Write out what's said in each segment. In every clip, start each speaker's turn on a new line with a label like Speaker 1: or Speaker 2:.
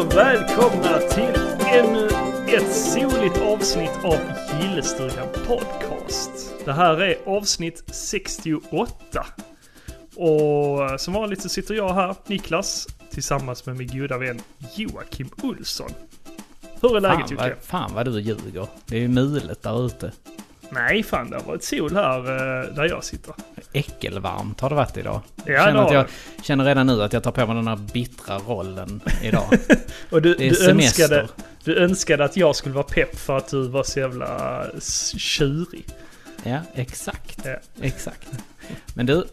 Speaker 1: välkomna till ännu ett soligt avsnitt av Gillestugan Podcast. Det här är avsnitt 68. Och som vanligt så sitter jag här, Niklas, tillsammans med min goda vän Joakim Olsson. Hur är läget
Speaker 2: Fan,
Speaker 1: Jocke?
Speaker 2: vad, fan vad du ljuger. Det är ju mulet där ute.
Speaker 1: Nej, fan det har varit sol här eh, där jag sitter.
Speaker 2: Äckelvarmt har det varit idag.
Speaker 1: Ja, det
Speaker 2: känner,
Speaker 1: har
Speaker 2: att jag, känner redan nu att jag tar på mig den här bittra rollen idag.
Speaker 1: Och du,
Speaker 2: Det är
Speaker 1: du,
Speaker 2: semester.
Speaker 1: önskade, du önskade att jag skulle vara pepp för att du var så jävla s- tjurig.
Speaker 2: ja, exakt.
Speaker 1: Ja.
Speaker 2: Exakt. Men du,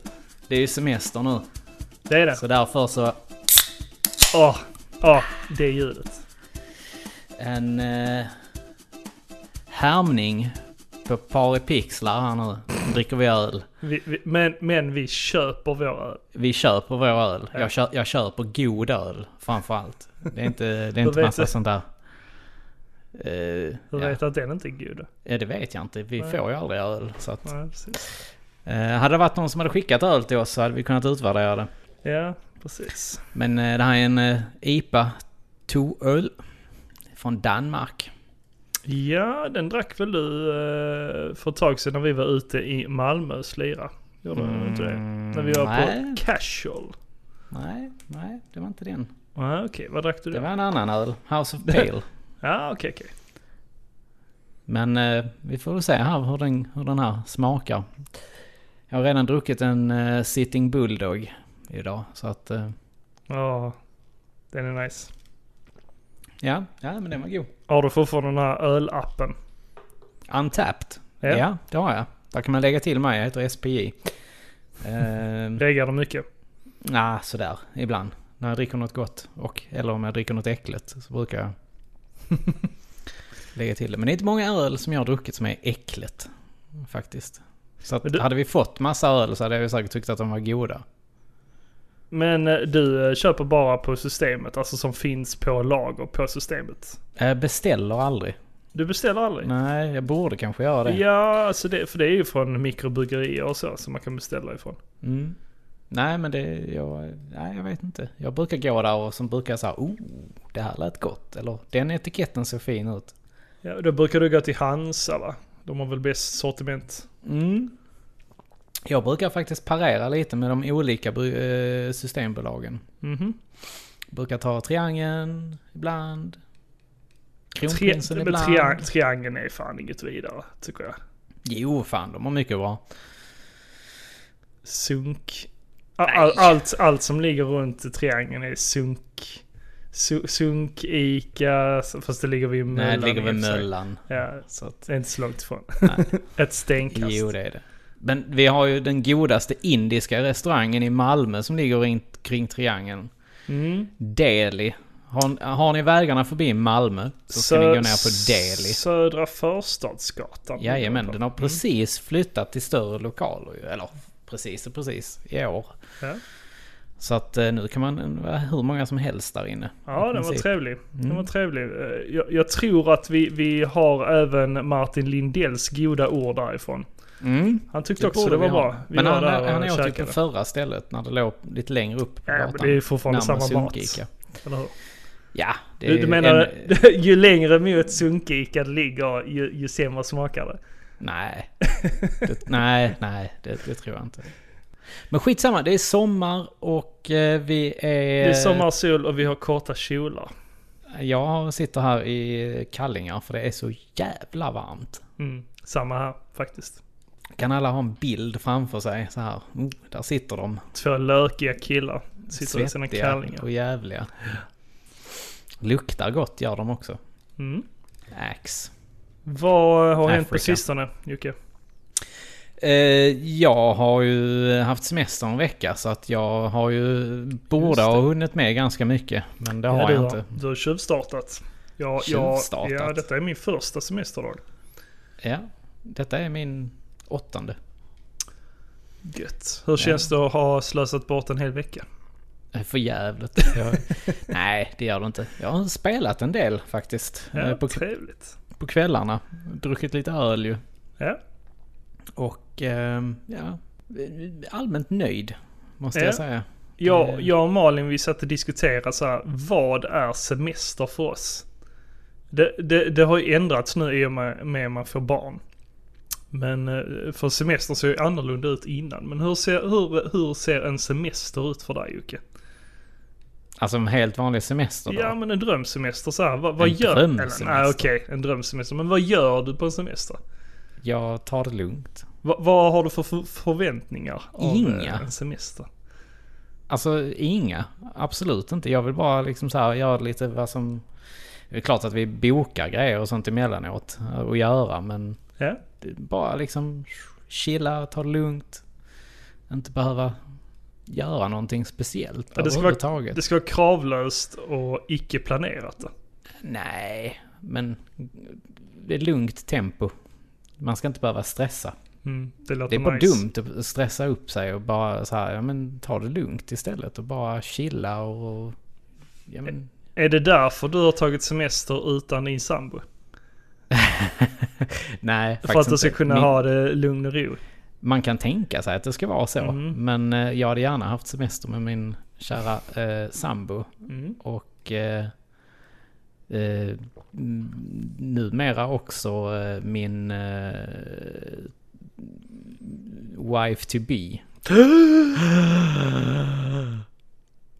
Speaker 2: det är ju semester nu.
Speaker 1: Det är det.
Speaker 2: Så därför så
Speaker 1: Åh, åh, det är ljudet.
Speaker 2: en eh, härmning på paripixlar här nu. Dricker vi öl.
Speaker 1: Vi, vi, men, men vi köper vår öl.
Speaker 2: Vi köper vår öl.
Speaker 1: Ja.
Speaker 2: Jag, kö, jag köper god öl framförallt. Det är inte, det är
Speaker 1: Hur
Speaker 2: inte
Speaker 1: vet
Speaker 2: massa
Speaker 1: du?
Speaker 2: sånt där... Eh,
Speaker 1: Du
Speaker 2: ja.
Speaker 1: vet att den inte är god.
Speaker 2: Ja, det vet jag inte. Vi
Speaker 1: Nej.
Speaker 2: får ju aldrig öl. Så att,
Speaker 1: Ja, precis.
Speaker 2: eh, hade det varit någon som hade skickat öl till oss så hade vi kunnat utvärdera det.
Speaker 1: Ja, precis.
Speaker 2: Men eh, det här är en eh, IPA Toöl från Danmark.
Speaker 1: Ja, den drack väl du eh, för ett tag sedan när vi var ute i Malmö och slira. Gjorde du inte det? När vi var
Speaker 2: Mm. nej,
Speaker 1: på casual.
Speaker 2: nej, nej, det var inte den.
Speaker 1: Ja, okej, vad drack du
Speaker 2: Det
Speaker 1: då?
Speaker 2: var en annan öl. House of Pale.
Speaker 1: Ja, okej, okej.
Speaker 2: Men eh, vi får väl se här hur den, hur den här smakar. Jag har redan druckit en eh, Sitting Bulldog idag. Så att, eh,
Speaker 1: Ja, den är nice.
Speaker 2: ja, ja, men den var god.
Speaker 1: Har du fortfarande den här ölappen?
Speaker 2: Untapped.
Speaker 1: Ja.
Speaker 2: Ja. det har jag. Där kan man lägga till mig. Jag heter SPJ. Ehm,
Speaker 1: Reggar du mycket?
Speaker 2: nja, sådär. Ibland. När jag dricker något gott. Och, eller om jag dricker något äckligt så brukar jag lägga till det. Men det är inte många öl som jag har druckit som är äckligt. Faktiskt. Så att,
Speaker 1: Men du-
Speaker 2: hade vi fått massa öl så hade jag ju säkert tyckt att de var goda.
Speaker 1: Men eh, du eh, köper bara på systemet, alltså som finns på lager på systemet.
Speaker 2: Jag beställer aldrig.
Speaker 1: Du beställer aldrig?
Speaker 2: Nej, jag borde kanske göra det.
Speaker 1: Ja, alltså det, för det är ju från mikrobryggerier och så som man kan beställa ifrån.
Speaker 2: Mm. Nej, men det... Jag, nej, jag vet inte. Jag brukar gå där och som brukar jag säga oh, det här lät gott. Eller den etiketten ser fin ut.
Speaker 1: Ja, då brukar du gå till Hansa va? De har väl bäst sortiment?
Speaker 2: Mm. Jag brukar faktiskt parera lite med de olika bry- eh, systembolagen.
Speaker 1: Mhm.
Speaker 2: Brukar ta Triangeln ibland.
Speaker 1: Tri-
Speaker 2: Kronprinsen
Speaker 1: men
Speaker 2: ibland.
Speaker 1: tria- triangeln är fan inget vidare, tycker jag.
Speaker 2: Jo, fan de har mycket bra.
Speaker 1: Sunk. A- All, allt, allt som ligger runt triangeln är sunk. Su- sunk, Ica, fast det ligger vid Möllan.
Speaker 2: Nej, det ligger vid
Speaker 1: i och för sig.
Speaker 2: Möllan.
Speaker 1: Ja,
Speaker 2: Så att,
Speaker 1: det är inte så långt ifrån.
Speaker 2: nej.
Speaker 1: Ett stenkast.
Speaker 2: Jo, det är det. Men vi har ju den godaste indiska restaurangen i Malmö som ligger in, kring triangeln.
Speaker 1: Mm.
Speaker 2: Delhi. Har, har ni vägarna förbi Malmö så ska ni gå ner på Delhi.
Speaker 1: Södra Förstadsgatan.
Speaker 2: Jajamän, den
Speaker 1: Mm.
Speaker 2: har precis flyttat till större lokaler ju. Eller precis och precis, i år.
Speaker 1: Ja.
Speaker 2: Så att eh, nu kan man vara hur många som helst där inne.
Speaker 1: Ja,
Speaker 2: I
Speaker 1: den var
Speaker 2: princip. Mm.
Speaker 1: trevlig. Den var trevlig. Eh, Jag, jag tror att vi, vi har även Martin Lindells goda ord därifrån.
Speaker 2: Mm.
Speaker 1: Han tyckte
Speaker 2: Det
Speaker 1: också det
Speaker 2: borde
Speaker 1: var
Speaker 2: vi ha.
Speaker 1: bra. Vi
Speaker 2: Men
Speaker 1: var
Speaker 2: han,
Speaker 1: där och
Speaker 2: han åt ju på
Speaker 1: käkade.
Speaker 2: förra stället när det låg lite längre upp på
Speaker 1: Ja, men
Speaker 2: gatan.
Speaker 1: det är ju fortfarande
Speaker 2: närmare
Speaker 1: samma mat.
Speaker 2: Sundgika.
Speaker 1: Eller hur?
Speaker 2: Ja, det är
Speaker 1: Du, du
Speaker 2: ju
Speaker 1: menar,
Speaker 2: en-
Speaker 1: ju längre mot Sunkika det ligger, ju, ju sämre smakar det.
Speaker 2: Nej, det, nej, nej, det, det tror jag inte. Men skitsamma, det är sommar och eh, vi är...
Speaker 1: Det är sommarsol och vi har korta kjolar.
Speaker 2: Jag sitter här i kallingar för det är så jävla varmt.
Speaker 1: Mm, samma här faktiskt.
Speaker 2: Kan alla ha en bild framför sig så här? Oh, där sitter de.
Speaker 1: Två lökiga killar sitter i sina
Speaker 2: Svettiga
Speaker 1: kallingar.
Speaker 2: och jävliga. Luktar gott gör de också.
Speaker 1: Mm.
Speaker 2: Ax.
Speaker 1: Vad har hänt på
Speaker 2: Afrika.
Speaker 1: sistone, Jocke?
Speaker 2: Eh, jag har ju haft semester en vecka så att jag har ju...
Speaker 1: det.
Speaker 2: Borde ha hunnit med ganska mycket. Men det
Speaker 1: Ja,
Speaker 2: har
Speaker 1: du
Speaker 2: jag inte.
Speaker 1: Du har tjuvstartat. Ja,
Speaker 2: Tjuvstartat?
Speaker 1: Ja, ja, detta är min första semesterdag.
Speaker 2: Ja, detta är min åttonde.
Speaker 1: Gött. Hur känns det att ha slösat bort en hel vecka?
Speaker 2: Det är För jävligt. Jag, nej, det gör det inte. Jag har spelat en del faktiskt.
Speaker 1: Ja,
Speaker 2: eh, På,
Speaker 1: trevligt.
Speaker 2: på kvällarna. Druckit lite öl ju.
Speaker 1: Ja.
Speaker 2: Och ehm, ja, allmänt nöjd. Måste
Speaker 1: Ja.
Speaker 2: jag säga.
Speaker 1: Jag, jag och Malin vi satt och diskuterade så här, vad är semester för oss? Det, det, det har ju ändrats nu i och med, med man får barn. Men eh, för semester ser ju annorlunda ut innan. Men hur ser, hur, hur ser en semester ut för dig Jocke?
Speaker 2: Alltså en helt vanlig semester då?
Speaker 1: Ja men en drömsemester så här, vad, vad
Speaker 2: En
Speaker 1: gör...
Speaker 2: drömsemester.
Speaker 1: eller, Nej okej, en drömsemester. Men vad gör du på en semester?
Speaker 2: Jag tar det lugnt.
Speaker 1: Va, vad har du för, för förväntningar av eh,
Speaker 2: Inga.
Speaker 1: en semester?
Speaker 2: Alltså inga. Absolut inte. Jag vill bara liksom så här göra lite vad som... Det är klart att vi bokar grejer och sånt emellanåt eh, att göra men
Speaker 1: Ja,
Speaker 2: det är bara liksom chilla, ta det lugnt. Inte behöva göra någonting speciellt
Speaker 1: Ja, det ska vara-
Speaker 2: överhuvudtaget.
Speaker 1: det ska vara kravlöst och icke planerat. då.
Speaker 2: Nej, men det är lugnt tempo. Man ska inte behöva stressa.
Speaker 1: Mm, det låter
Speaker 2: Det är bara
Speaker 1: nice.
Speaker 2: dumt att stressa upp sig och bara så här, ja men ta det lugnt istället och bara chilla och... Ja, men,
Speaker 1: Är det därför du har tagit semester utan din sambo?
Speaker 2: nej, faktiskt
Speaker 1: För att du ska
Speaker 2: inte.
Speaker 1: kunna
Speaker 2: Min-
Speaker 1: ha det lugn och ro?
Speaker 2: Man kan tänka sig att det ska vara så.
Speaker 1: Mm.
Speaker 2: Men eh, jag hade gärna haft semester med min kära eh, sambo.
Speaker 1: Mm.
Speaker 2: Och eh, eh, m- numera också eh, min eh, wife to be.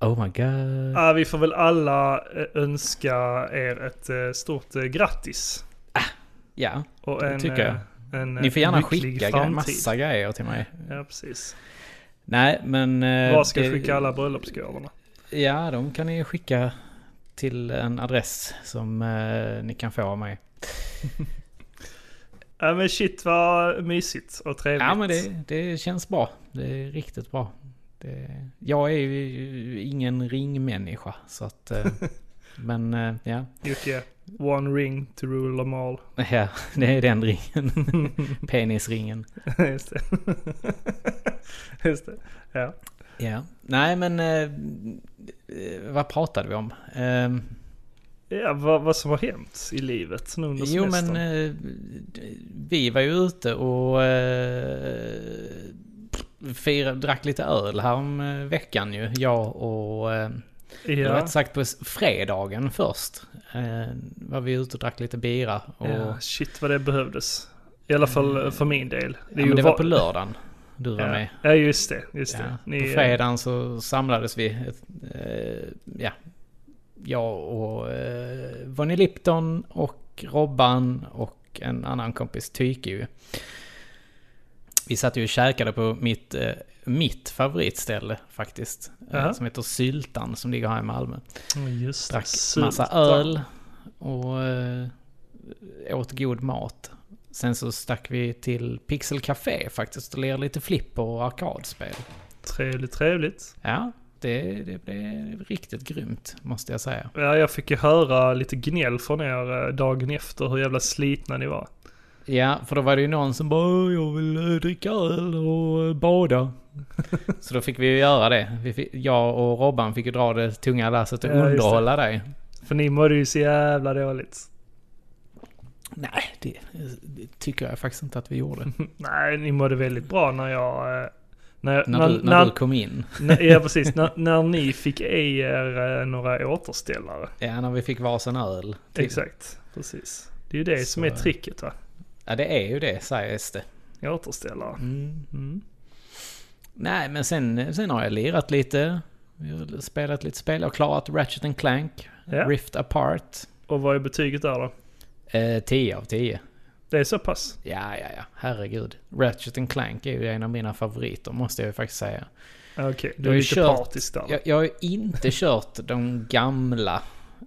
Speaker 2: Oh my god.
Speaker 1: Ah, vi får väl alla eh, önska er ett eh, stort eh, grattis.
Speaker 2: Ja,
Speaker 1: Och
Speaker 2: Det
Speaker 1: en,
Speaker 2: tycker jag.
Speaker 1: eh, En, eh,
Speaker 2: ni får gärna
Speaker 1: lycklig
Speaker 2: skicka gre-
Speaker 1: framtid.
Speaker 2: massa grejer till mig.
Speaker 1: Ja, precis.
Speaker 2: Nej, men... eh,
Speaker 1: Var ska
Speaker 2: det-
Speaker 1: jag skicka alla bröllopsgåvorna?
Speaker 2: Ja, de kan ni skicka till en adress som eh, ni kan få av mig.
Speaker 1: Ja men shit vad mysigt och trevligt.
Speaker 2: Ja, men det, det känns bra. Det är riktigt bra. Det, jag är ju ingen ringmänniska, så att... eh, men, eh, ja.
Speaker 1: Jocke, one ring to rule them all.
Speaker 2: ja. Det är den ringen. Penisringen.
Speaker 1: Just det. Just det. Ja.
Speaker 2: Ja. Nej, men... eh, Eh, vad pratade vi om? Eh,
Speaker 1: Ja, vad, vad som har hänt i livet nu under
Speaker 2: jo, men...
Speaker 1: semestern.
Speaker 2: Eh, vi var ju ute och... Eh, fira, drack lite öl härom eh, veckan ju. Jag och... Eh, Eller
Speaker 1: ja.
Speaker 2: rätt sagt på s- fredagen först. Eh, var vi ute och drack lite bira. Och, ja,
Speaker 1: ja, shit vad det behövdes. I alla fall eh, för min del. är ju
Speaker 2: men det var
Speaker 1: va-
Speaker 2: på lördagen du var
Speaker 1: Ja.
Speaker 2: med.
Speaker 1: ja, just det. Just
Speaker 2: Ja.
Speaker 1: det. eh,
Speaker 2: På fredagen så samlades vi. Ett, eh, ja. Jag och eh, Vonnie Lipton och Robban och en annan kompis Tyke ju. Vi satt ju och käkade på mitt, eh, mitt favoritställe faktiskt. Eh,
Speaker 1: Jaha.
Speaker 2: som heter Syltan som ligger här i Malmö.
Speaker 1: Ja, just det.
Speaker 2: Drack
Speaker 1: Sultan.
Speaker 2: massa öl och eh, åt god mat. Sen så stack vi till Pixel Café faktiskt och lirade lite flipper och arkadspel.
Speaker 1: Trevligt, trevligt.
Speaker 2: Ja, det, det blev riktigt grymt måste jag säga.
Speaker 1: Ja, jag fick ju höra lite gnäll från er eh, dagen efter hur jävla slitna ni var.
Speaker 2: Ja, för då var det ju någon som bara "Åh, jag vill eh, dricka öl och eh, bada. så då fick vi ju göra det. Vi fick, jag och Robban fick ju dra det tunga lasset och
Speaker 1: Ja, just det.
Speaker 2: underhålla dig.
Speaker 1: För ni mådde ju så jävla dåligt.
Speaker 2: Nej, det, det tycker jag faktiskt inte att vi gjorde.
Speaker 1: Nej, ni mådde väldigt bra när jag... eh, När,
Speaker 2: när, du, när du kom in.
Speaker 1: när, ja, precis. När, när ni fick i er eh, några återställare.
Speaker 2: Ja, när vi fick varsin öl. till.
Speaker 1: Exakt, precis. Det är ju det som
Speaker 2: Så-
Speaker 1: är tricket va?
Speaker 2: Ja, det är ju det, sägs det.
Speaker 1: Återställare. Mm.
Speaker 2: Nej, men sen, sen har jag lirat lite. Jag har spelat lite spel. Jag har klarat Ratchet and Clank,
Speaker 1: Ja.
Speaker 2: Rift Apart.
Speaker 1: Och vad är betyget där då?
Speaker 2: Eh, 10 av 10.
Speaker 1: Det är så pass?
Speaker 2: Ja, ja, ja. Herregud. Ratchet and Clank är ju en av mina favoriter, måste jag ju faktiskt säga.
Speaker 1: Okej,
Speaker 2: Du
Speaker 1: du
Speaker 2: har
Speaker 1: är
Speaker 2: ju
Speaker 1: lite
Speaker 2: kört-
Speaker 1: partisk där.
Speaker 2: Jag, jag har ju inte kört de gamla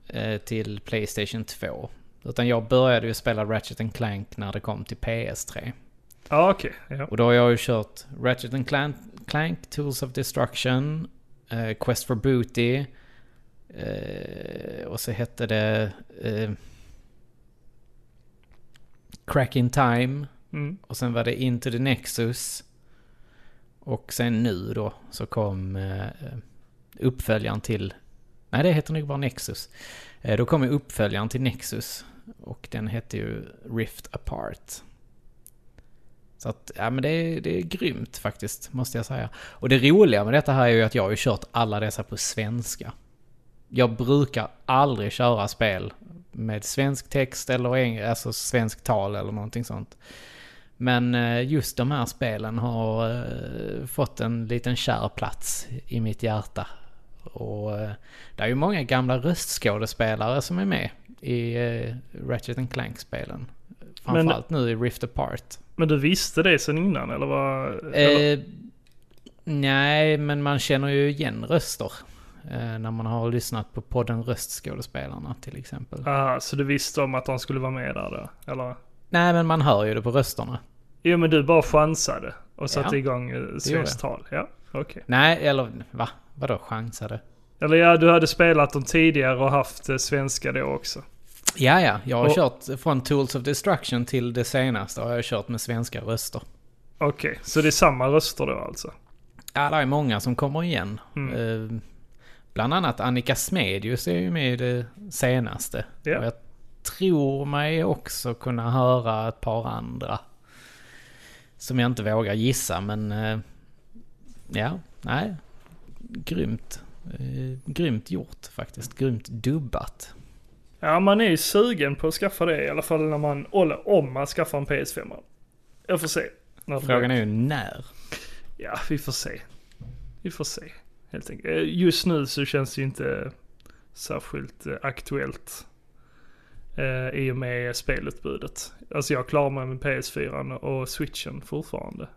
Speaker 2: eh, till Playstation 2. Utan jag började ju spela Ratchet and Clank när det kom till PS3.
Speaker 1: Ja, okej. Ja.
Speaker 2: Och då har jag ju kört Ratchet and Clank, Clank Tools of Destruction, eh, Quest for Booty. eh, och så hette det... eh, Crack in Time.
Speaker 1: Mm.
Speaker 2: Och sen var det Into the Nexus. Och sen nu då så kom eh, uppföljaren till... Nej, det heter nog bara Nexus. Eh, då kom ju uppföljaren till Nexus. Och den hette ju Rift Apart. Så att, ja men det är, det är grymt faktiskt, måste jag säga. Och det roliga med detta här är ju att jag har ju kört alla dessa på svenska. Jag brukar aldrig köra spel med svensk text eller eng- alltså svensk tal eller någonting sånt. Men eh, just de här spelen har eh, fått en liten kär plats i mitt hjärta. Och eh, det är ju många gamla röstskådespelare som är med i eh, Ratchet Clank-spelen. Framförallt nu i Rift Apart.
Speaker 1: Men du visste det sen innan eller vad? eller-
Speaker 2: Eh, nej, men man känner ju igen röster. Eh, när man har lyssnat på podden Röstskådespelarna till exempel.
Speaker 1: Aha, så du visste om att han skulle vara med där då? Eller?
Speaker 2: Nej, men man hör ju det på rösterna.
Speaker 1: Jo men du bara chansade och satte
Speaker 2: Ja,
Speaker 1: igång eh, svenskt tal. Ja, okej.
Speaker 2: Nej, eller va? Vadå chansade?
Speaker 1: Eller ja, du hade spelat dem tidigare och haft eh, svenska då också.
Speaker 2: Ja, ja, jag har
Speaker 1: Och-
Speaker 2: kört från Tools of Destruction till det senaste har jag kört med svenska röster.
Speaker 1: Okej, så det är samma röster då alltså?
Speaker 2: Ja, det är många som kommer igen.
Speaker 1: Mm.
Speaker 2: Eh, bland annat Annika Smedius är ju med i det senaste.
Speaker 1: Ja.
Speaker 2: Och jag tror mig också kunna höra ett par andra. Som jag inte vågar gissa, men... eh, ja, nej. Grymt. Eh, grymt gjort faktiskt. Grymt dubbat.
Speaker 1: Ja, man är ju sugen på att skaffa det i alla fall när man, eller om man skaffar en PS5. Jag får se. När det
Speaker 2: Frågan
Speaker 1: blir.
Speaker 2: är ju när.
Speaker 1: Ja, vi får se. Vi får se, helt enkelt. Eh, Just nu så känns det ju inte särskilt eh, aktuellt. Eh, I och med spelutbudet. Alltså jag klarar mig med PS4 och switchen fortfarande.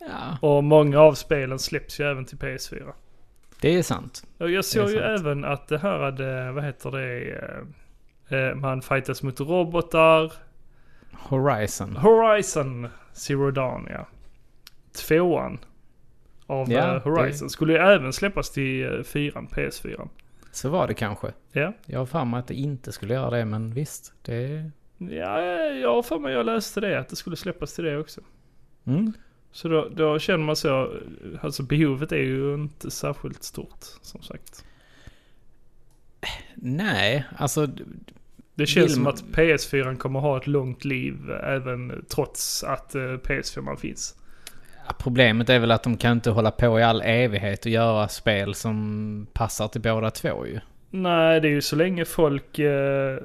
Speaker 2: Ja,
Speaker 1: Och många av spelen släpps ju även till PS4.
Speaker 2: det är sant.
Speaker 1: Och Jag såg ju
Speaker 2: sant.
Speaker 1: även att det här hade, vad heter det, eh, eh, man fightas mot robotar.
Speaker 2: Horizon.
Speaker 1: Horizon Zero Dawn, ja. Tvåan av
Speaker 2: Ja,
Speaker 1: eh, Horizon skulle ju även släppas till eh, fyran, PS4.
Speaker 2: Så var det kanske.
Speaker 1: Ja.
Speaker 2: Jag har för mig att det inte skulle göra det, men visst. Det...
Speaker 1: ja, jag har för mig jag läste det, att det skulle släppas till det också.
Speaker 2: Mm.
Speaker 1: Så då, då känner man så, eh, alltså behovet är ju inte särskilt stort, som sagt.
Speaker 2: Nej, alltså... d-
Speaker 1: Det känns
Speaker 2: Vill
Speaker 1: som
Speaker 2: man-
Speaker 1: att PS4 kommer ha ett långt liv eh, även trots att eh, PS5 finns.
Speaker 2: Problemet är väl att de kan inte hålla på i all evighet och göra spel som passar till båda två ju.
Speaker 1: Nej, det är ju så länge folk eh,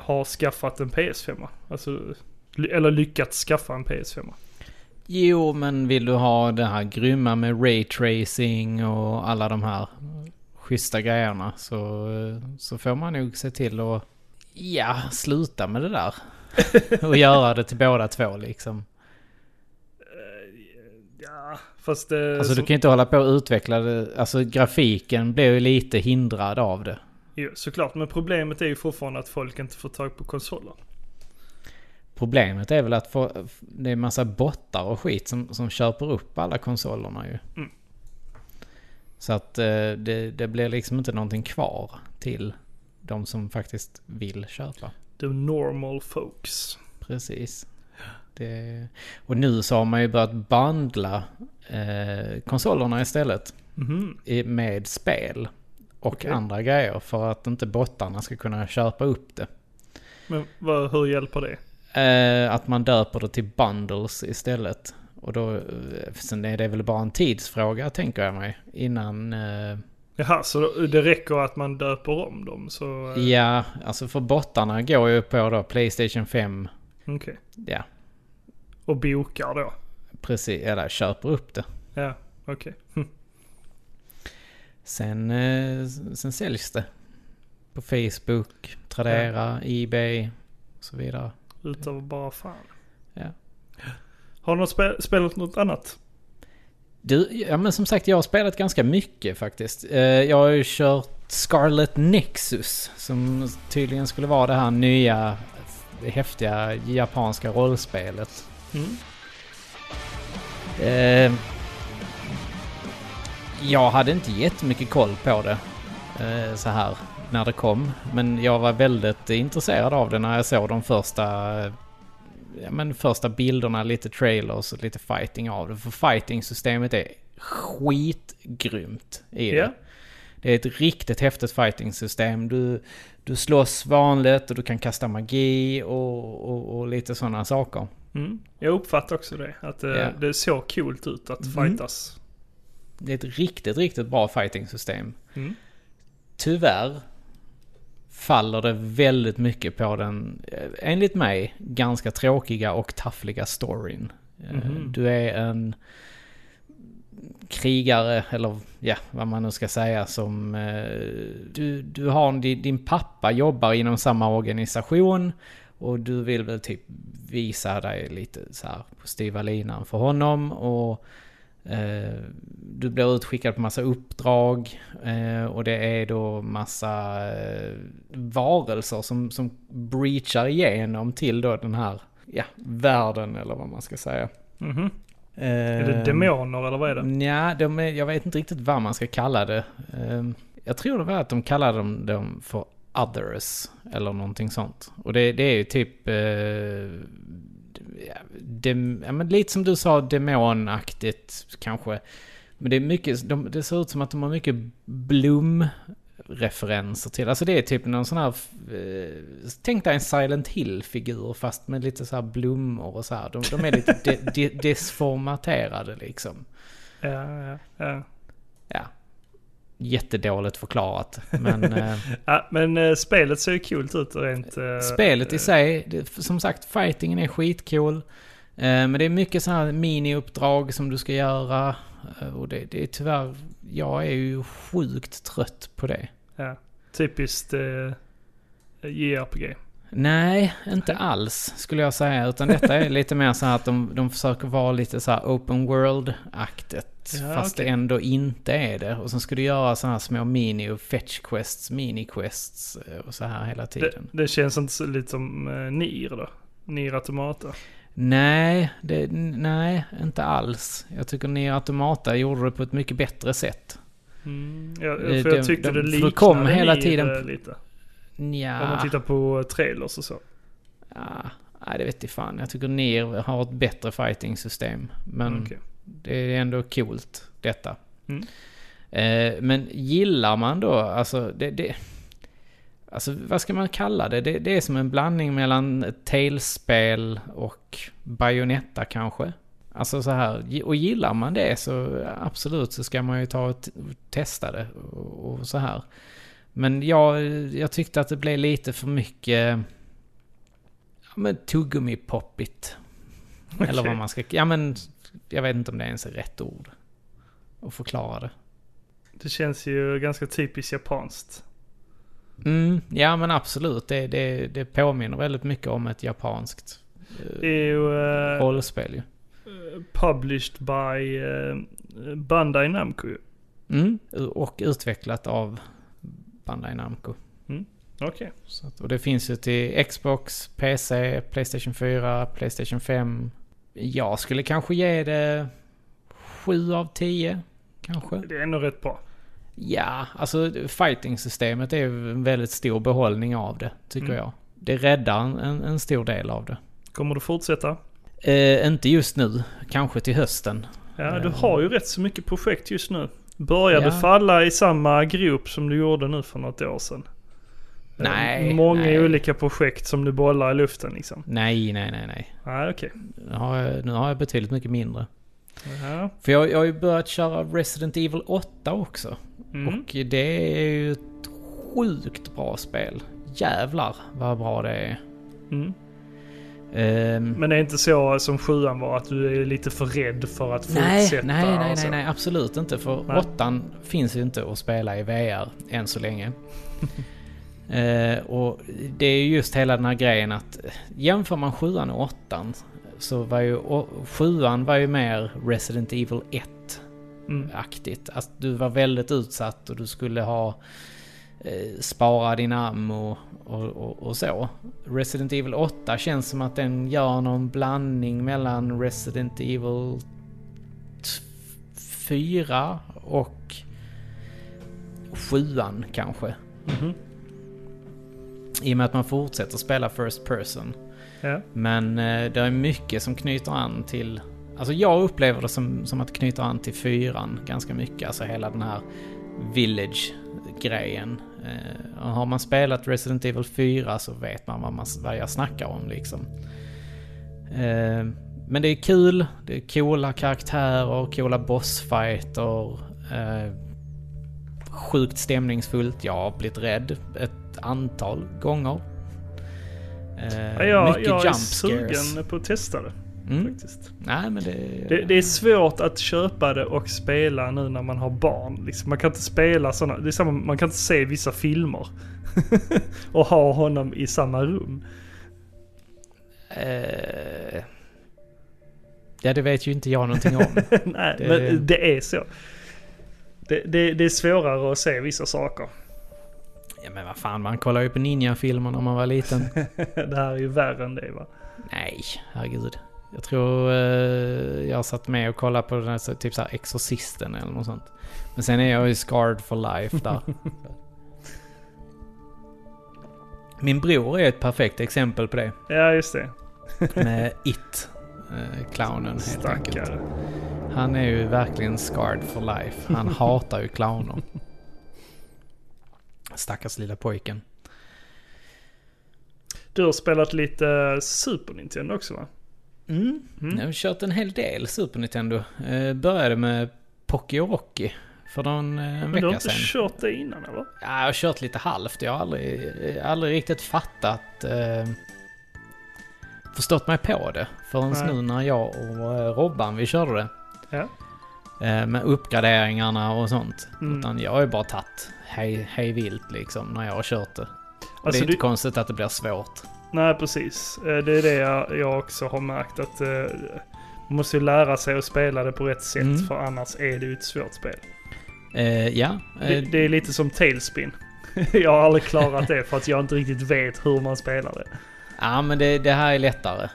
Speaker 1: har skaffat en PS5. Alltså, ly- eller lyckats skaffa en PS5.
Speaker 2: Jo, men vill du ha det här grymma med Ray Tracing och alla de här schyssta grejerna så, eh, så får man nog se till att ja, sluta med det där. och göra det till båda två liksom.
Speaker 1: Ja, fast eh, det...
Speaker 2: Alltså du
Speaker 1: som,
Speaker 2: kan ju inte hålla på och utveckla det. Alltså grafiken blir ju lite hindrad av det.
Speaker 1: jo, såklart, men problemet är ju fortfarande att folk inte får tag på konsoler.
Speaker 2: Problemet är väl att få, det är en massa bottar och skit som, som köper upp alla konsolerna ju.
Speaker 1: Mm.
Speaker 2: Så att eh, det, det blir liksom inte någonting kvar till de som faktiskt vill köpa.
Speaker 1: The normal folks.
Speaker 2: Precis. Det, och nu så har man ju börjat bandla eh, konsolerna istället
Speaker 1: Mhm.
Speaker 2: i- med spel och
Speaker 1: Okej.
Speaker 2: andra grejer för att inte bottarna ska kunna köpa upp det.
Speaker 1: Men vad, hur hjälper det?
Speaker 2: Eh, att man döper det till bundles istället. Och då, eh, sen är det väl bara en tidsfråga tänker jag mig. Innan, eh,
Speaker 1: Jaha, så det räcker att man döper om dem så... eh,
Speaker 2: ja, alltså för bottarna går ju på då Playstation 5,
Speaker 1: Okej.
Speaker 2: ja,
Speaker 1: Och bokar då?
Speaker 2: precis, eller köper upp det.
Speaker 1: Ja, okej. Hm.
Speaker 2: Sen, eh, sen säljs det. På Facebook, Tradera, Ebay och så vidare.
Speaker 1: Utav bara fan.
Speaker 2: Ja.
Speaker 1: Har du något spe- spelat något annat?
Speaker 2: Du, ja men som sagt jag har spelat ganska mycket faktiskt. Eh, Jag har ju kört Scarlet Nexus som tydligen skulle vara det här nya det häftiga japanska rollspelet.
Speaker 1: Mm.
Speaker 2: Eh, Jag hade inte jättemycket koll på det eh, så här när det kom. Men jag var väldigt intresserad av det när jag såg de första, eh, ja, men första bilderna, lite trailers och lite fighting av det. För fighting-systemet är skitgrymt i det.
Speaker 1: Ja.
Speaker 2: Det är ett riktigt häftigt fighting-system. Du, du slåss vanligt och du kan kasta magi och, och, och lite sådana saker.
Speaker 1: Mm. Jag uppfattar också det. Att eh,
Speaker 2: Ja.
Speaker 1: det såg coolt ut att
Speaker 2: Mm.
Speaker 1: fightas.
Speaker 2: Det är ett riktigt, riktigt bra fighting-system.
Speaker 1: Mm.
Speaker 2: Tyvärr faller det väldigt mycket på den, eh, enligt mig, ganska tråkiga och taffliga storyn. Eh,
Speaker 1: Mhm.
Speaker 2: Du är en krigare, eller ja, vad man nu ska säga, som... eh, Du, du har, en- din, din pappa jobbar inom samma organisation och du vill väl typ visa dig lite så här på styva linan för honom och eh, du blir utskickad på massa uppdrag eh, och det är då massa eh, varelser som, som breachar igenom till då den här ja, världen eller vad man ska säga. Eh,
Speaker 1: Mhm.
Speaker 2: Är
Speaker 1: Är det demoner eller vad är det?
Speaker 2: Nja, de är, jag vet inte riktigt vad man ska kalla det. Ehm, Jag tror det var att de kallade dem, dem för others eller någonting sånt. Och det, det är ju typ... eh, ja, dem, ja, men lite som du sa, demonaktigt kanske. Men det är mycket, de, det ser ut som att de har mycket Blom-referenser till. Alltså det är typ någon sån här... eh, tänk dig en Silent Hill-figur fast med lite så här blommor och så här. De, de är lite de, de, desformaterade liksom.
Speaker 1: Ja, ja, ja.
Speaker 2: Ja. Jättedåligt förklarat. Men eh,
Speaker 1: ja men eh, spelet ser ju coolt ut rent... eh,
Speaker 2: spelet i
Speaker 1: eh,
Speaker 2: sig, det, som sagt, fightingen är skitcool. Eh, men det är mycket sådana här miniuppdrag som du ska göra. Eh, och det, det är tyvärr, jag är ju sjukt trött på det.
Speaker 1: Ja. Typiskt eh, JRPG.
Speaker 2: Nej, inte alls skulle jag säga. Utan detta är lite mer så här att de, de försöker vara lite så här open world-aktigt.
Speaker 1: Ja,
Speaker 2: fast
Speaker 1: okej.
Speaker 2: det ändå inte är det. Och sen ska du göra sådana här små mini och fetch quests, mini quests eh, och så här hela
Speaker 1: Det,
Speaker 2: tiden.
Speaker 1: det känns inte så lite som eh, Nier då? Nier Automata.
Speaker 2: Nej, det, n- nej, inte alls. Jag tycker Nier Automata gjorde det på ett mycket bättre sätt.
Speaker 1: Mm. Jag,
Speaker 2: Eh,
Speaker 1: för jag
Speaker 2: de-
Speaker 1: tyckte
Speaker 2: de-
Speaker 1: det
Speaker 2: för
Speaker 1: liknade
Speaker 2: det kom hela
Speaker 1: Nier
Speaker 2: tiden- Ah.
Speaker 1: eh, lite. Om man
Speaker 2: Nja,
Speaker 1: tittar på trailers och så.
Speaker 2: ja, nej det vet jag fan. Jag tycker Nier har ett bättre fighting-system. Men
Speaker 1: Okej.
Speaker 2: det är ändå coolt, detta.
Speaker 1: Mm.
Speaker 2: Eh, men gillar man då, alltså det, det... Alltså vad ska man kalla det? Det, det är som en blandning mellan ett Tales-spel och Bayonetta kanske. Alltså så här, och gillar man det så absolut så ska man ju ta och t- testa det och, och så här. Men jag, jag tyckte att det blev lite för mycket... Ja men tuggummi-poppigt. Eller
Speaker 1: Okej.
Speaker 2: vad man ska... Ja men, jag vet inte om det ens är rätt ord. Att förklara det.
Speaker 1: Det känns ju ganska typiskt japanskt.
Speaker 2: Mm, ja men absolut. Det, det, det påminner väldigt mycket om ett japanskt
Speaker 1: Det är ju eh,
Speaker 2: rollspel ju.
Speaker 1: published by eh, Bandai Namco ju.
Speaker 2: Mm, och utvecklat av Bandai Namco.
Speaker 1: Okej.
Speaker 2: Så att, och det finns ju till Xbox, PC, Playstation 4, Playstation 5. Jag skulle kanske ge det 7 av 10. Kanske.
Speaker 1: Det är ändå rätt bra.
Speaker 2: Ja, alltså fighting-systemet är ju en väldigt stor behållning av det, tycker
Speaker 1: Mm.
Speaker 2: jag. Det räddar en, en, en stor del av det.
Speaker 1: Kommer du fortsätta?
Speaker 2: Eh, inte just nu, kanske till hösten.
Speaker 1: Ja, du
Speaker 2: Eh.
Speaker 1: har ju rätt så mycket projekt just nu. Börjar du
Speaker 2: Ja.
Speaker 1: falla i samma grop som du gjorde nu för något år sedan? Eh,
Speaker 2: Nej,
Speaker 1: Många
Speaker 2: nej.
Speaker 1: olika projekt som du bollar i luften liksom.
Speaker 2: Nej, nej, nej, nej.
Speaker 1: Nej, okej.
Speaker 2: Nu har jag, nu har jag betydligt mycket mindre.
Speaker 1: Ja.
Speaker 2: För jag, jag har ju börjat köra Resident Evil 8 också.
Speaker 1: Mm.
Speaker 2: Och det är ju ett sjukt bra spel. Jävlar vad bra det är.
Speaker 1: Mm.
Speaker 2: Ehm,
Speaker 1: Men det är inte så eh, som sjuan var, att du är lite för rädd för att
Speaker 2: Nej,
Speaker 1: fortsätta?
Speaker 2: nej, nej,
Speaker 1: och så.
Speaker 2: nej, nej, absolut inte. För
Speaker 1: Nej.
Speaker 2: åttan finns ju inte att spela i VR än så länge. eh, och det är ju just hela den här grejen att eh, jämför man sjuan och åttan så var ju å- sjuan var ju mer Resident Evil 1
Speaker 1: Mm.
Speaker 2: aktigt. Alltså, du var väldigt utsatt och du skulle ha eh, spara din ammo och, och, och så. Resident Evil 8 känns som att den gör någon blandning mellan Resident Evil t- 4 och 7 kanske.
Speaker 1: Mhm.
Speaker 2: I och med att man fortsätter spela First Person.
Speaker 1: Ja.
Speaker 2: Men eh, det är mycket som knyter an till... Alltså jag upplever det som, som att det knyter an till fyran ganska mycket. Alltså hela den här village-grejen. Eh, och har man spelat Resident Evil 4 så vet man vad, man, vad jag snackar om liksom. Eh, men det är kul, det är coola karaktärer, coola bossfighter. Eh, sjukt stämningsfullt. Jag har blivit rädd ett antal gånger. Eh,
Speaker 1: Ja, jag
Speaker 2: mycket
Speaker 1: jag är
Speaker 2: jump scares.
Speaker 1: sugen på att testa det
Speaker 2: Mm.
Speaker 1: faktiskt.
Speaker 2: Nej men det...
Speaker 1: Det, det är svårt att köpa det och spela nu när man har barn. Liksom, man kan inte spela sådana, det är samma, man kan inte se vissa filmer. och ha honom i samma rum.
Speaker 2: Eh, ja det vet ju inte jag någonting om.
Speaker 1: Nej,
Speaker 2: Det-
Speaker 1: men det är så. Det, det, det är svårare att se vissa saker.
Speaker 2: ja men vad fan, man kollar ju på ninja-filmer när man var liten.
Speaker 1: Det här är ju värre än det va?
Speaker 2: Nej, herregud. Jag tror eh, jag satt med och kollade på den här, så- typ så här Exorcisten eller något sånt. Men sen är jag ju scarred for life där. Min bror är ett perfekt exempel på det.
Speaker 1: Ja, just det.
Speaker 2: Med It. eh, Clownen helt enkelt.
Speaker 1: Stackare.
Speaker 2: Han är ju verkligen scarred for life. Han hatar ju clowner. Stackars lilla pojken.
Speaker 1: Du har spelat lite eh, Super Nintendo också va?
Speaker 2: Mm.
Speaker 1: Mm.
Speaker 2: Jag har kört en hel del Super Nintendo. Eh, började med Pocky och Rocky för någon eh, en
Speaker 1: Men du har
Speaker 2: vecka
Speaker 1: inte
Speaker 2: sedan.
Speaker 1: kört det innan eller?
Speaker 2: Ja, jag har kört lite halvt. Jag har aldrig, eh, aldrig riktigt fattat... Eh, förstått mig på det förrän
Speaker 1: Nej.
Speaker 2: nu när jag och eh, Robban vi körde det.
Speaker 1: Ja.
Speaker 2: Eh, med uppgraderingarna och sånt.
Speaker 1: Mm.
Speaker 2: Utan jag har ju bara tagit hej, hej vilt liksom när jag har kört det. Och det
Speaker 1: Alltså,
Speaker 2: är inte
Speaker 1: du-
Speaker 2: konstigt att det blir svårt.
Speaker 1: Nej, precis. Eh, Det är det jag, jag också har märkt att eh, man måste ju lära sig att spela det på rätt sätt
Speaker 2: Mm.
Speaker 1: för annars är det ju ett svårt spel.
Speaker 2: Eh, ja,
Speaker 1: Det,
Speaker 2: eh,
Speaker 1: det är lite som Tailspin. jag har aldrig klarat det för att jag inte riktigt vet hur man spelar det.
Speaker 2: ja men det, det här är lättare.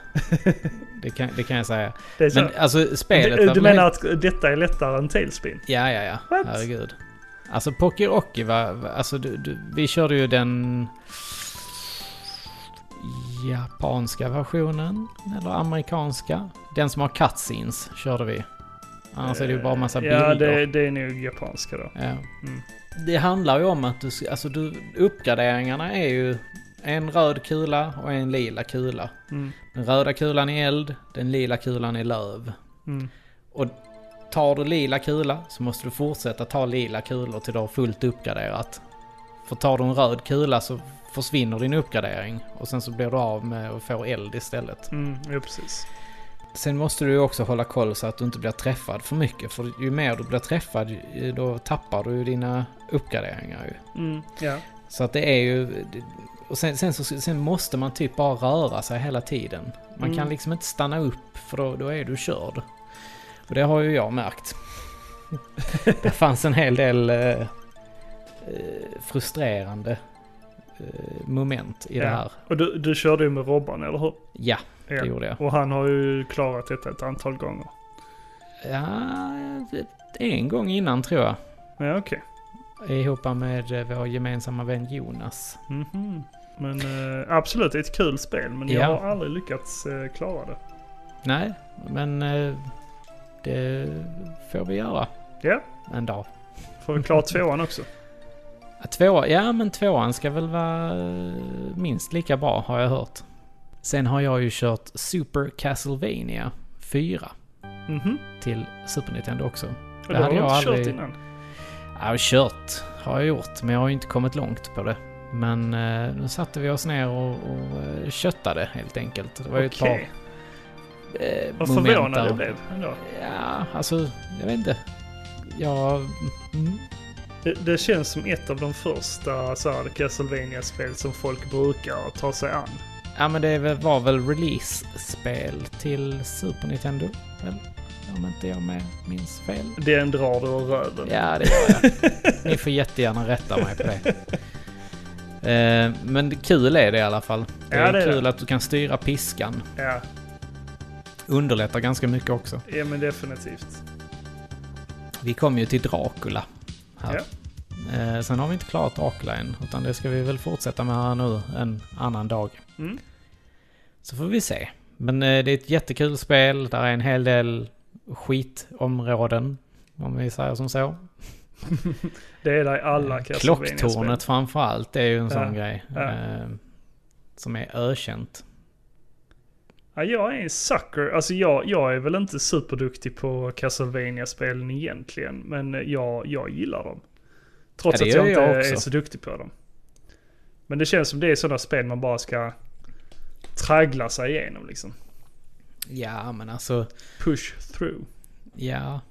Speaker 2: det, kan, det kan jag säga.
Speaker 1: det är så.
Speaker 2: Men alltså spelet...
Speaker 1: du,
Speaker 2: var
Speaker 1: du
Speaker 2: väl
Speaker 1: menar att detta är lättare än Tailspin?
Speaker 2: Ja, ja, ja.
Speaker 1: What?
Speaker 2: Herregud. Alltså Pocky Rocky var, var- alltså du, du, vi körde ju den japanska versionen, eller amerikanska. Den som har cutscenes körde vi. Annars är det ju bara massa
Speaker 1: Eh,
Speaker 2: bilder.
Speaker 1: Ja, det, Mm. det är nog japanska då.
Speaker 2: Ja. Det handlar ju om att du, ska- alltså du, uppgraderingarna är ju en röd kula och en lila kula.
Speaker 1: Mm.
Speaker 2: Den röda kulan är eld, den lila kulan är löv.
Speaker 1: Mm.
Speaker 2: Och tar du lila kula så måste du fortsätta ta lila kulor till du har fullt uppgraderat. För tar du en röd kula så försvinner din uppgradering och sen så blir du av med att få eld istället.
Speaker 1: Mm. Ja, precis.
Speaker 2: Sen måste du ju också hålla koll så att du inte blir träffad för mycket för ju mer du blir träffad ju- då tappar du ju dina uppgraderingar ju.
Speaker 1: Mm. Ja.
Speaker 2: Så att det är ju... Och sen, sen, så, sen måste man typ bara röra sig hela tiden. Man
Speaker 1: Mm.
Speaker 2: kan liksom inte stanna upp för då, då är du körd. Och det har ju jag märkt. det fanns en hel del eh, eh, frustrerande eh, moment i
Speaker 1: Ja.
Speaker 2: det här.
Speaker 1: Och du, du körde ju med Robban, eller hur?
Speaker 2: Ja,
Speaker 1: Ja.
Speaker 2: det gjorde jag.
Speaker 1: Och han har ju klarat detta ett antal gånger.
Speaker 2: Ja, en gång innan tror jag.
Speaker 1: Ja, okej.
Speaker 2: Ihop med eh, vår gemensamma vän Jonas.
Speaker 1: Mhm. Men eh, absolut, det är ett kul spel. Men jag
Speaker 2: Ja.
Speaker 1: har aldrig lyckats eh, klara det.
Speaker 2: Nej, men eh, det får vi göra.
Speaker 1: Ja.
Speaker 2: En dag.
Speaker 1: Får vi klara tvåan också?
Speaker 2: Ja, Två, ja, men tvåan ska väl vara eh, minst lika bra har jag hört. Sen har jag ju kört Super Castlevania 4
Speaker 1: Mhm.
Speaker 2: till Super Nintendo också.
Speaker 1: Och
Speaker 2: Det
Speaker 1: det har
Speaker 2: hade
Speaker 1: du
Speaker 2: jag
Speaker 1: inte kört
Speaker 2: aldrig-
Speaker 1: innan?
Speaker 2: Jag har kört, har jag gjort, men jag har ju inte kommit långt på det. Men eh, nu satte vi oss ner och, och eh, köttade helt enkelt. Det var ju ett par
Speaker 1: Okej.
Speaker 2: eh,
Speaker 1: Vad
Speaker 2: moment
Speaker 1: förvånad
Speaker 2: där.
Speaker 1: jag blev ändå.
Speaker 2: Ja, alltså, jag vet inte. Jag... Mm,
Speaker 1: Det, det känns som ett av de första så här, Castlevania-spel som folk brukar ta sig an.
Speaker 2: Ja men det väl- var väl release-spel till Super Nintendo? Väl? Om inte jag med minns fel.
Speaker 1: Den drar du ur röven.
Speaker 2: Ja det gör jag. Ni får jättegärna rätta mig på det. Eh, Men det- kul är det i alla fall. Det
Speaker 1: Ja,
Speaker 2: är,
Speaker 1: det är
Speaker 2: kul att du kan styra piskan.
Speaker 1: Ja.
Speaker 2: Underlättar ganska mycket också.
Speaker 1: ja, men definitivt.
Speaker 2: Vi kom ju till Dracula. Här.
Speaker 1: Ja.
Speaker 2: Eh, Sen har vi inte klarat Dracula än. Utan det ska vi väl fortsätta med här nu en annan dag.
Speaker 1: Mm.
Speaker 2: Så får vi se. Men eh, det är ett jättekul spel. Där är en hel del skitområden. Om vi säger som så.
Speaker 1: Det är där i alla
Speaker 2: Eh,
Speaker 1: Castlevania-spel.
Speaker 2: Klocktornet framförallt är ju en
Speaker 1: Ja,
Speaker 2: sån grej.
Speaker 1: ja.
Speaker 2: eh, Som är ökänt.
Speaker 1: Ja, jag är en sucker. Alltså jag, jag är väl inte superduktig på Castlevania-spelen egentligen, men jag, jag gillar dem. Trots
Speaker 2: Ja, det
Speaker 1: att jag
Speaker 2: gör
Speaker 1: inte
Speaker 2: jag
Speaker 1: är
Speaker 2: också.
Speaker 1: så duktig på dem. Men det känns som det är sådana spel man bara ska traggla sig igenom liksom.
Speaker 2: Ja, men alltså...
Speaker 1: Push through.
Speaker 2: Ja.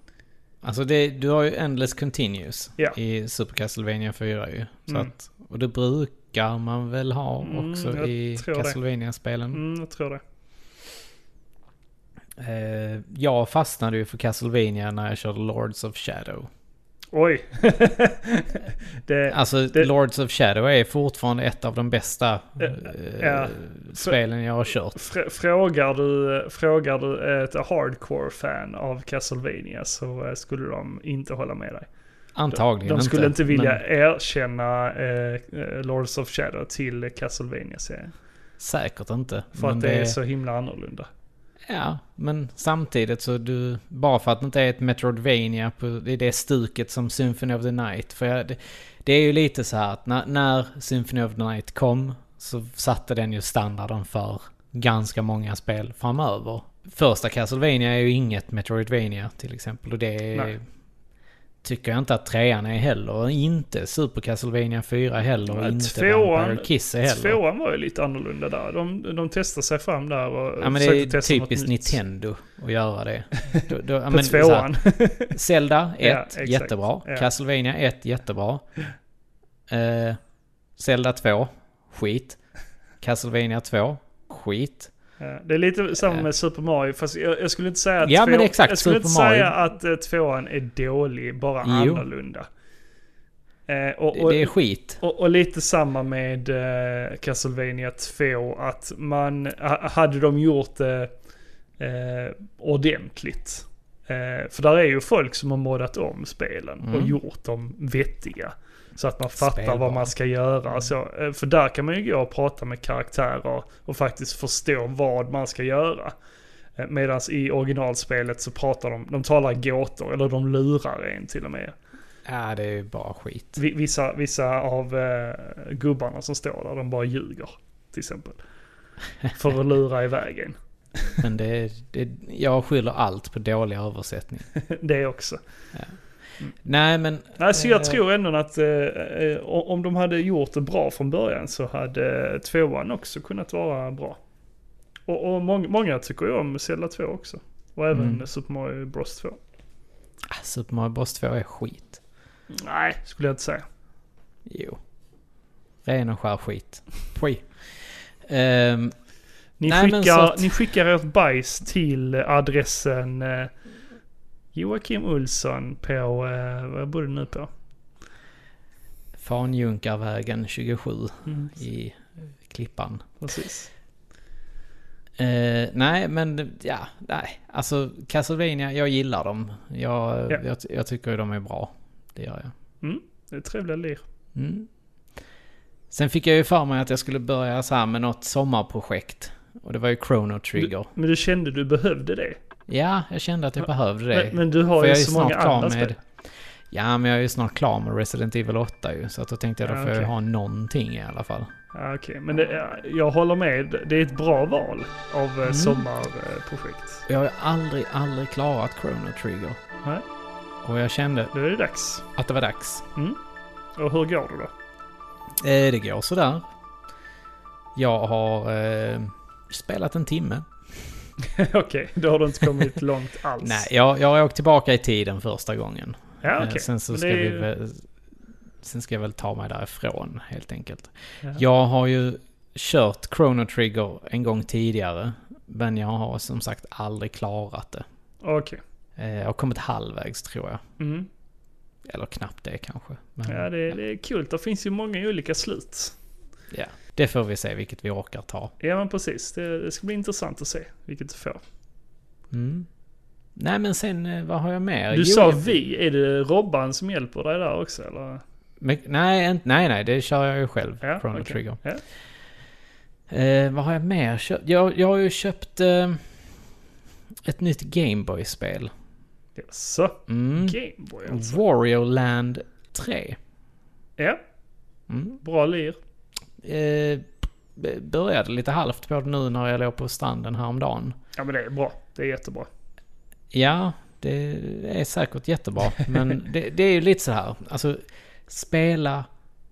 Speaker 2: Alltså det, du har ju Endless Continues
Speaker 1: Ja.
Speaker 2: i Super Castlevania 4 ju. Så
Speaker 1: Mm.
Speaker 2: att, och det brukar man väl ha
Speaker 1: Mm,
Speaker 2: också
Speaker 1: jag
Speaker 2: i
Speaker 1: tror det.
Speaker 2: Castlevania-spelen.
Speaker 1: Mm, jag tror det.
Speaker 2: Eh, jag fastnade ju för Castlevania när jag körde Lords of Shadow.
Speaker 1: Oj! det,
Speaker 2: Alltså
Speaker 1: det-
Speaker 2: Lords of Shadow är fortfarande ett av de bästa eh,
Speaker 1: ja.
Speaker 2: spelen jag har kört.
Speaker 1: fr- frågar du, frågar du ett hardcore-fan av Castlevania så eh, skulle de inte hålla med dig.
Speaker 2: Antagligen
Speaker 1: De skulle inte vilja
Speaker 2: men
Speaker 1: erkänna eh, eh, Lords of Shadow till Castlevania-serien.
Speaker 2: Säkert inte.
Speaker 1: För
Speaker 2: men
Speaker 1: att det är så himla annorlunda.
Speaker 2: Ja, men samtidigt så du... Bara för att det inte är ett Metroidvania på det, är det stuket som Symphony of the Night. För jag, det, det är ju lite så här att när, när Symphony of the Night kom så satte den ju standarden för ganska många spel framöver. Första Castlevania är ju inget Metroidvania till exempel och det är,
Speaker 1: Nej.
Speaker 2: tycker jag inte att trean är heller. och Inte Super Castlevania 4 heller. och
Speaker 1: Nej,
Speaker 2: inte
Speaker 1: tvåan-
Speaker 2: Vampire Kiss heller.
Speaker 1: Alltså, Tvåan var ju lite annorlunda där. De, de testade sig fram där och
Speaker 2: Ja men det
Speaker 1: försökte
Speaker 2: är
Speaker 1: testa något
Speaker 2: typiskt
Speaker 1: nytt.
Speaker 2: Nintendo att göra det. Då, då, ja,
Speaker 1: På
Speaker 2: men så här,
Speaker 1: tvåan.
Speaker 2: Zelda 1,
Speaker 1: Ja, exakt.
Speaker 2: jättebra.
Speaker 1: Ja.
Speaker 2: Castlevania 1, jättebra. Eh, Zelda 2, skit. Castlevania 2, skit.
Speaker 1: Ja, det är lite samma med Super Mario, fast jag, jag skulle inte säga att,
Speaker 2: Ja,
Speaker 1: två,
Speaker 2: men exakt,
Speaker 1: jag skulle inte
Speaker 2: Super Mario.
Speaker 1: säga att eh, tvåan är dålig, bara
Speaker 2: Jo.
Speaker 1: annorlunda. Eh, och,
Speaker 2: Det,
Speaker 1: och,
Speaker 2: det är skit.
Speaker 1: och, och lite samma med eh, Castlevania 2, att man, ha- hade de gjort det eh, ordentligt. Eh, för där är ju folk som har moddat om spelen och
Speaker 2: Mm.
Speaker 1: gjort dem vettiga. Så att man fattar vad
Speaker 2: Spelbara. Mm.
Speaker 1: man ska göra. Så, eh, för där kan man ju gå och prata med karaktärer och faktiskt förstå vad man ska göra. Eh, Medan i originalspelet så pratar de, de talar gåtor eller de lurar en till och med.
Speaker 2: Ja, det är bara skit.
Speaker 1: Vi- Vissa, vissa av eh, gubbarna som står där, de bara ljuger. Till exempel. För att lura iväg en.
Speaker 2: Men det, det, jag skyller allt på dålig översättning.
Speaker 1: Det också.
Speaker 2: Nej, men...
Speaker 1: Nej, så
Speaker 2: eh,
Speaker 1: jag tror ändå att eh, eh, om de hade gjort det bra från början så hade eh, tvåan också kunnat vara bra. Och, och mång, många tycker ju om Zelda 2 också. Och även
Speaker 2: Mm.
Speaker 1: Super Mario Bros 2.
Speaker 2: ah, Super Mario Bros 2 är skit.
Speaker 1: Nej, skulle jag inte säga.
Speaker 2: Jo. Ren och skär skit. Pui. Ehm,
Speaker 1: Ni,
Speaker 2: Nej, men
Speaker 1: skickar,
Speaker 2: så att-
Speaker 1: ni skickar ert bajs till adressen eh, Joakim Olsson på, eh, vad bor du nu på?
Speaker 2: Fanjunkarvägen 27
Speaker 1: Mm,
Speaker 2: i Klippan.
Speaker 1: precis.
Speaker 2: Eh, nej, men ja, nej. Alltså Castlevania, jag gillar dem. Jag,
Speaker 1: Ja.
Speaker 2: jag, jag tycker de är bra. Det gör jag.
Speaker 1: Det är trevliga lir.
Speaker 2: Mm. Sen fick jag ju för mig att jag skulle börja så här med något sommarprojekt. Och det var ju Chrono Trigger.
Speaker 1: Men du kände du behövde det.
Speaker 2: Ja, jag kände att jag behövde det.
Speaker 1: Men, men du har
Speaker 2: För
Speaker 1: ju
Speaker 2: jag är
Speaker 1: så många
Speaker 2: snart klar
Speaker 1: andra
Speaker 2: med-
Speaker 1: spel.
Speaker 2: Ja, men jag är ju snart klar med Resident Evil 8 ju. Så att då tänkte jag då
Speaker 1: Ja,
Speaker 2: får jag ju
Speaker 1: okej.
Speaker 2: ha någonting i alla fall.
Speaker 1: Ja, Ah, Okej, men det, ja, jag håller med. Det är ett bra val av eh,
Speaker 2: Mm.
Speaker 1: sommarprojekt.
Speaker 2: Och jag har ju aldrig, aldrig klarat Chrono Trigger.
Speaker 1: Nej.
Speaker 2: Och jag kände
Speaker 1: Då är det dags.
Speaker 2: att det var dags.
Speaker 1: Och hur går det då?
Speaker 2: Eh, det går sådär. Jag har eh, spelat en timme.
Speaker 1: Okej, då har du inte kommit långt alls.
Speaker 2: Nej, jag, jag har åkt tillbaka i tiden första gången.
Speaker 1: Ja,
Speaker 2: Eh,
Speaker 1: okej.
Speaker 2: Sen så
Speaker 1: Men
Speaker 2: ska
Speaker 1: det är
Speaker 2: vi
Speaker 1: ju-
Speaker 2: väl... Sen ska jag väl ta mig därifrån helt enkelt.
Speaker 1: Ja.
Speaker 2: Jag har ju kört Chrono Trigger en gång tidigare. Men jag har som sagt aldrig klarat det.
Speaker 1: Okej.
Speaker 2: Eh, Jag har kommit halvvägs tror jag.
Speaker 1: Mm.
Speaker 2: Eller knappt det kanske. Men,
Speaker 1: Ja, det, det är kul. Det finns ju många olika slut.
Speaker 2: ja. det får vi se vilket vi orkar ta.
Speaker 1: Ja, men precis. Det, det ska bli intressant att se vilket du får.
Speaker 2: Mm. Nej men sen, eh, vad har jag mer?
Speaker 1: Du
Speaker 2: Jo,
Speaker 1: sa
Speaker 2: jag-
Speaker 1: vi. Är det Robban som hjälper dig där också, eller?
Speaker 2: Men, nej, inte- nej, nej, det kör jag ju själv.
Speaker 1: Ja,
Speaker 2: Chrono
Speaker 1: okej.
Speaker 2: Trigger.
Speaker 1: Ja.
Speaker 2: Eh, vad har jag mer köpt? Jag, jag har ju köpt eh, ett nytt Gameboy-spel.
Speaker 1: Jaså?
Speaker 2: Mm.
Speaker 1: Gameboy alltså?
Speaker 2: Wario Land 3.
Speaker 1: Ja,
Speaker 2: Mm.
Speaker 1: bra lir.
Speaker 2: Eh, började lite halvt på det nu när jag låg på stranden häromdagen.
Speaker 1: Ja men det är bra. Det är jättebra.
Speaker 2: Ja, det är säkert jättebra. Men det, det är ju lite så här. Alltså, spela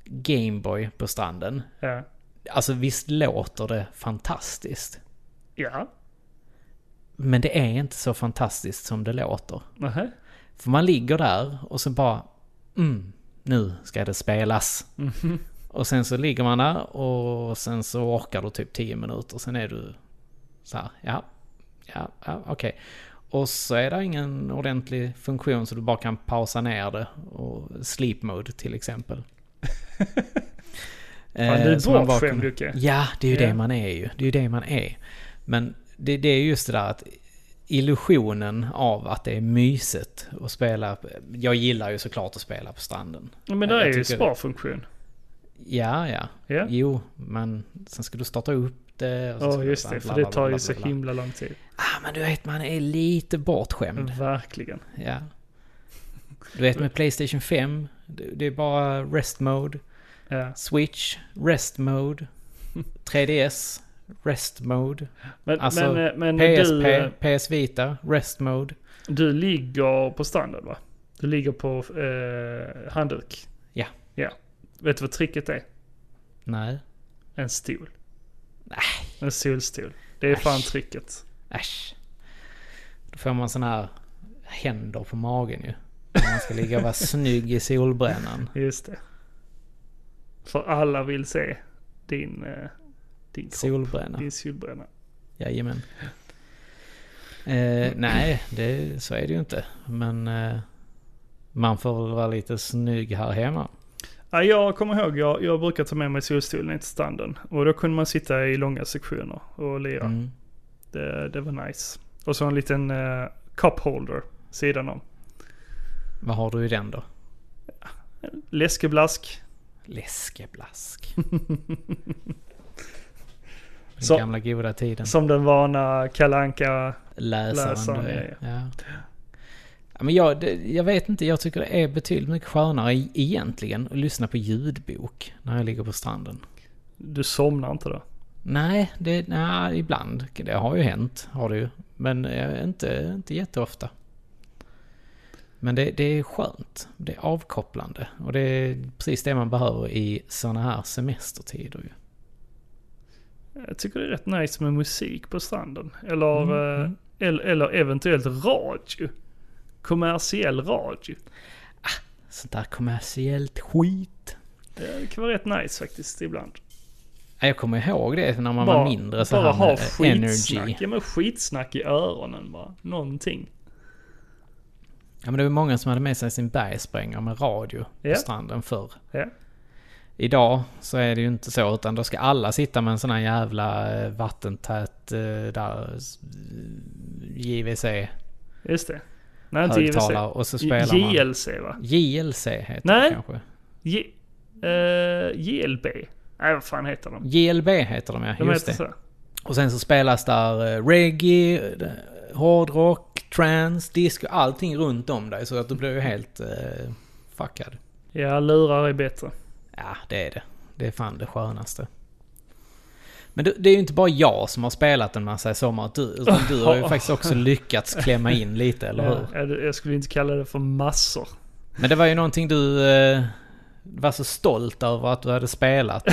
Speaker 2: Gameboy på stranden.
Speaker 1: Ja.
Speaker 2: Alltså visst låter det fantastiskt.
Speaker 1: Ja.
Speaker 2: Men det är inte så fantastiskt som det låter.
Speaker 1: Nähä.
Speaker 2: För man ligger där och så bara... Mm, nu ska det spelas.
Speaker 1: Mm-hmm.
Speaker 2: Och sen så ligger man där och sen så orkar du typ 10 minuter. Sen är du så här, ja, ja, ja okej. Och så är det ingen ordentlig funktion så du bara kan pausa ner det. Och sleep mode till exempel.
Speaker 1: Fan, du är
Speaker 2: så Eh, man bara
Speaker 1: bortskämd,
Speaker 2: kan-
Speaker 1: Jocke.
Speaker 2: Ja, det är ju
Speaker 1: Ja.
Speaker 2: det man är ju. Det är ju det man är. Men det, det är just det där att illusionen av att det är mysigt att spela. Jag gillar ju såklart att spela på stranden.
Speaker 1: Men
Speaker 2: Jag-
Speaker 1: det
Speaker 2: jag
Speaker 1: är ju
Speaker 2: tycker-
Speaker 1: sparfunktion.
Speaker 2: Ja, ja.
Speaker 1: Ja.
Speaker 2: Jo, men sen ska du starta upp det. och sen
Speaker 1: Ja
Speaker 2: ska du
Speaker 1: just
Speaker 2: bla,
Speaker 1: det.
Speaker 2: bla,
Speaker 1: För det
Speaker 2: bla,
Speaker 1: tar
Speaker 2: bla,
Speaker 1: ju
Speaker 2: bla,
Speaker 1: så
Speaker 2: bla.
Speaker 1: himla lång tid.
Speaker 2: Ah, men du vet, man är lite
Speaker 1: Mm.
Speaker 2: bortskämd.
Speaker 1: Verkligen.
Speaker 2: Ja. Du vet med Playstation 5, det, det är bara rest mode.
Speaker 1: Ja.
Speaker 2: Switch, rest mode. 3DS, rest mode.
Speaker 1: Men,
Speaker 2: Alltså,
Speaker 1: men, eh, men
Speaker 2: PSP,
Speaker 1: du, eh,
Speaker 2: PS Vita, rest mode.
Speaker 1: du ligger på stranden va? Du ligger på eh, handduk.
Speaker 2: Ja.
Speaker 1: Ja. Vet du vad tricket är?
Speaker 2: Nej,
Speaker 1: En stol.
Speaker 2: Nej.
Speaker 1: En solstol. Det är fan
Speaker 2: Äsch.
Speaker 1: tricket.
Speaker 2: äsch. Då får man sån här händer på magen ju. När Man ska ligga och vara snygg i solbrännan.
Speaker 1: Just det. För alla vill se din, eh, din kropp.
Speaker 2: Solbränna.
Speaker 1: Din solbränna.
Speaker 2: Jajamän. Eh, nej, det, så är det ju inte. Men eh, man får väl vara lite snygg här hemma.
Speaker 1: Ja, jag kommer ihåg, jag, jag brukar ta med mig solstolen ner till stranden. Och då kunde man sitta i långa sektioner och lira.
Speaker 2: Mm.
Speaker 1: Det, det var nice. Och så en liten eh, cup holder sidan om.
Speaker 2: Vad har du i den då?
Speaker 1: Läskeblask.
Speaker 2: Läskeblask. Den
Speaker 1: Så-
Speaker 2: gamla goda tiden.
Speaker 1: Som den vana kalanka
Speaker 2: läsaren,
Speaker 1: Läsaren,
Speaker 2: du är. Ja. Ja, men jag, det, jag vet inte, jag tycker det är betydligt mycket skönare e- egentligen att lyssna på ljudbok när jag ligger på stranden.
Speaker 1: Du somnar inte då?
Speaker 2: Nej, det, nej ibland. Det har ju hänt, har det ju. Men eh, inte, inte jätteofta. Men det, det är skönt. Det är avkopplande. Och det är precis det man behöver i sådana här semestertider ju.
Speaker 1: Jag tycker det är rätt nice med musik på stranden. Eller,
Speaker 2: Mm,
Speaker 1: eh,
Speaker 2: mm.
Speaker 1: Eller, eller eventuellt radio. Kommersiell radio.
Speaker 2: Sånt där kommersiellt skit.
Speaker 1: Det kan vara rätt nice faktiskt ibland.
Speaker 2: Ja, Jag kommer ihåg det när man var mindre så
Speaker 1: bara
Speaker 2: här
Speaker 1: ha
Speaker 2: med
Speaker 1: skitsnack.
Speaker 2: energy.
Speaker 1: Ja men skitsnack i öronen bara. Någonting.
Speaker 2: Ja, men det var många som hade med sig sin bergsprängare med radio
Speaker 1: Ja.
Speaker 2: på stranden förr.
Speaker 1: Ja.
Speaker 2: Idag så är det ju inte så, utan då ska alla sitta med en sån här jävla eh, vattentät eh, där s- JVC-högtalare
Speaker 1: Just det. Nej inte JVC.
Speaker 2: och så spelar man...
Speaker 1: JLC va?
Speaker 2: JLC heter
Speaker 1: Nej.
Speaker 2: det kanske.
Speaker 1: J- eh, JLB? Nej vad fan heter de?
Speaker 2: JLB heter de ja,
Speaker 1: De
Speaker 2: just det.
Speaker 1: heter så.
Speaker 2: Och sen så spelas där eh, reggae, eh, hårdrock, trance, disco, allting runt om dig. Så att du blir ju helt eh, fuckad.
Speaker 1: Ja lurar är bättre.
Speaker 2: Ja, det är det. Det är fan det skönaste. Men du- det är ju inte bara jag som har spelat en massa i sommar. Du, utan du har ju faktiskt också lyckats klämma in lite, eller hur?
Speaker 1: Ja, jag skulle inte kalla det för massor.
Speaker 2: Men det var ju någonting du eh, var så stolt över att du hade spelat.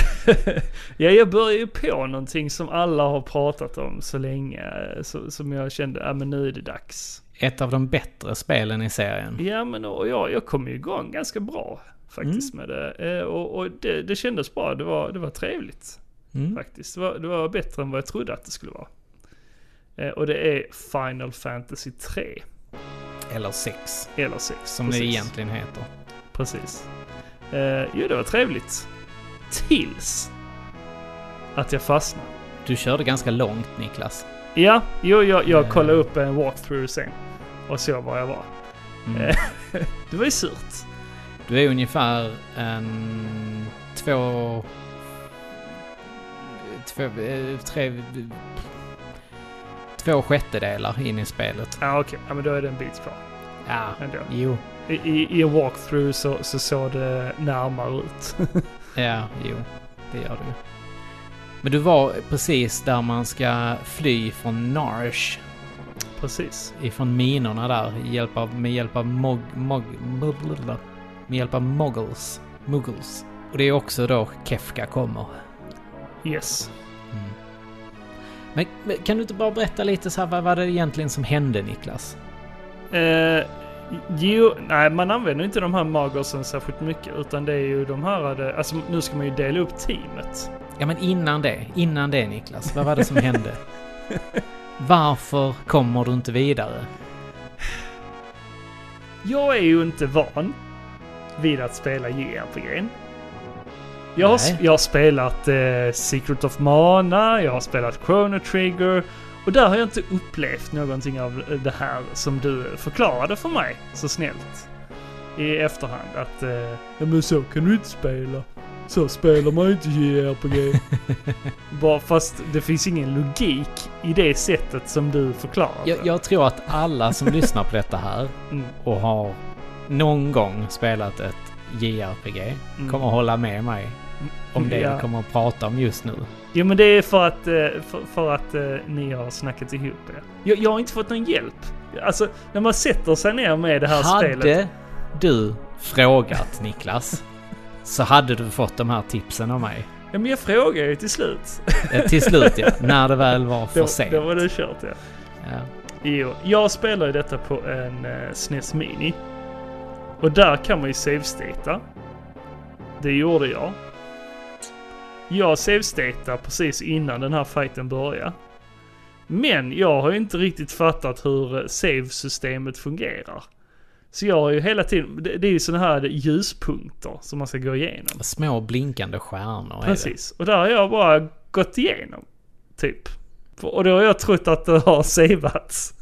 Speaker 1: Ja, jag började ju på någonting som alla har pratat om så länge. eh, Så, som jag kände, ja men nu är det dags.
Speaker 2: Ett av de bättre spelen i serien.
Speaker 1: Ja men och jag, jag kom ju igång ganska bra faktiskt
Speaker 2: Mm.
Speaker 1: med det. Eh, Och, och det, det kändes bra, det var, det var trevligt
Speaker 2: Mm.
Speaker 1: faktiskt. Det var, det var bättre än vad jag trodde att det skulle vara. Eh, Och det är Final Fantasy 3
Speaker 2: Eller sex,
Speaker 1: eller 6.
Speaker 2: som det egentligen heter.
Speaker 1: Precis. Eh, Jo det var trevligt. Tills att jag fastnade.
Speaker 2: Du körde ganska långt, Niklas.
Speaker 1: Ja, jo jag, jag
Speaker 2: Eh.
Speaker 1: kollade upp en walkthrough sen. Och såg var jag var.
Speaker 2: Mm.
Speaker 1: Eh. Det var ju surt.
Speaker 2: Du är ungefär en två... Två... eh, Tre... Två sjättedelar in i spelet.
Speaker 1: Ja ah, okej, ja, men då är det en bit kvar
Speaker 2: Ja,
Speaker 1: ändå.
Speaker 2: jo.
Speaker 1: I, i, i en walkthrough så, så såg det närmare ut.
Speaker 2: Ja, jo. Det gör du ju. Men du var precis där man ska fly från Narsh.
Speaker 1: Precis.
Speaker 2: Ifrån minorna där med hjälp av, med hjälp av mog, mog, blablabla. med hjälp av moguls. Muggles. Och det är också då Kefka kommer.
Speaker 1: Yes.
Speaker 2: Mm. Men, men kan du inte bara berätta lite så här, vad var det egentligen som hände Niklas?
Speaker 1: Eh, jo, nej, man använder inte de här magersen särskilt mycket, utan det är ju de här... det- Alltså, nu ska man ju dela upp teamet.
Speaker 2: Ja men innan det, innan det Niklas, vad var det som hände? Varför kommer du inte vidare?
Speaker 1: Jag är ju inte van vid att spela JRPG. Jag har,
Speaker 2: Nej.
Speaker 1: jag har spelat eh, Secret of Mana, jag har spelat Chrono Trigger och där har jag inte upplevt någonting av eh, det här som du förklarade för mig så snällt i efterhand att eh, ja men så kan du inte spela. Så spelar man ju inte JRPG. Bara fast det finns ingen logik i det sättet som du förklarade.
Speaker 2: Jag, jag tror att alla som lyssnar på detta här
Speaker 1: Mm,
Speaker 2: och har någon gång spelat ett JRPG
Speaker 1: mm.
Speaker 2: kommer hålla med mig om det
Speaker 1: Ja.
Speaker 2: vi kommer att prata om just nu.
Speaker 1: Jo men det är för att, eh, för, för att eh, ni har snackat ihop er. Jag, jag har inte fått någon hjälp. Alltså, när man sätter sig ner med det här spelet.
Speaker 2: Hade du frågat Niklas så hade du fått de här tipsen av mig.
Speaker 1: Ja, men jag frågar ju till slut.
Speaker 2: Eh, Till slut ja, när det väl var för
Speaker 1: Då,
Speaker 2: sent.
Speaker 1: då var det kört ja.
Speaker 2: Ja.
Speaker 1: Jo, jag spelar ju detta på en eh, SNES Mini. Och där kan man ju save-stata. Det gjorde jag. Jag save-statade precis innan den här fighten började. Men jag har ju inte riktigt fattat hur eh, save-systemet fungerar. Så jag har ju hela tiden, det, det är ju sådana här ljuspunkter som man ska gå igenom.
Speaker 2: Små blinkande stjärnor är det.
Speaker 1: Precis, och där har jag bara gått igenom. Typ. Och då har jag trott att det har savats.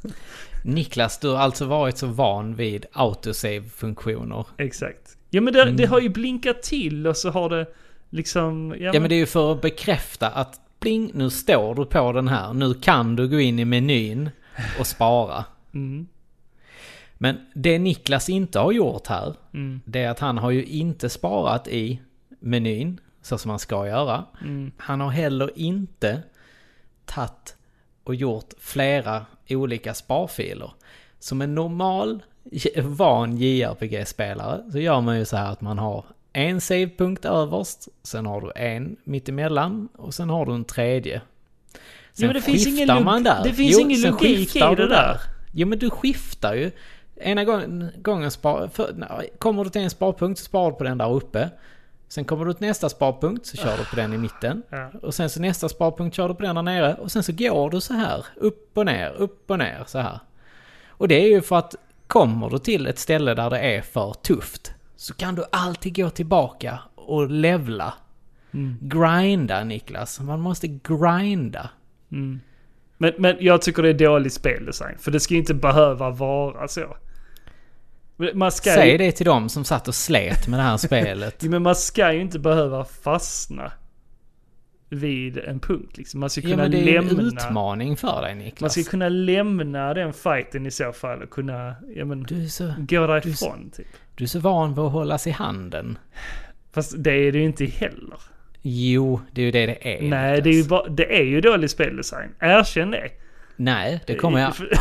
Speaker 2: Niklas, du har alltså varit så van vid autosave-funktioner.
Speaker 1: Exakt. Ja men det,
Speaker 2: Mm.
Speaker 1: det har ju blinkat till och så har det liksom...
Speaker 2: Ja men det är ju för att bekräfta att bling, nu står du på den här. Nu kan du gå in i menyn och spara.
Speaker 1: Mm,
Speaker 2: Men det Niklas inte har gjort här,
Speaker 1: mm,
Speaker 2: det är att han har ju inte sparat i menyn, så som man ska göra.
Speaker 1: mm.
Speaker 2: Han har heller inte tagit och gjort flera olika sparfiler. Som en normal, j- van JRPG-spelare så gör man ju så här att man har en savepunkt överst, sen har du en mittemellan och och sen har du en tredje. Sen
Speaker 1: men det finns ingen
Speaker 2: skiftar
Speaker 1: log-
Speaker 2: man där.
Speaker 1: det finns ingen
Speaker 2: sen
Speaker 1: logik i
Speaker 2: skiftar
Speaker 1: det
Speaker 2: du
Speaker 1: där.
Speaker 2: Jo men du skiftar ju. Ena gången, gången spar, för, nej, kommer du till en sparpunkt så sparar du på den där uppe. Sen kommer du till nästa sparpunkt så kör du på den i mitten.
Speaker 1: Ja.
Speaker 2: Och sen så nästa sparpunkt kör du på den där nere. Och sen så går du så här. Upp och ner, upp och ner så här. Och det är ju för att kommer du till ett ställe där det är för tufft. Så kan du alltid gå tillbaka och levla. Mm. Grinda Niklas. Man måste grinda.
Speaker 1: Men, men jag tycker det är dålig speldesign, för det ska ju inte behöva vara så. Men Man ska,
Speaker 2: Säg
Speaker 1: ju,
Speaker 2: det till dem som satt och slet med det här spelet.
Speaker 1: Jo, men man ska ju inte behöva fastna vid en punkt liksom. Man ska
Speaker 2: Ja,
Speaker 1: kunna
Speaker 2: men det är ju en
Speaker 1: lämna...
Speaker 2: utmaning alltså. för dig
Speaker 1: Man
Speaker 2: Niklas.
Speaker 1: ska kunna lämna den fighten i så fall och kunna, ja men,
Speaker 2: Du är, så,
Speaker 1: gå därifrån typ.
Speaker 2: du är så van vid att hållas i handen.
Speaker 1: Fast det är det ju inte heller.
Speaker 2: Jo, det är ju det det är.
Speaker 1: Nej,
Speaker 2: Niklas.
Speaker 1: det är ju bara, det är ju dålig speldesign. Erkänn det.
Speaker 2: Nej, det kommer jag
Speaker 1: För-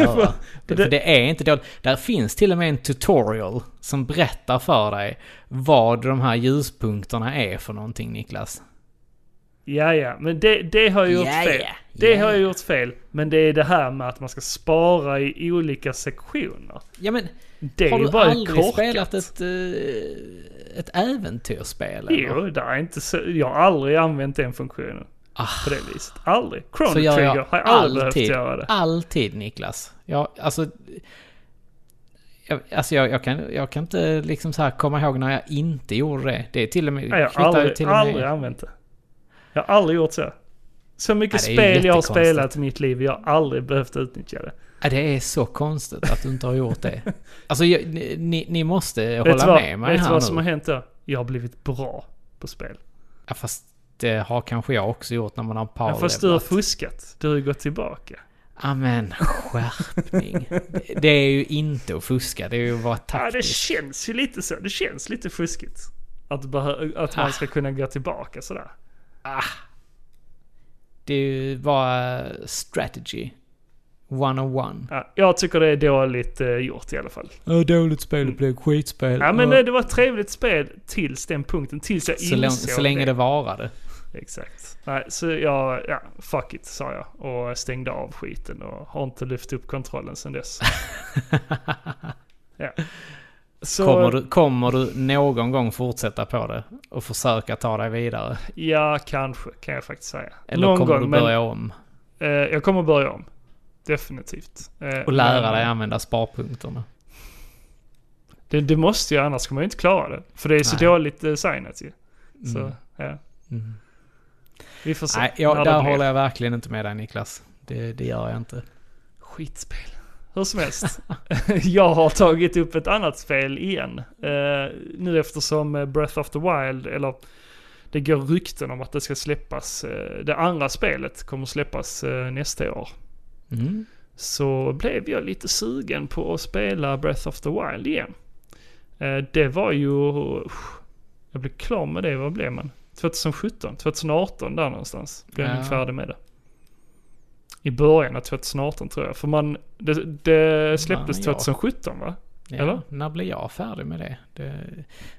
Speaker 2: göra. Det,
Speaker 1: det-
Speaker 2: för det är inte dåligt. Där finns till och med en tutorial som berättar för dig vad de här ljuspunkterna är för någonting Niklas.
Speaker 1: Ja, ja, men det, det har jag gjort
Speaker 2: Ja,
Speaker 1: fel.
Speaker 2: ja.
Speaker 1: Det
Speaker 2: Ja,
Speaker 1: har jag
Speaker 2: ja.
Speaker 1: gjort fel, men det är det här med att man ska spara i olika sektioner.
Speaker 2: Ja men,
Speaker 1: Det är
Speaker 2: har
Speaker 1: ju
Speaker 2: du
Speaker 1: bara
Speaker 2: aldrig
Speaker 1: korkat.
Speaker 2: spelat ett, eh, ett äventyrsspel? eller?
Speaker 1: Jo, det är inte så. Jag har aldrig använt den funktionen.
Speaker 2: Ah.
Speaker 1: På det viset. Aldrig. Chrono
Speaker 2: Så gör
Speaker 1: Trigger
Speaker 2: jag
Speaker 1: har jag aldrig
Speaker 2: alltid,
Speaker 1: behövt göra det.
Speaker 2: alltid Niklas. Jag, alltså, jag, alltså jag, jag, kan, jag kan inte liksom så här komma ihåg när jag inte gjorde det. Det är till och med...
Speaker 1: Nej, jag har
Speaker 2: kvittar ju
Speaker 1: aldrig,
Speaker 2: till och med-
Speaker 1: aldrig använt det. Jag har aldrig gjort så. Så mycket
Speaker 2: Ja, det är
Speaker 1: spel
Speaker 2: ju
Speaker 1: jag har
Speaker 2: jättekonstigt.
Speaker 1: spelat i mitt liv, jag har aldrig behövt utnyttja det.
Speaker 2: Ja, det är så konstigt att du inte har gjort det. Alltså, jag, ni- ni, ni måste
Speaker 1: Vet
Speaker 2: hålla
Speaker 1: du vad,
Speaker 2: med mig
Speaker 1: vet du
Speaker 2: här
Speaker 1: vad
Speaker 2: nu.
Speaker 1: som har hänt då? Jag har blivit bra på spel.
Speaker 2: Ja, fast det har kanske jag också gjort när man har
Speaker 1: Ja,
Speaker 2: powerlevlat.
Speaker 1: fast du har fuskat. Du har ju gått tillbaka.
Speaker 2: Ja, men skärpning. Det- det är ju inte att fuska, det är ju att vara
Speaker 1: Ja, det
Speaker 2: taktisk.
Speaker 1: känns ju lite så. Det känns
Speaker 2: Ah.
Speaker 1: lite fuskigt. Att, behö- att man ska kunna gå tillbaka sådär.
Speaker 2: Det var strategy 101.
Speaker 1: Ja, jag tycker det är dåligt eh, gjort i alla fall.
Speaker 2: Oh, dåligt spel, det blev skitspel.
Speaker 1: Ja, men
Speaker 2: Åh.
Speaker 1: eh, det var ett trevligt spel tills den punkten, tills jag
Speaker 2: så,
Speaker 1: insåg
Speaker 2: lång, så länge det varade.
Speaker 1: Exakt. Nej, så jag, ja, fuck it, sa jag. Och stängde av skiten och har inte lyft upp kontrollen sedan dess. ja. Så,
Speaker 2: Kommer du, kommer du någon gång fortsätta på det och försöka ta dig vidare?
Speaker 1: Ja, kanske, kan jag faktiskt säga.
Speaker 2: Eller
Speaker 1: Någon
Speaker 2: kommer
Speaker 1: gång,
Speaker 2: du
Speaker 1: men
Speaker 2: börja om
Speaker 1: eh, jag kommer börja om. Definitivt. Eh,
Speaker 2: och lära
Speaker 1: men-
Speaker 2: dig använda sparpunkterna?
Speaker 1: Det, det måste jag, annars kommer jag inte klara det. För det är så
Speaker 2: Nej.
Speaker 1: dåligt designat ju. Så,
Speaker 2: Mm.
Speaker 1: ja.
Speaker 2: Mm.
Speaker 1: Vi får se.
Speaker 2: Nej,
Speaker 1: när
Speaker 2: jag,
Speaker 1: det
Speaker 2: där
Speaker 1: blir.
Speaker 2: håller jag verkligen inte med dig Niklas. Det, det gör jag inte.
Speaker 1: Skitspel. Hur som helst. jag har tagit upp ett annat spel igen. Eh, nu eftersom eh, Breath of the Wild, eller det går rykten om att det ska släppas. eh, det andra spelet kommer släppas eh, nästa år.
Speaker 2: Mm.
Speaker 1: Så blev jag lite sugen på att spela Breath of the Wild igen. Eh, det var ju... usch, jag blev klar med det, vad blev man? 2017, 2018 där någonstans. Blev jag
Speaker 2: Ja.
Speaker 1: nog färdig med det. I början av 2018 tror jag. För man... Det, det släpptes
Speaker 2: Ja, ja.
Speaker 1: 2017 va?
Speaker 2: Ja,
Speaker 1: Eller?
Speaker 2: När blir jag färdig med det? det?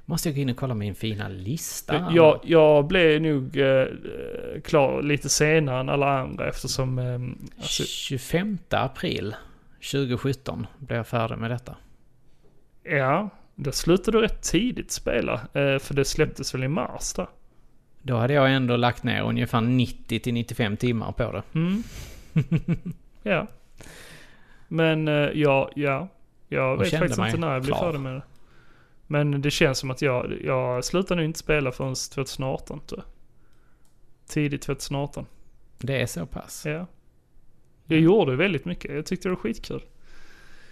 Speaker 2: Måste jag gå in och kolla min fina lista? här nu?
Speaker 1: Jag, jag blev nog eh, klar lite senare än alla andra eftersom... Eh, alltså,
Speaker 2: 25 april 2017 blev jag färdig med detta.
Speaker 1: ja, då slutade du rätt tidigt spela. Eh, för det släpptes väl i mars där?
Speaker 2: Då hade jag ändå lagt ner ungefär 90-95 timmar på det.
Speaker 1: Mm. ja. Men eh, ja, ja. Jag
Speaker 2: Och
Speaker 1: vet
Speaker 2: kände
Speaker 1: faktiskt inte
Speaker 2: mig
Speaker 1: när jag blev
Speaker 2: klar.
Speaker 1: färdig med det. Men det känns som att jag, jag slutade nog inte spela förrän 2018 tror jag. Tidigt 2018.
Speaker 2: Det är så pass.
Speaker 1: Ja. Jag gjorde väldigt mycket. Jag tyckte det var skitkul.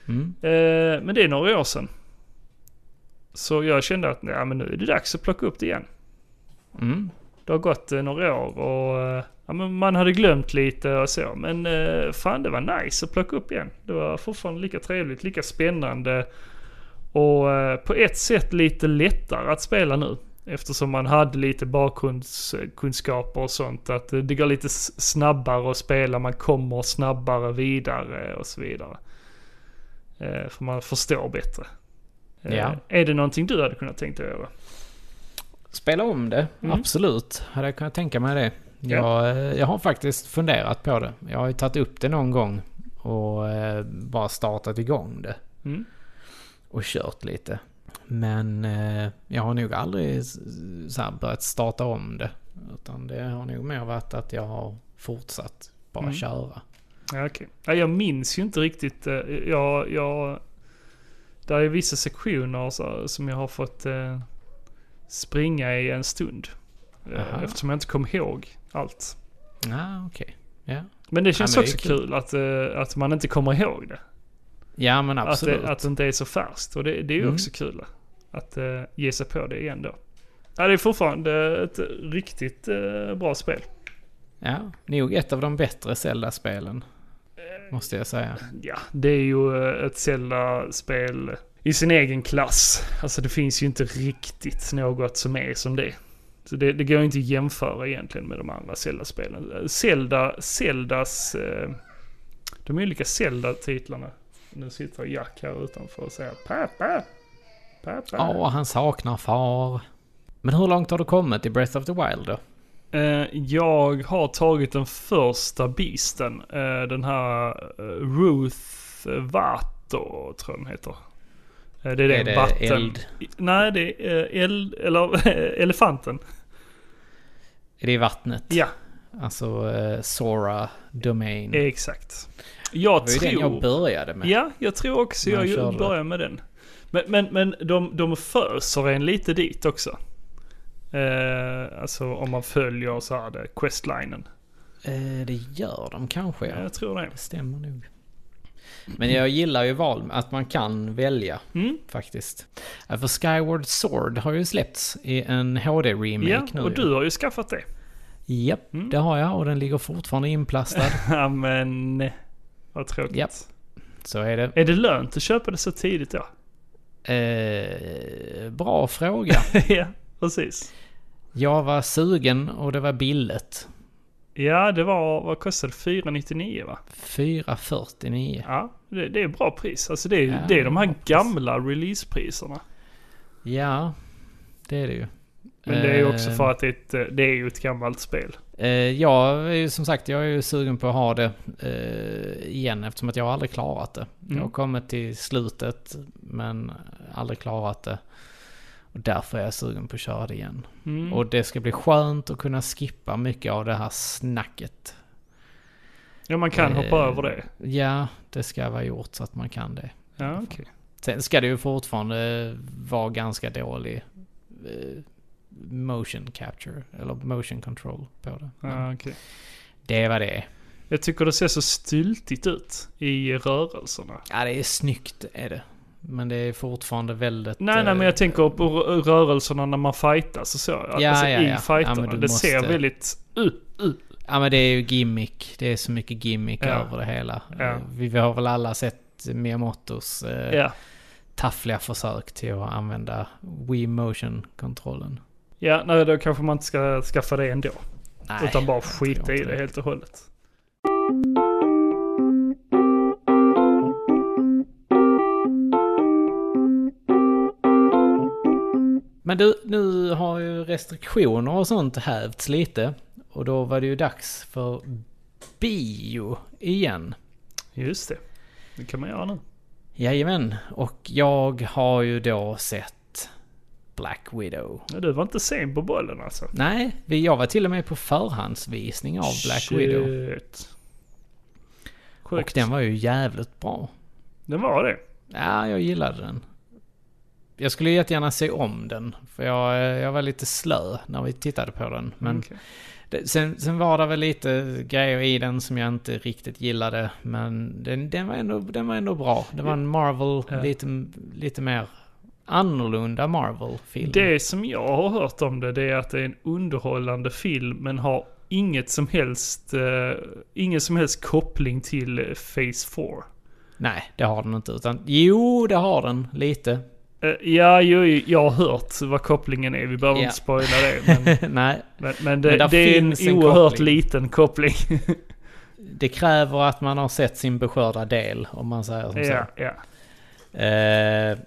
Speaker 2: Mm.
Speaker 1: Eh, men det är några år sedan. Så jag kände att nej, men nu är det dags att plocka upp det igen.
Speaker 2: Mm.
Speaker 1: Det har gått eh, några år och eh, ja, men man hade glömt lite och så. Men eh, fan det var nice att plocka upp igen. Det var fortfarande lika trevligt, lika spännande. Och eh, på ett sätt lite lättare att spela nu. Eftersom man hade lite bakgrundskunskaper och sånt. Att eh, det går lite s- snabbare att spela, man kommer snabbare vidare och så vidare. Eh, För man förstår bättre. Eh,
Speaker 2: Ja.
Speaker 1: Är det någonting du hade kunnat tänkt dig göra?
Speaker 2: Spela om det,
Speaker 1: Mm.
Speaker 2: absolut. Hade jag kunnat tänka mig det.
Speaker 1: Ja.
Speaker 2: Jag, eh, jag har faktiskt funderat på det. Jag har ju tagit upp det någon gång och eh, bara startat igång det
Speaker 1: Mm.
Speaker 2: och kört lite. Men eh, jag har nog aldrig s- så här börjat starta om det. Utan det har nog mer varit att jag har fortsatt bara
Speaker 1: Mm.
Speaker 2: köra.
Speaker 1: Ja, okej. Ja, jag minns ju inte riktigt. eh, Jag, jag, där är vissa sektioner så, som jag har fått eh, springa i en stund. Eh,
Speaker 2: Aha.
Speaker 1: Eftersom jag inte kom ihåg allt.
Speaker 2: Ah, okej. Ja.
Speaker 1: Men det känns
Speaker 2: men det är
Speaker 1: också
Speaker 2: kul.
Speaker 1: kul, att, eh, att man inte kommer ihåg det.
Speaker 2: ja, men
Speaker 1: Att
Speaker 2: absolut.
Speaker 1: det, att det inte är så färskt. Och det, det är ju
Speaker 2: Mm.
Speaker 1: också kul att eh, ge sig på det igen då. Ja, det är fortfarande ett riktigt eh, bra spel.
Speaker 2: Ja, nog ett av de bättre Zelda-spelen. Måste jag säga.
Speaker 1: Ja, det är ju eh, ett Zelda-spel i sin egen klass. Alltså det finns ju inte riktigt något som är som det. Så det, det går ju inte att jämföra egentligen med de andra Zelda-spelen. Eh, Zelda, Zeldas... Eh, de olika Zelda-titlarna. Nu sitter Jack här utanför och säger pappa. Pappa.
Speaker 2: Ja, han saknar far. Men hur långt har du kommit i Breath of the Wild då?
Speaker 1: Eh, jag har tagit den första beasten. Eh, den här eh, Ruth Vato, tror jag den heter. Eh, det är,
Speaker 2: Är
Speaker 1: den
Speaker 2: det
Speaker 1: vatten...
Speaker 2: eld?
Speaker 1: Nej, det är eh, eld, eller eh, elefanten.
Speaker 2: Är det i vattnet?
Speaker 1: Ja,
Speaker 2: Alltså eh, Sora Domain.
Speaker 1: exakt. Jag
Speaker 2: det var ju
Speaker 1: Eh, tror...
Speaker 2: den jag började med.
Speaker 1: Ja, jag tror också
Speaker 2: Man
Speaker 1: jag
Speaker 2: körde.
Speaker 1: börjar med den. Men, men, men de, de föser en lite dit också. Eh, alltså om man följer så här det, questlinen.
Speaker 2: Eh, det gör de kanske ja.
Speaker 1: Jag tror det.
Speaker 2: Det stämmer nog. Men jag gillar ju val, att man kan välja
Speaker 1: Mm.
Speaker 2: faktiskt. Ja, För Skyward Sword har ju släppts i en HD-remake
Speaker 1: Ja,
Speaker 2: nu.
Speaker 1: och
Speaker 2: ju.
Speaker 1: du har ju skaffat det.
Speaker 2: Japp,
Speaker 1: Mm.
Speaker 2: det har jag och den ligger fortfarande inplastad.
Speaker 1: Ja men, vad tråkigt.
Speaker 2: Japp. Så är det.
Speaker 1: Är det lönt att köpa det så tidigt då?
Speaker 2: Eh, bra fråga.
Speaker 1: ja, precis.
Speaker 2: Jag var sugen och det var billigt.
Speaker 1: Ja, det var, vad kostade det? 499 va?
Speaker 2: 449.
Speaker 1: Ja, det, det är bra pris. Alltså det är,
Speaker 2: Ja,
Speaker 1: det är de här
Speaker 2: bra pris.
Speaker 1: gamla releasepriserna.
Speaker 2: Ja, det är det ju.
Speaker 1: Men det är ju också
Speaker 2: Eh,
Speaker 1: för att det är ett, eh, det är ju ett gammalt spel.
Speaker 2: Eh, jag är ju som sagt, jag är ju sugen på att ha det eh, igen eftersom att jag har aldrig klarat det. Jag har
Speaker 1: Mm.
Speaker 2: kommit till slutet men aldrig klarat det. Och därför är jag sugen på att köra det igen.
Speaker 1: Mm.
Speaker 2: Och det ska bli skönt att kunna skippa mycket av det här snacket.
Speaker 1: ja, man kan hoppa
Speaker 2: eh,
Speaker 1: över det.
Speaker 2: Ja, det ska vara gjort så att man kan det.
Speaker 1: Ja, okej.
Speaker 2: Sen ska det ju fortfarande vara ganska dålig eh, motion capture, eller motion control på det. Men
Speaker 1: Ja, okej.
Speaker 2: Det är vad det är.
Speaker 1: Jag tycker det ser så styltigt ut i rörelserna.
Speaker 2: Ja, det är snyggt är det. Men det är fortfarande väldigt...
Speaker 1: Nej, nej, men jag tänker på r- rörelserna när man fightas och så.
Speaker 2: Eh. Ja,
Speaker 1: alltså
Speaker 2: ja,
Speaker 1: i
Speaker 2: ja. Ja,
Speaker 1: fighterna.
Speaker 2: men
Speaker 1: det
Speaker 2: du
Speaker 1: ser
Speaker 2: måste-
Speaker 1: väldigt... Uh, uh.
Speaker 2: Ja, men det är ju gimmick. Det är så mycket gimmick
Speaker 1: Ja.
Speaker 2: över det hela. Eh,
Speaker 1: Ja.
Speaker 2: Vi har väl alla sett Miyamotos eh,
Speaker 1: Ja.
Speaker 2: taffliga försök till att använda Wii Motion-kontrollen.
Speaker 1: ja, nej, då kanske man inte ska skaffa det ändå.
Speaker 2: Nej.
Speaker 1: utan bara
Speaker 2: tror
Speaker 1: skita i
Speaker 2: inte
Speaker 1: det
Speaker 2: det.
Speaker 1: helt och hållet.
Speaker 2: Men du, nu har ju restriktioner och sånt hävts lite. Och då var det ju dags för bio igen.
Speaker 1: Just det. Det kan man göra nu.
Speaker 2: Jajamän, och jag har ju då sett Black Widow.
Speaker 1: Ja, du var inte sen på bollen alltså.
Speaker 2: Nej, vi- jag var till och med på förhandsvisning av Black
Speaker 1: Shit.
Speaker 2: Widow. Och
Speaker 1: Sjukt.
Speaker 2: den var ju jävligt bra.
Speaker 1: Den var det.
Speaker 2: Ja, jag gillade den. Jag skulle jättegärna se om den, för jag, eh, jag var lite slö när vi tittade på den. Men
Speaker 1: Okej.
Speaker 2: det, sen, sen var det väl lite grejer i den som jag inte riktigt gillade, men den, den, var, ändå, den var ändå bra. Det var en Marvel,
Speaker 1: Ja.
Speaker 2: lite, lite mer annorlunda Marvel-film.
Speaker 1: Det som jag har hört om det, det är att det är en underhållande film men har inget som helst, eh, ingen som helst koppling till eh, Phase 4.
Speaker 2: Nej, det har den inte. Utan, jo, det har den lite.
Speaker 1: Eh, ja, jo, jo, jag har hört vad kopplingen är. Vi behöver
Speaker 2: Ja.
Speaker 1: inte spoila det. Men,
Speaker 2: Nej,
Speaker 1: men, men det,
Speaker 2: Men där
Speaker 1: det är en
Speaker 2: finns en
Speaker 1: oerhört
Speaker 2: koppling.
Speaker 1: liten koppling.
Speaker 2: det kräver att man har sett sin beskörda del, om man säger som
Speaker 1: ja,
Speaker 2: så.
Speaker 1: ja.
Speaker 2: Eh,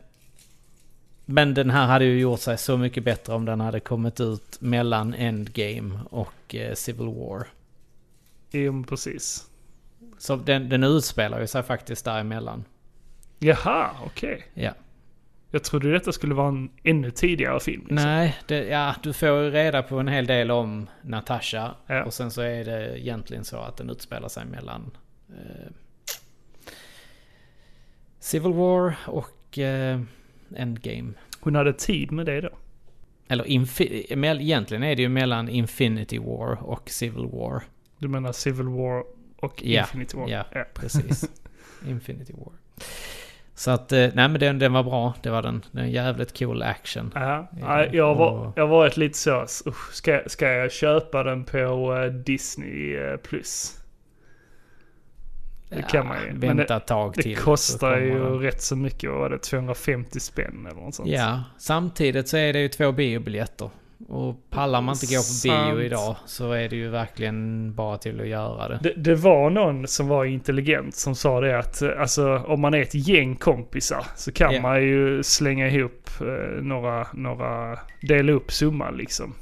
Speaker 2: men den här hade ju gjort sig så mycket bättre om den hade kommit ut mellan Endgame och eh, Civil War.
Speaker 1: Jo, precis.
Speaker 2: Så den, den utspelar ju sig faktiskt däremellan.
Speaker 1: Jaha, okej.
Speaker 2: Ja.
Speaker 1: Jag trodde detta skulle vara en ännu tidigare film. liksom.
Speaker 2: Nej, det, ja, du får ju reda på en hel del om Natasha.
Speaker 1: Ja.
Speaker 2: Och sen så är det egentligen så att den utspelar sig mellan eh, Civil War och eh, Endgame.
Speaker 1: Hon hade tid med det då.
Speaker 2: Eller infi- mell- egentligen är det ju mellan Infinity War och Civil War.
Speaker 1: Du menar Civil War och
Speaker 2: Ja,
Speaker 1: Infinity War?
Speaker 2: ja. Precis. Infinity War. Så att, eh, nej men den, den var bra. Det var den. Den är jävligt cool action.
Speaker 1: Ja,
Speaker 2: Ja,
Speaker 1: nej, jag, var,
Speaker 2: och-
Speaker 1: jag var ett lite så, usch, ska, ska jag köpa den på eh, Disney eh, plus? Det kan man ju. Men det-
Speaker 2: Vänta ett tag
Speaker 1: Det
Speaker 2: till. så
Speaker 1: kostar
Speaker 2: kommer
Speaker 1: ju
Speaker 2: den.
Speaker 1: rätt så mycket, vad var det, 250 spänn eller något sånt?
Speaker 2: Ja, samtidigt så är det ju två biobiljetter. Och pallar man inte gå på
Speaker 1: Sant.
Speaker 2: bio idag så är det ju verkligen bara till att göra det.
Speaker 1: Det, det var någon som var intelligent som sa det att eh, alltså, om man är ett gäng kompisar så kan
Speaker 2: Ja.
Speaker 1: man ju slänga ihop eh, några, några, dela upp summan liksom.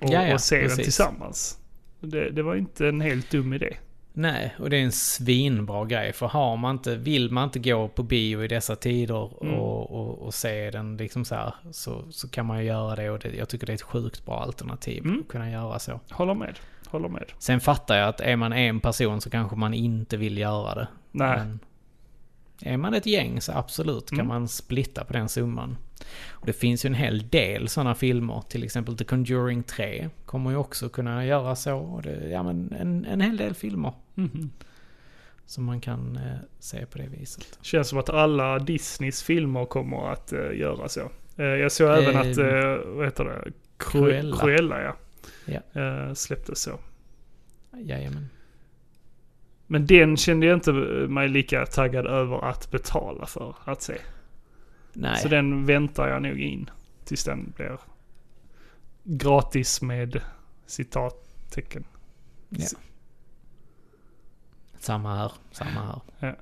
Speaker 1: Och,
Speaker 2: Ja, ja,
Speaker 1: och se den
Speaker 2: precis.
Speaker 1: tillsammans. Det, det var inte en helt dum idé.
Speaker 2: Nej, och det är en svinbra grej. För har man inte, vill man inte gå på bio i dessa tider
Speaker 1: Mm.
Speaker 2: och, och, och se den liksom så här så, så kan man ju göra det. Och det, jag tycker det är ett sjukt bra alternativ
Speaker 1: Mm.
Speaker 2: att kunna göra så.
Speaker 1: Håller med, håller med.
Speaker 2: Sen fattar jag att är man en person så kanske man inte vill göra det.
Speaker 1: Nej.
Speaker 2: Men är man ett gäng så absolut kan
Speaker 1: Mm.
Speaker 2: man splitta på den summan. Och det finns ju en hel del sådana filmer. Till exempel The Conjuring 3 kommer ju också kunna göra så. Och det, ja, men en, en hel del filmer
Speaker 1: Mhm.
Speaker 2: som man kan eh, se på det viset.
Speaker 1: Känns som att alla Disneys filmer kommer att eh, göra så. Eh, jag såg
Speaker 2: Eh,
Speaker 1: även att, eh, vad heter det? Cru-
Speaker 2: Cruella.
Speaker 1: Cruella ja.
Speaker 2: Ja.
Speaker 1: Eh, släpptes så.
Speaker 2: Jajamän.
Speaker 1: Men den kände jag inte mig lika taggad över att betala för att se.
Speaker 2: Nej,
Speaker 1: Så den väntar jag nog in tills den blir gratis med citattecken.
Speaker 2: Ja. Samma här, samma här.
Speaker 1: Ja.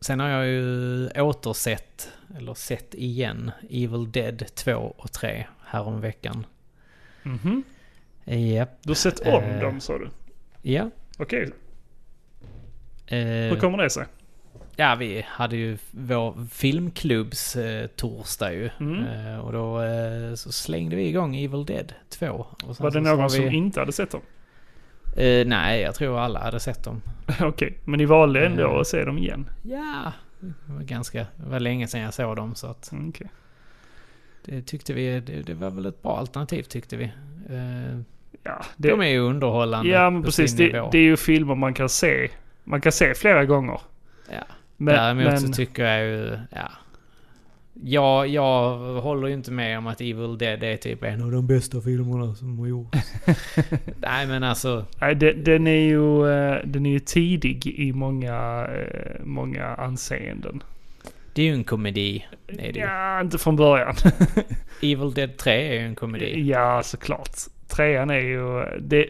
Speaker 2: Sen har jag ju återsett, eller sett igen, Evil Dead 2 och 3 häromveckan.
Speaker 1: Mhm.
Speaker 2: Japp,
Speaker 1: Du har sett om
Speaker 2: Eh.
Speaker 1: dem sa du?
Speaker 2: ja.
Speaker 1: Okej,
Speaker 2: Eh,
Speaker 1: hur kommer det sig?
Speaker 2: Ja, vi hade ju vår filmklubbs eh, torsdag ju.
Speaker 1: Mm.
Speaker 2: Eh, och då eh, så slängde vi igång Evil Dead 2. Och sen
Speaker 1: Var det
Speaker 2: så
Speaker 1: någon
Speaker 2: sa vi-
Speaker 1: som inte hade sett dem?
Speaker 2: Eh, nej, jag tror alla hade sett dem.
Speaker 1: Okej, men ni valde ändå
Speaker 2: Eh.
Speaker 1: att se dem igen?
Speaker 2: Ja, det var ganska... Det var länge sedan jag såg dem så att...
Speaker 1: Okej.
Speaker 2: Det tyckte vi... Det, det var väl ett bra alternativ tyckte vi. Eh,
Speaker 1: Ja, det,
Speaker 2: de är ju underhållande
Speaker 1: ja, men
Speaker 2: på
Speaker 1: precis.
Speaker 2: sin
Speaker 1: Det,
Speaker 2: nivå.
Speaker 1: det är ju filmer man kan se. Man kan se flera gånger.
Speaker 2: Ja.
Speaker 1: Men,
Speaker 2: Däremot
Speaker 1: men
Speaker 2: så tycker jag ju... Ja. Jag, jag håller ju inte med om att Evil Dead är typ en av de bästa filmerna som har gjorts. Nej men alltså...
Speaker 1: nej, de- den, är ju, eh, den är ju tidig i många, eh, många anseenden.
Speaker 2: Det är ju en komedi. Är det ju.
Speaker 1: Ja, inte från början.
Speaker 2: Evil Dead 3 är ju en komedi.
Speaker 1: Ja, såklart. Trean är ju... Det,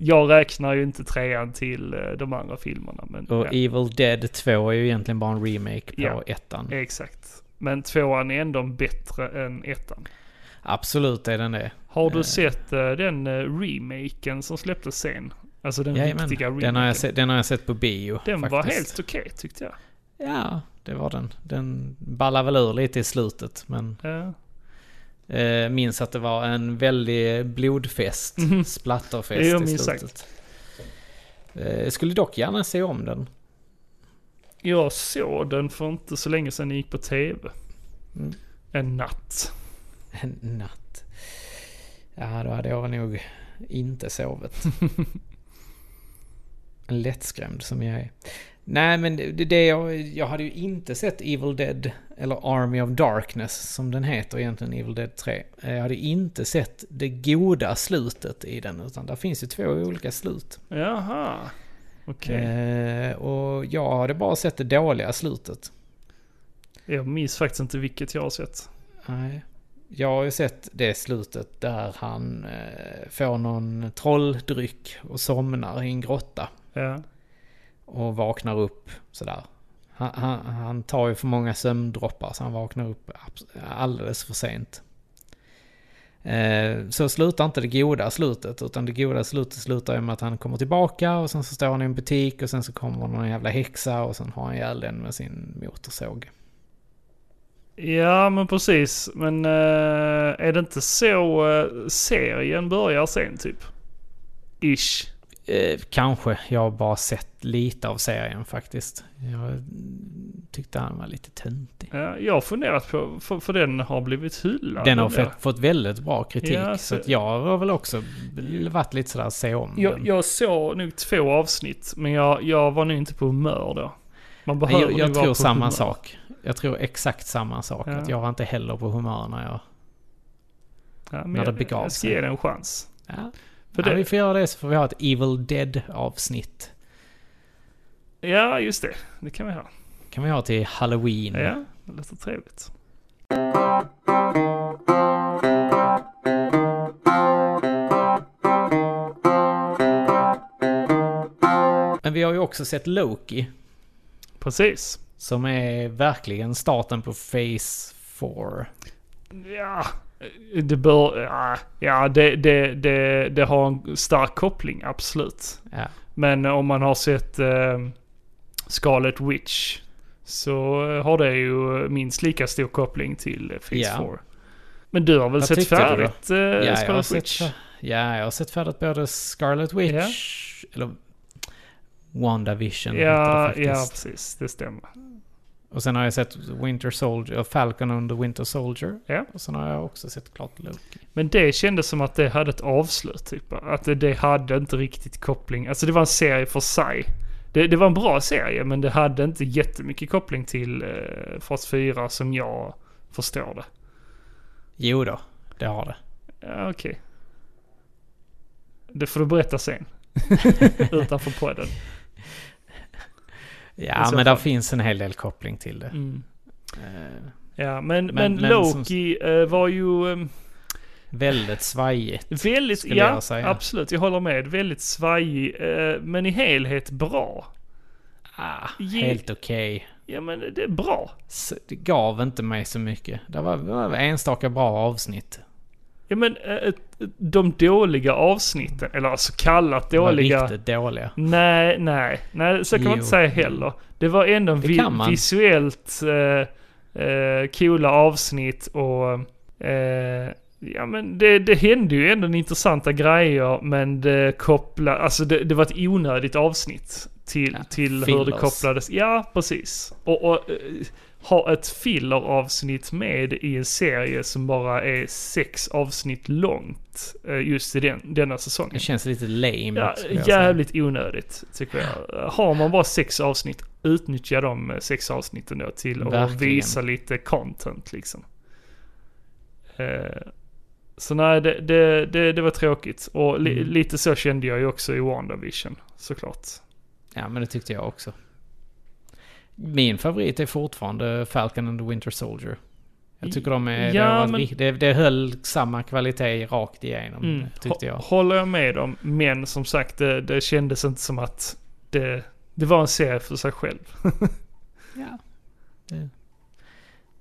Speaker 1: jag räknar ju inte trean till eh, de andra filmerna. Men,
Speaker 2: Och
Speaker 1: ja,
Speaker 2: Evil Dead 2 är ju egentligen bara en remake på
Speaker 1: Ja.
Speaker 2: ettan.
Speaker 1: Exakt. Men tvåan är ändå bättre än ettan.
Speaker 2: Absolut är den det.
Speaker 1: Har du
Speaker 2: Eh.
Speaker 1: sett eh, den eh, remaken som släpptes sen? Alltså den
Speaker 2: Jajamän.
Speaker 1: riktiga remaken.
Speaker 2: Den har, jag sett, den har jag sett på bio.
Speaker 1: Den
Speaker 2: faktiskt.
Speaker 1: var helt okej tyckte jag.
Speaker 2: Ja, det var den. Den ballar väl ur lite i slutet. Men
Speaker 1: Ja.
Speaker 2: eh, minns att det var en väldig blodfest.
Speaker 1: Mhm.
Speaker 2: Splatterfest
Speaker 1: Det gör
Speaker 2: i
Speaker 1: minst
Speaker 2: slutet. Eh, jag skulle dock gärna se om den.
Speaker 1: Jag såg den för inte så länge sedan den gick på tv.
Speaker 2: Mm.
Speaker 1: En natt.
Speaker 2: En natt. Ja, då hade jag nog inte sovit. En Lättskrämd som jag är. Nej, men det, det jag, jag hade ju inte sett Evil Dead, eller Army of Darkness som den heter egentligen, Evil Dead 3. Eh, Jag hade inte sett det goda slutet i den, utan där finns ju två olika slut.
Speaker 1: Jaha. Okej.
Speaker 2: Eh, och jag hade bara sett det dåliga slutet.
Speaker 1: Jag minns faktiskt inte vilket jag har sett.
Speaker 2: Nej. Jag har ju sett det slutet där han eh, får någon trolldryck och somnar i en grotta.
Speaker 1: Ja.
Speaker 2: Och vaknar upp sådär. Han, han, han tar ju för många sömndroppar så han vaknar upp abs- alldeles för sent. Eh, så slutar inte det goda slutet utan det goda slutet slutar ju med att han kommer tillbaka och sen så står han i en butik och sen så kommer någon jävla häxa och sen har han ihjäl den med sin motorsåg.
Speaker 1: Ja men precis. Men eh, är det inte så eh, serien börjar sen typ? Ish.
Speaker 2: Eh, kanske. Jag har bara sett lite av serien faktiskt. Jag mm, tyckte han var lite töntig.
Speaker 1: Ja, jag har funderat på, för, för den har blivit hyllad.
Speaker 2: Den har
Speaker 1: nämligen.
Speaker 2: fått, fått väldigt bra kritik.
Speaker 1: Ja,
Speaker 2: så
Speaker 1: så-
Speaker 2: att jag har väl också b- varit lite sådär, se om
Speaker 1: Jag,
Speaker 2: den.
Speaker 1: jag såg nog två avsnitt, men jag, jag var nog inte på humör då. Man
Speaker 2: Men
Speaker 1: behöver
Speaker 2: jag, jag
Speaker 1: nog vara
Speaker 2: tror
Speaker 1: på
Speaker 2: samma
Speaker 1: humör.
Speaker 2: sak. Jag tror exakt samma sak.
Speaker 1: Ja.
Speaker 2: Att jag var inte heller på humör när
Speaker 1: Ja,
Speaker 2: jag...
Speaker 1: men
Speaker 2: när det
Speaker 1: jag,
Speaker 2: begav
Speaker 1: jag ska
Speaker 2: sig.
Speaker 1: ge den en chans.
Speaker 2: Ja.
Speaker 1: För
Speaker 2: ja,
Speaker 1: det-
Speaker 2: vi får göra det så får vi ha ett Evil Dead-avsnitt.
Speaker 1: Ja, just det. Det kan vi ha.
Speaker 2: kan vi ha till Halloween.
Speaker 1: Ja, det låter trevligt.
Speaker 2: Men vi har ju också sett Loki.
Speaker 1: Precis.
Speaker 2: Som är verkligen starten på Phase 4.
Speaker 1: Ja, det bör... Ja, ja det, det, det, det har en stark koppling, absolut.
Speaker 2: Ja.
Speaker 1: Men om man har sett eh, Scarlet Witch så eh, har det ju minst lika stor koppling till eh, Phase
Speaker 2: Ja.
Speaker 1: 4. Men du har väl
Speaker 2: Vad
Speaker 1: sett
Speaker 2: tyckte du då?
Speaker 1: färdigt eh,
Speaker 2: Ja, jag har
Speaker 1: Scarlet
Speaker 2: sett,
Speaker 1: Witch?
Speaker 2: ja, jag har sett färdigt både Scarlet Witch, eller WandaVision
Speaker 1: Ja,
Speaker 2: heter det
Speaker 1: ja,
Speaker 2: faktiskt.
Speaker 1: precis. Det stämmer.
Speaker 2: Och sen har jag sett Winter Soldier, och Falcon and the Winter Soldier.
Speaker 1: Ja.
Speaker 2: Och sen har jag också sett klart Loki.
Speaker 1: Men det kändes som att det hade ett avslut, typ. Att det, det hade inte riktigt koppling. Alltså det var en serie för sig. Det, det var en bra serie, men det hade inte jättemycket koppling till eh, Fas 4 som jag förstår det.
Speaker 2: Jo då, det har det.
Speaker 1: Ja, okej. Det får du berätta sen. Utanför podden. I
Speaker 2: Ja,
Speaker 1: så
Speaker 2: men där
Speaker 1: fall.
Speaker 2: finns en hel del koppling till det.
Speaker 1: Mm.
Speaker 2: Eh,
Speaker 1: Ja, men, men,
Speaker 2: Men- men
Speaker 1: Loki eh, var ju... eh,
Speaker 2: Väldigt svajigt.
Speaker 1: Väldigt,
Speaker 2: skulle
Speaker 1: ja
Speaker 2: jag säga.
Speaker 1: absolut, jag håller med. Väldigt svajig, eh, men i helhet bra.
Speaker 2: Ah,
Speaker 1: Ge-
Speaker 2: helt okej.
Speaker 1: Ja men det är bra.
Speaker 2: Så Det gav inte mig så mycket. Det var, det var enstaka bra avsnitt.
Speaker 1: Ja men eh, ett- ett- de dåliga avsnitten, eller alltså kallat
Speaker 2: Det var
Speaker 1: dåliga.
Speaker 2: Riktigt dåliga.
Speaker 1: Nej, nej, nej, så kan man inte
Speaker 2: Jo.
Speaker 1: säga heller. Det var ändå en
Speaker 2: Det
Speaker 1: vi,
Speaker 2: kan man.
Speaker 1: visuellt eh, eh, coola avsnitt och eh, ja men det, det hände ju ändå intressanta grejer men det kopplade, alltså det, det var ett onödigt avsnitt till,
Speaker 2: Ja,
Speaker 1: till hur det
Speaker 2: fillers.
Speaker 1: kopplades. Ja, precis. Och, och eh, ha ett filleravsnitt med i en serie som bara är sex avsnitt långt eh, just i den, denna säsongen.
Speaker 2: Det känns lite lame.
Speaker 1: Ja,
Speaker 2: skulle jag säga.
Speaker 1: jävligt onödigt tycker jag. Har man bara sex avsnitt, utnyttja de eh, sex avsnitten då till att
Speaker 2: Verkligen.
Speaker 1: visa lite content liksom. Eh, så nej, det, det, det, det var tråkigt. Och li,
Speaker 2: Mm.
Speaker 1: lite så kände jag ju också i WandaVision, såklart.
Speaker 2: Ja, men det tyckte jag också. Min favorit är fortfarande Falcon and the Winter Soldier. Jag tycker de är...
Speaker 1: Ja,
Speaker 2: det, har varit
Speaker 1: men-
Speaker 2: ri- det, det höll samma kvalitet rakt igenom,
Speaker 1: Mm.
Speaker 2: tyckte jag.
Speaker 1: Hå- Håller jag med om, men som sagt, det, det kändes inte som att det, det var en serie för sig själv.
Speaker 2: Ja. Det,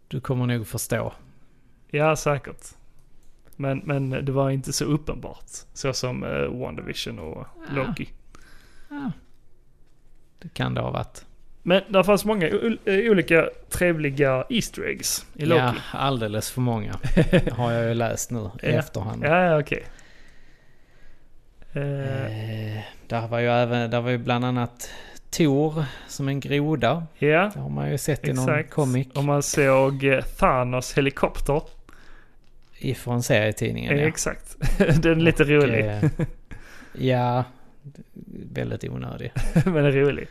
Speaker 2: du kommer nog förstå.
Speaker 1: Ja, säkert. Men, men det var inte så uppenbart. Så som eh, WandaVision och Loki.
Speaker 2: Ja. Det kan det ha varit.
Speaker 1: Men där fanns många o- o- olika trevliga Easter eggs i Loki.
Speaker 2: Ja, alldeles för många. Har jag ju läst nu i
Speaker 1: Ja.
Speaker 2: efterhand.
Speaker 1: Ja, ja okej. Eh,
Speaker 2: Eh, där var ju även, där var ju bland annat Tor som en groda.
Speaker 1: ja,
Speaker 2: Det har man ju sett i någon
Speaker 1: exakt.
Speaker 2: comic
Speaker 1: Och man såg eh, Thanos helikopter.
Speaker 2: ifrån serietidningen.
Speaker 1: Eh,
Speaker 2: ja.
Speaker 1: Exakt. Den är lite
Speaker 2: Och,
Speaker 1: rolig,
Speaker 2: eh, ja, väldigt onödig.
Speaker 1: men den är rolig.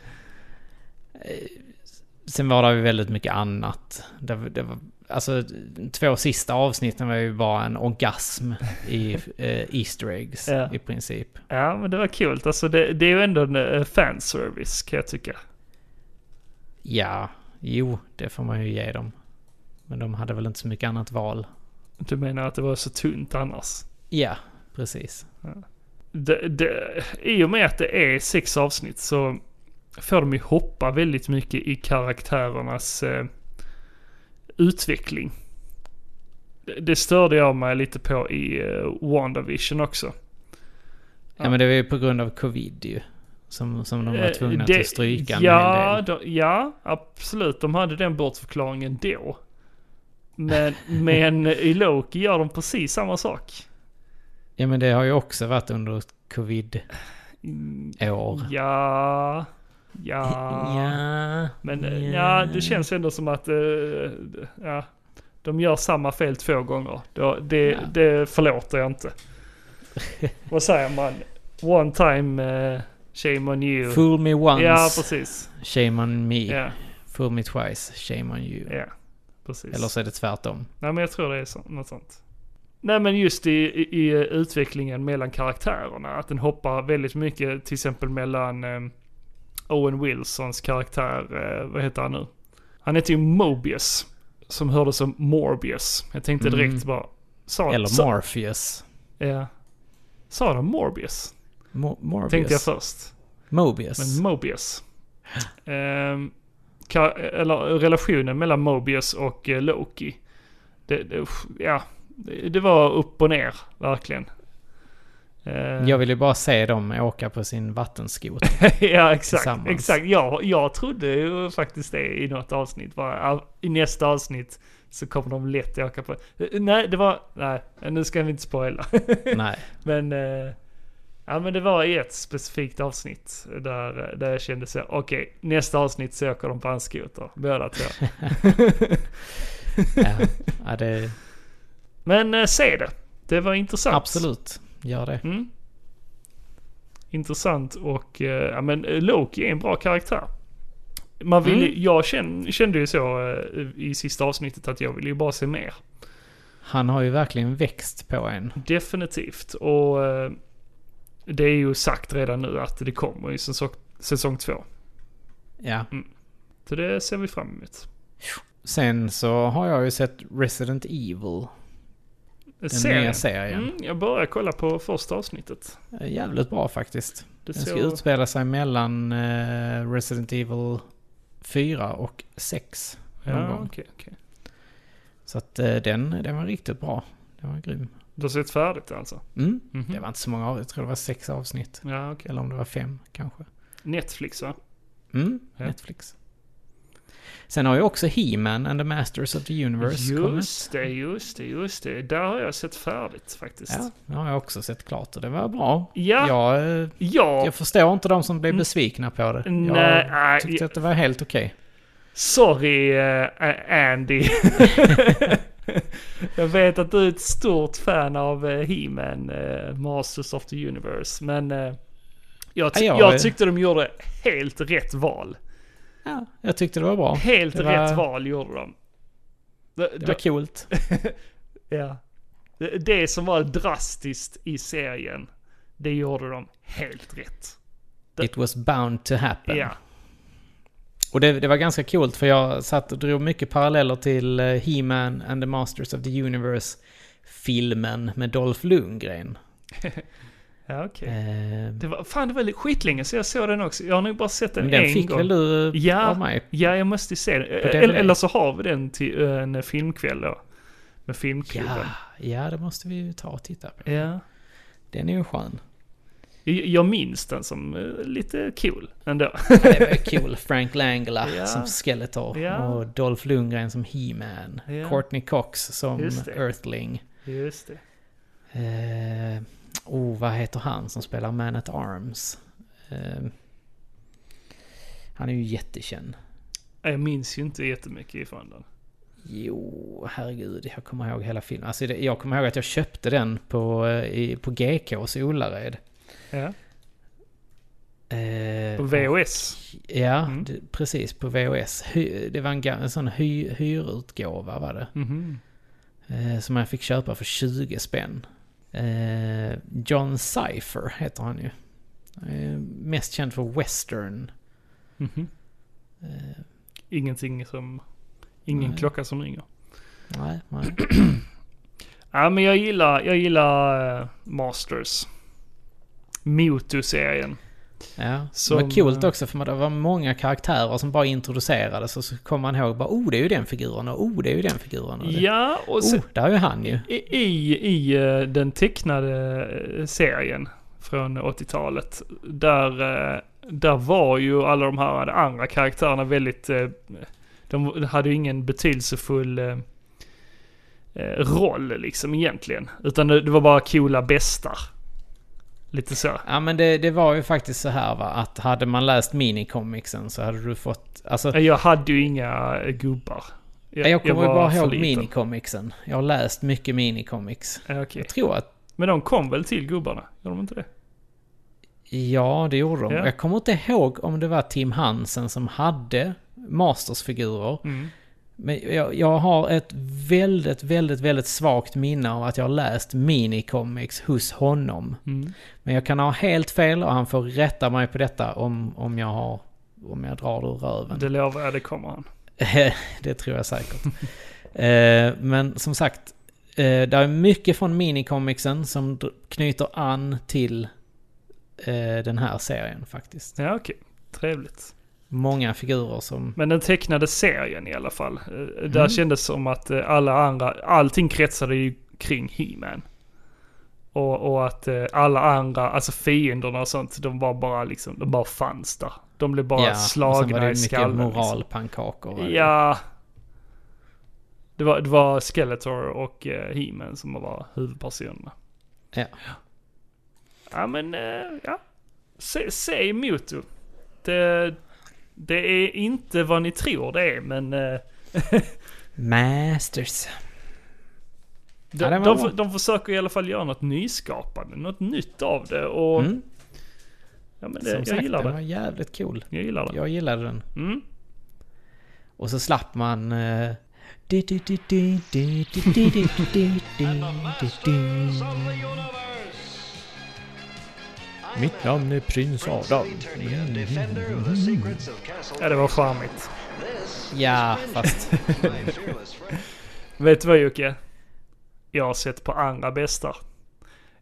Speaker 2: Sen var det ju väldigt mycket annat. Det, var- det var, alltså, två sista avsnitten var ju bara en orgasm i eh, Easter eggs
Speaker 1: Ja.
Speaker 2: i princip.
Speaker 1: Ja, men det var kul. Alltså det, det är ju ändå en eh, fanservice kan jag tycka.
Speaker 2: Ja, jo, det får man ju ge dem. Men de hade väl inte så mycket annat val.
Speaker 1: Du menar att det var så tunt annars?
Speaker 2: Ja, precis.
Speaker 1: det, det, I och med att det är sex avsnitt så får de ju hoppa väldigt mycket i karaktärernas eh, utveckling. Det, det störde jag mig lite på i eh, WandaVision också.
Speaker 2: Ja, men det var ju på grund av covid ju. Som, som de var
Speaker 1: Eh,
Speaker 2: tvungna
Speaker 1: det-
Speaker 2: att stryka en hel
Speaker 1: ja,
Speaker 2: del.
Speaker 1: de, ja, absolut. De hade den bortförklaringen då. Men, men i Loki gör de precis samma sak.
Speaker 2: Ja, men det har ju också varit under ett covid-år.
Speaker 1: Ja, ja.
Speaker 2: Ja.
Speaker 1: Men eh, ja, det känns ändå som att eh, ja, de gör samma fel två gånger. Det, det,
Speaker 2: Ja.
Speaker 1: det förlåter jag inte. Vad säger man? One time eh, shame on you.
Speaker 2: Fool me once,
Speaker 1: Ja, precis.
Speaker 2: shame on me.
Speaker 1: Ja,
Speaker 2: Fool me twice, shame on you.
Speaker 1: ja, precis.
Speaker 2: Eller så är det tvärtom.
Speaker 1: Nej, men jag tror det är så, något sånt. Nej, men just i, i, i utvecklingen mellan karaktärerna. Att den hoppar väldigt mycket, till exempel mellan eh, Owen Wilsons karaktär, eh, vad heter han nu? Han heter ju Mobius, som hördes som Morbius. Jag tänkte direkt
Speaker 2: Mm.
Speaker 1: bara, sa,
Speaker 2: Eller
Speaker 1: sa,
Speaker 2: Morpheus.
Speaker 1: ja, sa de Morbius?
Speaker 2: Mo- Morbius.
Speaker 1: Tänkte jag först.
Speaker 2: Mobius.
Speaker 1: Men Mobius. Ehm, ka- eller relationen mellan Mobius och eh, Loki. Det, det, usch, ja, det det var upp och ner, verkligen. Ehm,
Speaker 2: Jag ville bara se dem åka på sin vattenskot.
Speaker 1: ja, exakt.
Speaker 2: tillsammans.
Speaker 1: exakt. Jag, jag trodde ju faktiskt det i något avsnitt. Bara, ah, I nästa avsnitt så kommer de lätt åka på... Eh, Nej, det var... Nej, nu ska vi inte spoila.
Speaker 2: Nej.
Speaker 1: Men, eh, ja, men det var i ett specifikt avsnitt där, där jag kände så här, okej, nästa avsnitt så åker de på en skoter, båda två.
Speaker 2: Ja, ja det,
Speaker 1: Men eh, se det, det var intressant.
Speaker 2: absolut. Gör det.
Speaker 1: Mm. Intressant och, eh, ja men eh, Loki är en bra karaktär. Man vill,
Speaker 2: Mm.
Speaker 1: Jag kände, kände ju så eh, i sista avsnittet att jag ville ju bara se mer.
Speaker 2: Han har ju verkligen växt på en.
Speaker 1: Definitivt. Och eh, det är ju sagt redan nu att det kommer i säsong, säsong två.
Speaker 2: Ja.
Speaker 1: Så det ser vi fram emot.
Speaker 2: Sen så har jag ju sett Resident Evil. Den
Speaker 1: Serien.
Speaker 2: nya serien.
Speaker 1: Mm, jag börjar kolla på första avsnittet.
Speaker 2: Är Jävligt bra faktiskt.
Speaker 1: Det
Speaker 2: Den ska
Speaker 1: ser-
Speaker 2: utspela sig mellan eh, Resident Evil 4 och 6. någon
Speaker 1: Ja,
Speaker 2: gång.
Speaker 1: okej, okej.
Speaker 2: Så att eh, den, den var riktigt bra. Den var grym.
Speaker 1: Du har sett färdigt alltså?
Speaker 2: Mm.
Speaker 1: Mhm.
Speaker 2: Det var inte så många avsnitt. Jag tror det var sex avsnitt.
Speaker 1: Ja, okej.
Speaker 2: Eller om det var fem kanske.
Speaker 1: Netflix va?
Speaker 2: Mm,
Speaker 1: Ja.
Speaker 2: Netflix. Sen har ju också He-Man and the Masters of the Universe kommit.
Speaker 1: Just det, just det, just det. Där har jag sett färdigt faktiskt.
Speaker 2: Ja, det har jag också sett klart och det var bra.
Speaker 1: Ja.
Speaker 2: Jag, eh,
Speaker 1: Ja,
Speaker 2: jag förstår inte de som blev
Speaker 1: Mm.
Speaker 2: besvikna på det.
Speaker 1: Nej, nej,
Speaker 2: jag tyckte
Speaker 1: jag-
Speaker 2: att det var helt okej.
Speaker 1: sorry eh, Andy. jag vet att du är ett stort fan av eh, He-Man, eh, Masters of the Universe. Men eh, jag, ty-
Speaker 2: Ja, jag-
Speaker 1: jag tyckte de gjorde helt rätt val.
Speaker 2: Ja, jag tyckte det var bra.
Speaker 1: Helt
Speaker 2: det var-
Speaker 1: rätt val gjorde de. De-
Speaker 2: Det
Speaker 1: de-
Speaker 2: var coolt.
Speaker 1: Ja. Det- Det som var drastiskt i serien, det gjorde de helt rätt.
Speaker 2: It was bound to happen.
Speaker 1: Ja.
Speaker 2: Och det, det var ganska coolt för jag satt och drog mycket paralleller till eh, He-Man and the Masters of the Universe-filmen med Dolph Lundgren.
Speaker 1: Ja, okej.
Speaker 2: Eh,
Speaker 1: Det var, fan, det var lite skitlänge så jag såg den också. Jag har nog bara sett den,
Speaker 2: men den
Speaker 1: en
Speaker 2: fick
Speaker 1: gång.
Speaker 2: väl du eh,
Speaker 1: Ja.
Speaker 2: av mig?
Speaker 1: Ja, jag måste ju se den.
Speaker 2: På
Speaker 1: Eller,
Speaker 2: DVD.
Speaker 1: eller så har vi den till eh, en filmkväll då. Med filmklubben.
Speaker 2: Ja, ja, det måste vi ju ta och titta på.
Speaker 1: Ja.
Speaker 2: Den är ju skön.
Speaker 1: Jag jag minns den som eh, lite cool ändå.
Speaker 2: Det var cool. Frank Langella
Speaker 1: Ja.
Speaker 2: som Skeletor
Speaker 1: Ja.
Speaker 2: och Dolph Lundgren som He-Man.
Speaker 1: Ja.
Speaker 2: Courtney Cox som
Speaker 1: Just det.
Speaker 2: Earthling.
Speaker 1: Just det.
Speaker 2: Eh, oh, vad heter han som spelar Man at Arms? Eh, han är ju jättekänd.
Speaker 1: Jag minns ju inte jättemycket ifrån den.
Speaker 2: Jo, herregud, jag kommer ihåg hela filmen. Alltså, det- jag kommer ihåg att jag köpte den på, eh, i, på GKs i Ullared.
Speaker 1: Ja.
Speaker 2: Eh,
Speaker 1: På VHS.
Speaker 2: Ja,
Speaker 1: Mm.
Speaker 2: det, precis. På VHS. Hy, det var en, ga- en sån hy, hyrutgåva var det.
Speaker 1: Mhm.
Speaker 2: Eh, som jag fick köpa för 20 spänn. Eh, John Cypher heter han ju. Eh, mest känd för western.
Speaker 1: Mhm.
Speaker 2: Eh,
Speaker 1: Ingenting som... Ingen
Speaker 2: Nej.
Speaker 1: klocka som ringer.
Speaker 2: nej, nej.
Speaker 1: Ja, men jag gillar, jag gillar eh, Masters. Motu-serien.
Speaker 2: Ja.
Speaker 1: Som, eh,
Speaker 2: det var coolt också för det var många karaktärer som bara introducerades och så kom man ihåg bara oh det är ju den figuren och oh det är ju den figuren. Och det,
Speaker 1: Ja, och sen,
Speaker 2: oh, där är ju han ju.
Speaker 1: I, i, i eh, den tecknade eh, serien från 80-talet, där, eh, där var ju alla de här andra karaktärerna väldigt... eh, De hade ju ingen betydelsefull eh, eh, roll liksom egentligen. Utan det det var bara coola bästar. Lite så.
Speaker 2: Ja men det, det var ju faktiskt så här va att hade man läst minicomicsen så hade du fått, alltså
Speaker 1: Jag hade ju inga eh, gubbar.
Speaker 2: Jag, jag kommer ju
Speaker 1: var
Speaker 2: bara
Speaker 1: för
Speaker 2: ihåg
Speaker 1: liten.
Speaker 2: minicomicsen. Jag har läst mycket minicomics.
Speaker 1: Ja, okej.
Speaker 2: Jag tror att,
Speaker 1: Men de kom väl till gubbarna? Gjorde de inte det?
Speaker 2: ja det gjorde de.
Speaker 1: Ja.
Speaker 2: Jag kommer inte ihåg om det var Tim Hansen som hade Masters-figurer.
Speaker 1: Mm.
Speaker 2: Men jag, jag har ett väldigt, väldigt, väldigt svagt minne av att jag har läst minicomics hos honom.
Speaker 1: Mm.
Speaker 2: Men jag kan ha helt fel och han får rätta mig på detta om, om jag har om jag drar det ur röven.
Speaker 1: Det lovar jag, det kommer han.
Speaker 2: Eh, det tror jag säkert. Eh, Men som sagt, eh, det är mycket från minicomicsen som dr- knyter an till eh, den här serien faktiskt.
Speaker 1: Ja, okej. Trevligt.
Speaker 2: Många figurer som...
Speaker 1: Men den tecknade serien i alla fall. eh, Där
Speaker 2: Mm.
Speaker 1: kändes som att eh, alla andra, allting kretsade ju kring He-Man. Och, och att eh, alla andra, alltså fienderna och sånt, de var bara liksom, de bara fanns där. De blev bara
Speaker 2: och sen var
Speaker 1: slagna
Speaker 2: det
Speaker 1: i
Speaker 2: mycket
Speaker 1: skallen.
Speaker 2: moralpannkakor. var
Speaker 1: liksom.
Speaker 2: det.
Speaker 1: Ja. Det var, det var Skeletor och eh, He-Man som var huvudpersonerna.
Speaker 2: Ja.
Speaker 1: Ja men, eh, ja. Se, se Moto. Det, det är inte vad ni tror det är men... eh,
Speaker 2: Masters.
Speaker 1: De,
Speaker 2: Ja, den var
Speaker 1: de,
Speaker 2: bra.
Speaker 1: f- de försöker i alla fall göra något nyskapande, något nytt av det. Och,
Speaker 2: Mm,
Speaker 1: ja, men
Speaker 2: som
Speaker 1: det jag,
Speaker 2: sagt,
Speaker 1: gillar
Speaker 2: den
Speaker 1: det.
Speaker 2: var jävligt cool.
Speaker 1: jag gillar det.
Speaker 2: Jag gillade den.
Speaker 1: Mm.
Speaker 2: Och så slapp man... eh, Mitt namn är Prins Adam.
Speaker 1: Ja, det var charmigt.
Speaker 2: Ja, fast...
Speaker 1: Vet du vad Jocke? Jag har sett på andra bästar.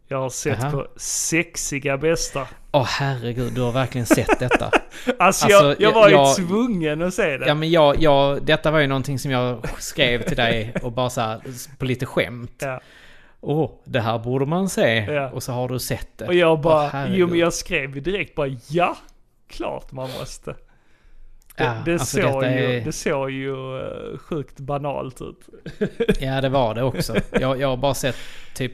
Speaker 1: Jag har sett
Speaker 2: Jaha.
Speaker 1: på sexiga bästar.
Speaker 2: Åh herregud, du har verkligen sett detta.
Speaker 1: Alltså, jag,
Speaker 2: Alltså,
Speaker 1: jag
Speaker 2: jag-
Speaker 1: var ju
Speaker 2: jag-
Speaker 1: tvungen att se det.
Speaker 2: Ja men jag, jag, detta var ju någonting som jag skrev till dig och bara så här, på lite skämt.
Speaker 1: Ja.
Speaker 2: Åh, det här borde man se.
Speaker 1: Ja.
Speaker 2: Och så har du sett det.
Speaker 1: Och jag bara,
Speaker 2: Åh, herregud.
Speaker 1: jo men jag skrev ju direkt bara ja, klart man måste. Det,
Speaker 2: Ja,
Speaker 1: det,
Speaker 2: alltså,
Speaker 1: såg,
Speaker 2: detta
Speaker 1: ju,
Speaker 2: är-
Speaker 1: det såg ju eh, sjukt banalt typ. ut.
Speaker 2: Ja, det var det också. Jag, jag har bara sett typ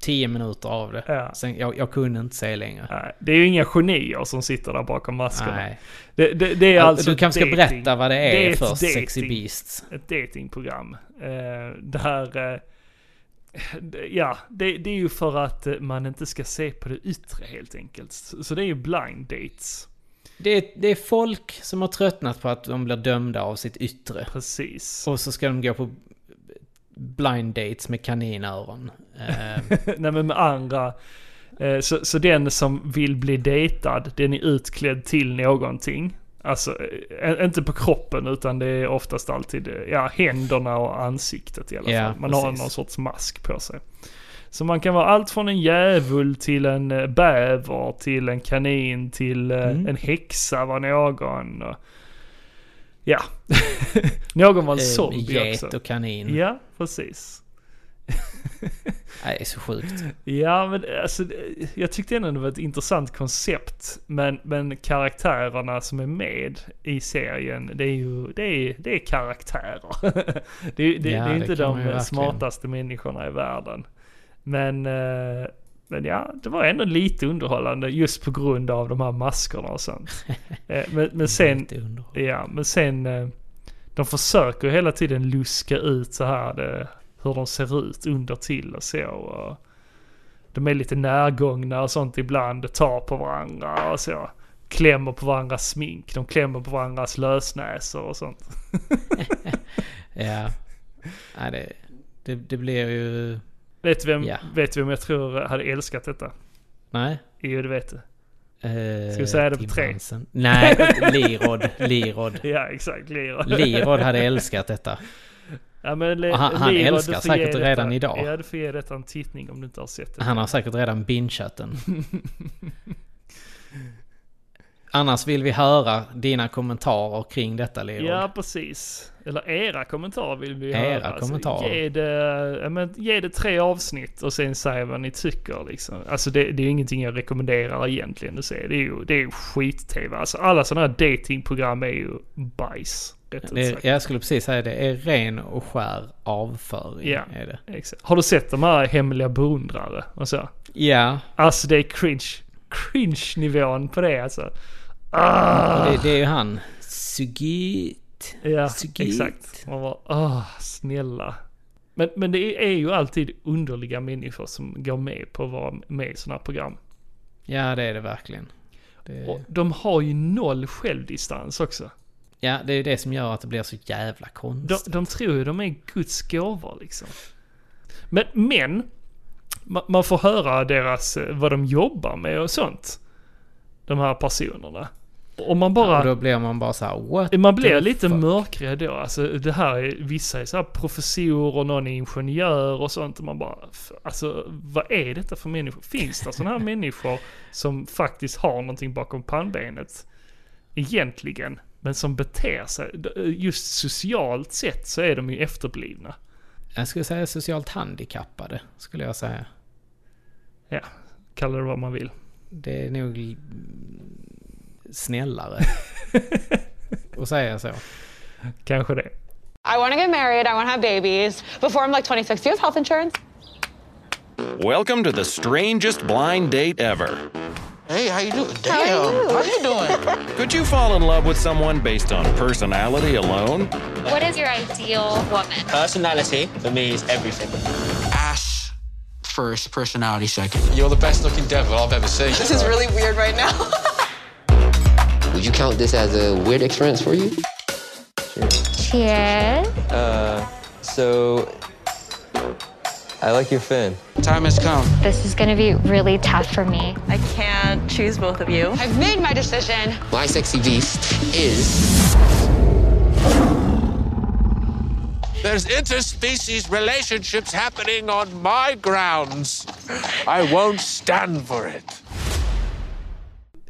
Speaker 2: 10 minuter av det.
Speaker 1: Ja.
Speaker 2: Sen, jag, jag kunde inte se längre.
Speaker 1: Nej, Det är ju inga genier som sitter där bakom maskerna.
Speaker 2: Nej.
Speaker 1: Det, det, det är alltså
Speaker 2: du kanske ska
Speaker 1: dating.
Speaker 2: berätta vad det är,
Speaker 1: Det är ett
Speaker 2: först,
Speaker 1: dating.
Speaker 2: Sexy Beasts.
Speaker 1: ett datingprogram. Eh, det här... Eh, d- ja, det, det är ju för att eh, man inte ska se på det yttre helt enkelt. Så så det är ju blind dates.
Speaker 2: Det är, det är folk som har tröttnat på att de blir dömda av sitt yttre.
Speaker 1: Precis.
Speaker 2: Och så ska de gå på blind dates med kaninöron. Eh,
Speaker 1: Nej men med andra... Eh, så, så den som vill bli dejtad, den är utklädd till någonting. Alltså, eh, inte på kroppen utan det är oftast alltid eh, ja, händerna och ansiktet i alla fall.
Speaker 2: Ja,
Speaker 1: man har
Speaker 2: precis.
Speaker 1: någon sorts mask på sig. Så man kan vara allt från en djävul till en eh, bäver till en kanin till eh,
Speaker 2: Mm.
Speaker 1: en häxa var någon. Och, ja, någon var en
Speaker 2: eh,
Speaker 1: zombie
Speaker 2: Get
Speaker 1: också.
Speaker 2: och kanin.
Speaker 1: Ja, precis.
Speaker 2: Nej, det är så sjukt.
Speaker 1: Ja, men alltså, det- jag tyckte ändå det var ett intressant koncept. Men, men karaktärerna som är med i serien, det är ju det är, det är karaktärer. det, är- det, det
Speaker 2: Ja,
Speaker 1: är
Speaker 2: det
Speaker 1: inte
Speaker 2: kan man ju
Speaker 1: de
Speaker 2: verkligen.
Speaker 1: smartaste människorna i världen. Men, eh, men ja, det var ändå lite underhållande just på grund av de här maskerna och sånt. Eh, men, men sen,
Speaker 2: Lite underhåll.
Speaker 1: Ja, men sen... eh, De försöker ju hela tiden luska ut så här det, hur de ser ut under till och så. Och de är lite närgångna och sånt ibland, tar på varandra och så. Klämmer på varandras smink, de klämmer på varandras lösnäsor och sånt.
Speaker 2: Ja. Nej, det, det, det blir ju...
Speaker 1: Vet du vem,
Speaker 2: Ja.
Speaker 1: vet du vem jag tror hade älskat detta?
Speaker 2: Nej.
Speaker 1: Jo, det vet du.
Speaker 2: Eh,
Speaker 1: Ska vi säga det på
Speaker 2: Tim
Speaker 1: tre?
Speaker 2: Hansen. Nej, Lirod. Lirod.
Speaker 1: Ja, exakt. Lira.
Speaker 2: Lirod hade älskat detta.
Speaker 1: Ja, men Le-
Speaker 2: Och han- han
Speaker 1: Lira, du
Speaker 2: älskar
Speaker 1: får ge
Speaker 2: säkert
Speaker 1: detta-
Speaker 2: redan idag.
Speaker 1: Ja, du får ge detta en tittning om du inte har sett det.
Speaker 2: Han har säkert redan bingeat den. Annars vill vi höra dina kommentarer kring detta Lirod.
Speaker 1: Ja, precis. Eller era kommentarer vill vi
Speaker 2: Era
Speaker 1: höra. Alltså,
Speaker 2: kommentarer.
Speaker 1: Ge det, ja, men, ge det tre avsnitt och sen säg vad ni tycker liksom. Alltså det, det är ju ingenting jag rekommenderar egentligen att se. Det är ju, det är ju skit-tv. Alltså alla sådana här datingprogram är ju bajs. Rätt ut
Speaker 2: det,
Speaker 1: sagt.
Speaker 2: jag skulle precis säga det. är ren och skär avföring.
Speaker 1: Ja.
Speaker 2: Är det.
Speaker 1: Exakt. Har du sett de här hemliga beundrare och så?
Speaker 2: ja
Speaker 1: Alltså det är cringe. Cringe-nivån på det alltså.
Speaker 2: och
Speaker 1: Ah!
Speaker 2: det, det är ju han. Sugit.
Speaker 1: Ja,
Speaker 2: Sugit.
Speaker 1: exakt. Man bara, åh, snälla. Men, men det är ju alltid underliga människor som går med på att vara med i sådana här program.
Speaker 2: Ja, det är det verkligen.
Speaker 1: Och
Speaker 2: Det,
Speaker 1: de har ju noll självdistans också.
Speaker 2: ja, det är ju det som gör att det blir så jävla
Speaker 1: De,
Speaker 2: konstigt.
Speaker 1: de tror ju de är Guds gåvor liksom. Men, men ma- man får höra deras, eh, vad de jobbar med och sånt. De här personerna. Och man bara...
Speaker 2: Och då blir man bara så här, what
Speaker 1: Man
Speaker 2: the
Speaker 1: blir lite
Speaker 2: fuck?
Speaker 1: mörkrädd då. Alltså det här är, vissa är så här professorer och någon är ingenjör och sånt. Och man bara, f- alltså vad är detta för människor? Finns det sådana här människor som faktiskt har någonting bakom pannbenet? Egentligen. Men som beter sig, d- just socialt sett så är de ju efterblivna.
Speaker 2: Jag skulle säga socialt handikappade, skulle jag säga.
Speaker 1: Kalla det vad man vill.
Speaker 2: Det är nog l- snällare att säga så.
Speaker 1: Kanske det.
Speaker 3: I want to get married. I want to have babies before I'm like 26. Do you have health insurance?
Speaker 4: Welcome to the strangest blind date ever.
Speaker 5: Hey, how you doing? Damn,
Speaker 3: are you?
Speaker 5: how you doing?
Speaker 4: Could you fall in love with someone based on personality alone?
Speaker 6: What is your ideal woman?
Speaker 5: Personality for me is everything. Ass first, personality second. You're the best looking devil I've ever seen.
Speaker 7: This is really weird right now.
Speaker 8: Would you count this as a weird experience for you?
Speaker 6: Cheers.
Speaker 9: So, I like your fin.
Speaker 5: Time has come.
Speaker 6: This is gonna be really tough for me.
Speaker 10: I can't choose both of you.
Speaker 3: I've made my decision.
Speaker 8: My sexy beast is
Speaker 5: There's interspecies relationships happening on my grounds. I won't stand for it.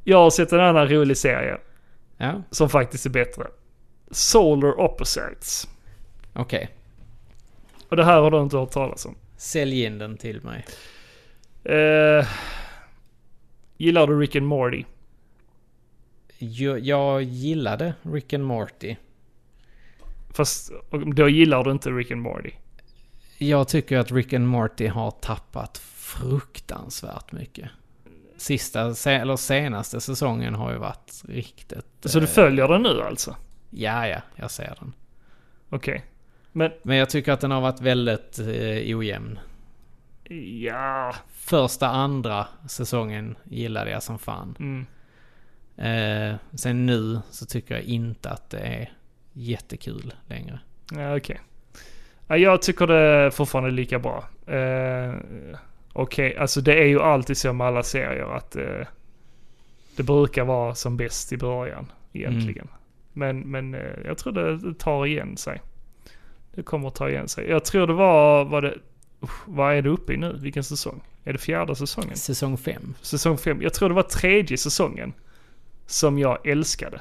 Speaker 1: Jag har sett en annan rolig serie
Speaker 2: Ja,
Speaker 1: som faktiskt är bättre. Solar Opposites.
Speaker 2: okej.
Speaker 1: Och det här har du inte hört talas om.
Speaker 2: Sälj in den till mig.
Speaker 1: Eh, gillar du Rick and Morty?
Speaker 2: Jag, jag gillade Rick and Morty.
Speaker 1: Fast då gillar du inte Rick and Morty.
Speaker 2: Jag tycker att Rick and Morty har tappat fruktansvärt mycket. Sista, se- eller senaste säsongen har ju varit riktigt... eh,
Speaker 1: Så du följer den nu alltså?
Speaker 2: Ja, ja, jag ser den.
Speaker 1: Okej. Men
Speaker 2: Men jag tycker att den har varit väldigt eh, ojämn.
Speaker 1: ja,
Speaker 2: Första, andra säsongen gillade jag som fan.
Speaker 1: Mm.
Speaker 2: Eh, sen nu så tycker jag inte att det är jättekul längre.
Speaker 1: ja okej. Ja, jag tycker det fortfarande är lika bra. Eh, okej, alltså det är ju alltid så med alla serier att eh, det brukar vara som bäst i början egentligen. Men, men eh, jag tror det det tar igen sig. Det kommer att ta igen sig. Jag tror det var, var det, usch, vad är det uppe i nu? Vilken säsong? Är det fjärde säsongen?
Speaker 2: Säsong fem.
Speaker 1: säsong 5. Jag tror det var tredje säsongen som jag älskade.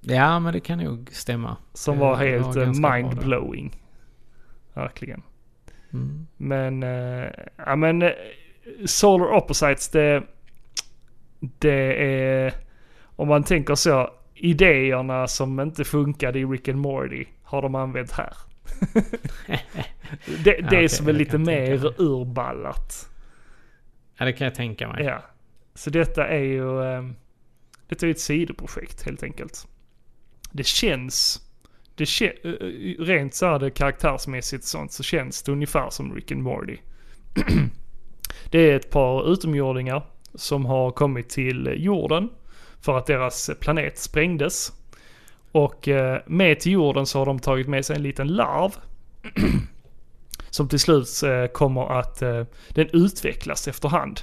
Speaker 2: Ja, men det kan nog stämma.
Speaker 1: Som
Speaker 2: Det
Speaker 1: var helt eh,
Speaker 2: ganska bra där.
Speaker 1: mindblowing. Verkligen.
Speaker 2: Mm.
Speaker 1: Men, eh, ja men eh, Solar Opposites det, det är, om man tänker så, idéerna som inte funkade i Rick and Morty har de använt här. det det
Speaker 2: okej,
Speaker 1: som är
Speaker 2: det
Speaker 1: lite
Speaker 2: kan jag tänka
Speaker 1: mer urballat.
Speaker 2: Ja, det kan jag tänka mig.
Speaker 1: Ja. Så detta är ju... ehm, Detta är ju ett sidoprojekt helt enkelt. Det känns... Det kä- eh, eh, rent så här det karaktärsmässigt och sånt så känns det ungefär som Rick and Morty. det är ett par utomjordingar som har kommit till jorden för att deras planet sprängdes. Och eh, med till jorden så har de tagit med sig en liten larv. som till slut eh, kommer att... eh, Den utvecklas efterhand.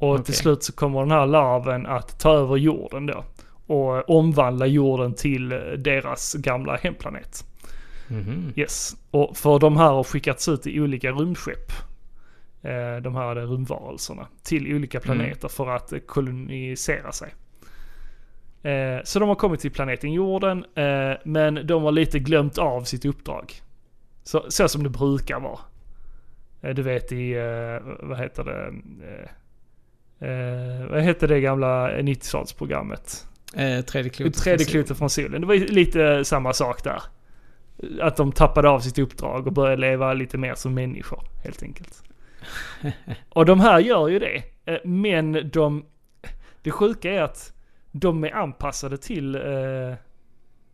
Speaker 1: Och till
Speaker 2: Okej.
Speaker 1: slut så kommer den här larven att ta över jorden då. Och eh, omvandla jorden till eh, deras gamla hemplanet.
Speaker 2: Mhm.
Speaker 1: Mm. Yes. Och för de här har skickats ut i olika rymdskepp. Eh, De här eh, rymdvarelserna. Till olika planeter för att eh, kolonisera sig. Eh, Så de har kommit till planeten jorden. eh, Men de har lite glömt av sitt uppdrag. Så, så som det brukar vara. Eh, Du vet i, eh, vad heter det? Eh, Eh, vad hette det gamla eh, 90-talsprogrammet?
Speaker 2: Eh, tredje klotet.
Speaker 1: Tredje klotet från solen. Det var ju lite eh, samma sak där. Att de tappade av sitt uppdrag och började leva lite mer som människor, helt enkelt. Och de här gör ju det. Eh, Men de... Det sjuka är att de är anpassade till, eh,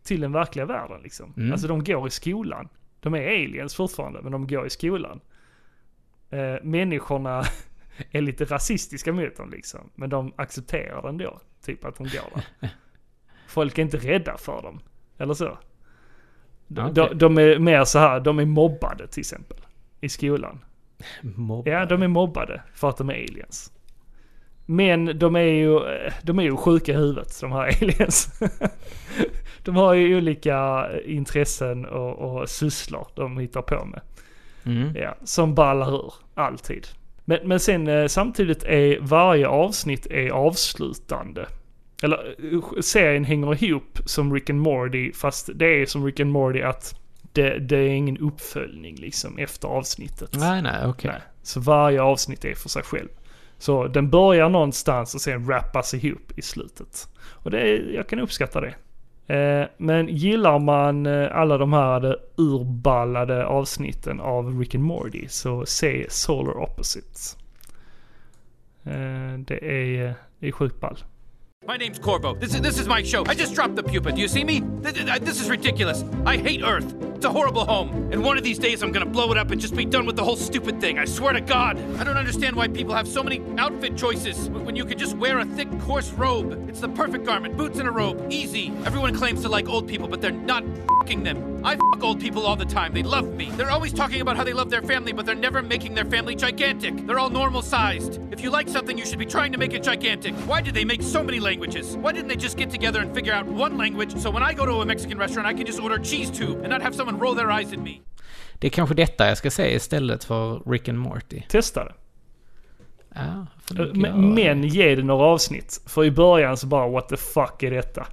Speaker 1: till den verkliga världen liksom.
Speaker 2: Mm.
Speaker 1: Alltså de går i skolan. De är aliens fortfarande, men de går i skolan. Eh, Människorna är lite rasistiska mot dem liksom. Men de accepterar det ändå. Typ att de går där. Folk är inte rädda för dem. Eller så. De,
Speaker 2: Ja, okej.
Speaker 1: de, de är mer så här, de är mobbade till exempel. I skolan.
Speaker 2: Mobb.
Speaker 1: Ja, de är mobbade för att de är aliens. Men de är ju, eh, de är ju sjuka i huvudet, de här aliens. de har ju olika eh, intressen och, och sysslor de hittar på med.
Speaker 2: Mm.
Speaker 1: Ja, som ballar ur, alltid. Men, men sen eh, samtidigt är varje avsnitt är avslutande. Eller eh, serien hänger ihop som Rick and Morty, fast det är som Rick and Morty att det, det är ingen uppföljning liksom efter avsnittet.
Speaker 2: Nej, nej, okej.
Speaker 1: Nej. Så varje avsnitt är för sig själv. Så den börjar någonstans och sen wrappas ihop i slutet. Och det är, jag kan uppskatta det. Eh, men gillar man eh, alla de här eh, urballade avsnitten av Rick and Morty så se Solar Opposites. Eh, det är, eh, det är sjukt ball.
Speaker 7: My name's Corvo. This is this is my show. I just dropped the pupa. Do you see me? Th- th- This, is ridiculous. I hate Earth. It's a horrible home. And one of these days, I'm gonna blow it up and just be done with the whole stupid thing. I swear to God. I don't understand why people have so many outfit choices w- when you could just wear a thick, coarse robe. It's the perfect garment. Boots and a robe. Easy. Everyone claims to like old people, but they're not fing them. I fuck old people all the time. They love me. They're always talking about how they love their family, but they're never making their family gigantic. They're all normal sized. If you like something, you should be trying to make it gigantic. Why did they make so many languages? Why didn't they just get together and figure out one language so when I go to a Mexican restaurant, I can just order cheese tube and not have someone and roll their eyes at me.
Speaker 2: Det är kanske detta jag ska säga istället för Rick and Morty.
Speaker 1: Testa det.
Speaker 2: Ja, för
Speaker 1: Eh,
Speaker 2: mycket jag-
Speaker 1: Men, men ge det några avsnitt. För i början så bara what the fuck är detta?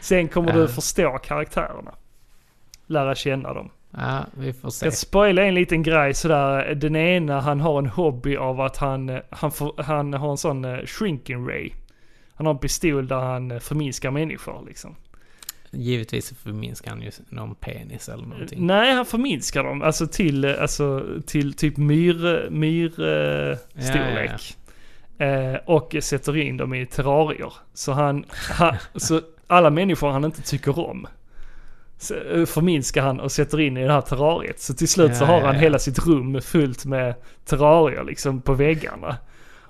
Speaker 1: Sen kommer du förstå karaktärerna. Lära känna dem.
Speaker 2: Ja, vi får se.
Speaker 1: Jag spoilar en liten grej sådär. Den ena han har en hobby av att han, eh, han, får, han har en sån eh, shrinking ray. Han har en pistol där han eh, förminskar människor liksom.
Speaker 2: Givetvis förminskar han ju någon penis eller någonting.
Speaker 1: Nej, han förminskar dem. Alltså till, eh, alltså, till typ myr, myr eh, storlek. Eh, och sätter in dem i terrarier. Så han, han så alla människor han inte tycker om så, eh, förminskar han och sätter in i det här terrariet. Så till slut så
Speaker 2: Ja,
Speaker 1: har
Speaker 2: ja,
Speaker 1: han
Speaker 2: ja.
Speaker 1: hela sitt rum fullt med terrarier liksom på väggarna.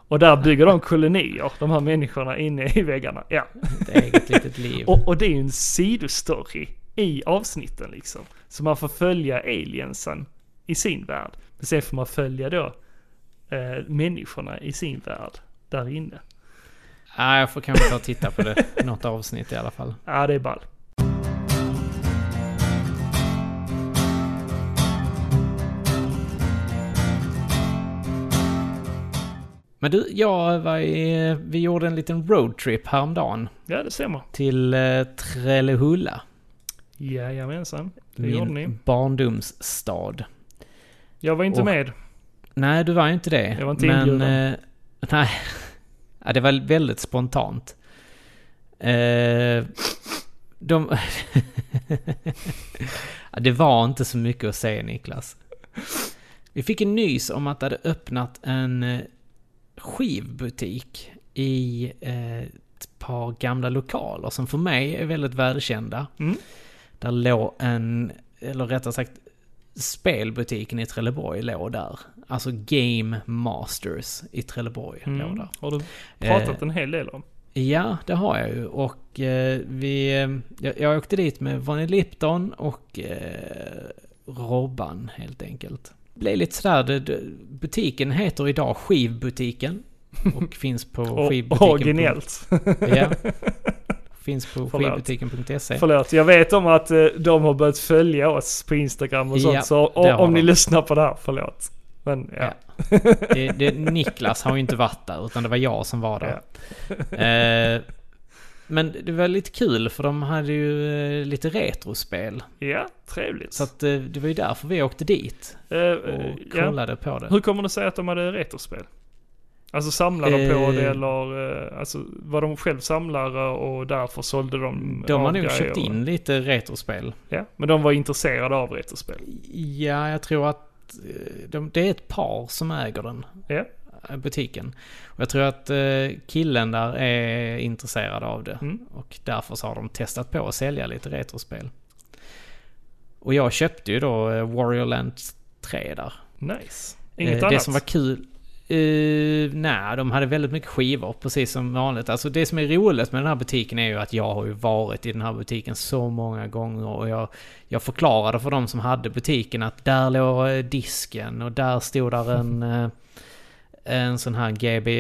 Speaker 1: Och där bygger de kolonier, de här människorna inne i väggarna. Ja.
Speaker 2: Ett eget litet liv.
Speaker 1: Och, och det är ju en sidostory i avsnitten liksom. Så man får följa aliensen i sin värld. Men sen får man följa då eh, människorna i sin värld där inne.
Speaker 2: Ja, jag får kanske ta och titta på det. Något avsnitt i alla fall.
Speaker 1: Ja, det är ball.
Speaker 2: Men du, jag var i, vi gjorde en liten roadtrip häromdagen
Speaker 1: Ja, det stämmer.
Speaker 2: till eh, Trellehulla.
Speaker 1: Jajamensan. Det gjorde ni.
Speaker 2: Min barndomsstad.
Speaker 1: Jag var inte
Speaker 2: Och-
Speaker 1: med.
Speaker 2: Nej, du var ju inte det.
Speaker 1: Jag var inte
Speaker 2: men,
Speaker 1: inbjuden.
Speaker 2: eh, nej, ja, det var väldigt spontant. Eh, de... ja, det var inte så mycket att säga, Niklas. Vi fick en nys om att det hade öppnat en eh, skivbutik i eh, ett par gamla lokaler som för mig är väldigt välkända.
Speaker 1: Mm.
Speaker 2: Där låg en, eller rättare sagt spelbutiken i Trelleborg låg där. Alltså Game Masters i Trelleborg låg där.
Speaker 1: Mm. Har du
Speaker 2: eh,
Speaker 1: pratat en hel del om?
Speaker 2: Ja, det har jag ju. Och eh, vi, eh, jag, jag åkte dit med Vanny Lipton och eh, Robban helt enkelt. Blev lite sådär, det, det, butiken heter idag Skivbutiken. Och finns på
Speaker 1: Och
Speaker 2: skivbutiken.
Speaker 1: originellt.
Speaker 2: Ja. Finns på
Speaker 1: Förlåt.
Speaker 2: skivbutiken.se.
Speaker 1: Förlåt, jag vet om att eh, de har börjat följa oss på Instagram och sånt.
Speaker 2: Ja,
Speaker 1: så
Speaker 2: det
Speaker 1: o-
Speaker 2: har
Speaker 1: om ni
Speaker 2: de.
Speaker 1: lyssnar på det här, förlåt. Men ja.
Speaker 2: Ja. Det, det, Niklas har ju inte varit där, utan det var jag som var där. Eh, men det var lite kul, för de hade ju eh, lite retrospel.
Speaker 1: Ja, trevligt.
Speaker 2: Så att, eh, det var ju därför vi åkte dit
Speaker 1: Eh, eh,
Speaker 2: och
Speaker 1: ja.
Speaker 2: kollade på det.
Speaker 1: Hur kommer det sig att de hade retrospel? Alltså samlade de på
Speaker 2: Eh.
Speaker 1: det eller eh, alltså, var de själv samlare och därför sålde de
Speaker 2: De har
Speaker 1: av
Speaker 2: nog
Speaker 1: grejer?
Speaker 2: köpt in lite retrospel.
Speaker 1: Ja, men de var intresserade av retrospel.
Speaker 2: Ja, jag tror att eh, de, det är ett par som äger den,
Speaker 1: Ja,
Speaker 2: eh, butiken. Och jag tror att eh, killen där är intresserad av det.
Speaker 1: mm,
Speaker 2: Och därför så har de testat på att sälja lite retrospel. Och jag köpte ju då eh, Warrior Land 3 där.
Speaker 1: nice. Inget
Speaker 2: Eh,
Speaker 1: annat?
Speaker 2: Det som var kul... Uh, nej, de hade väldigt mycket skivor, precis som vanligt. Alltså det som är roligt med den här butiken är ju att jag har ju varit i den här butiken så många gånger och jag, jag förklarade för de som hade butiken att där låg eh, disken och där stod där en, eh, en sån här eh, GB,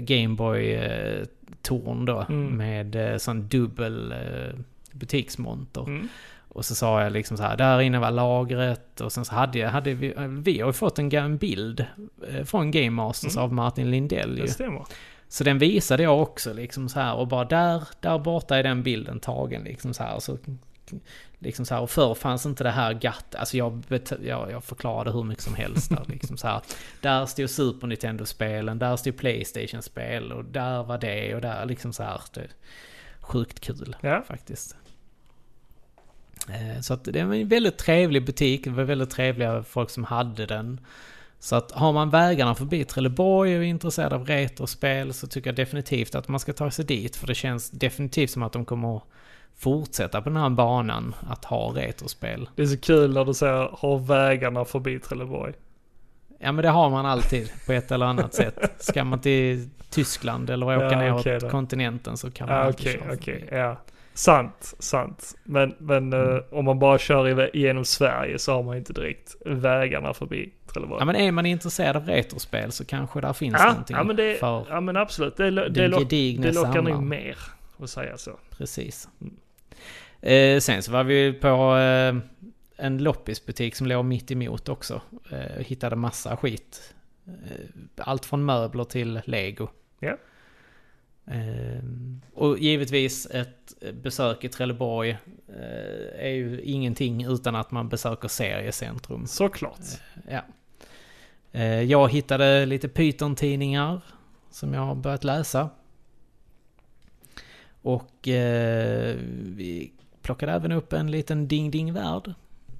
Speaker 2: Gameboy-torn eh, då
Speaker 1: Mm.
Speaker 2: med eh, sån dubbel eh, butiksmonter.
Speaker 1: Mm,
Speaker 2: Och så sa jag liksom så här, där inne var lagret och sen så hade, jag, hade vi, vi har ju fått en, ga- en bild eh, från Game Masters av Martin Lindell ju.
Speaker 1: Det stämmer.
Speaker 2: Så den visade jag också liksom så här och bara där, där borta är den bilden tagen liksom så här. Och så, liksom så här och förr fanns inte det här gatt, alltså jag, bet- jag, jag förklarade hur mycket som helst där liksom så här. Där stod Super Nintendo-spelen, där stod Playstation-spel och där var det och där liksom så här. Det, sjukt kul
Speaker 1: Ja.
Speaker 2: faktiskt. Eh, Så att det var en väldigt trevlig butik, det var väldigt trevliga folk som hade den. Så att har man vägarna förbi Trelleborg och är intresserad av retrospel så tycker jag definitivt att man ska ta sig dit. För det känns definitivt som att de kommer fortsätta på den här banan att ha retrospel.
Speaker 1: Det är så kul när du säger har vägarna förbi Trelleborg.
Speaker 2: Ja men det har man alltid på ett eller annat sätt. Ska man till Tyskland eller åka
Speaker 1: Ja,
Speaker 2: neråt
Speaker 1: okej då.
Speaker 2: kontinenten så kan man
Speaker 1: Ja,
Speaker 2: alltid
Speaker 1: Ah, Okej,
Speaker 2: köra förbi.
Speaker 1: okej, ja. Sant, sant. Men, men eh, om man bara kör i- genom Sverige så har man inte direkt vägarna förbi Trelleborg.
Speaker 2: Ja men är man intresserad av retrospel så kanske där finns
Speaker 1: Ja,
Speaker 2: någonting
Speaker 1: ja, men det,
Speaker 2: för...
Speaker 1: ja men absolut. Det, lo- det, lo-
Speaker 2: gedigna
Speaker 1: det lockar nog
Speaker 2: samlaren.
Speaker 1: mer att säga så.
Speaker 2: Precis. Eh, sen så var vi på eh, en loppisbutik som låg mitt emot också. Eh, och hittade massa skit. Eh, allt från möbler till lego.
Speaker 1: Ja.
Speaker 2: Eh, och givetvis ett besök i Trelleborg eh, är ju ingenting utan att man besöker seriecentrum.
Speaker 1: Såklart.
Speaker 2: Ja. Eh, Jag hittade lite Python-tidningar som jag har börjat läsa. Och eh, vi plockade även upp en liten Ding Ding Värld.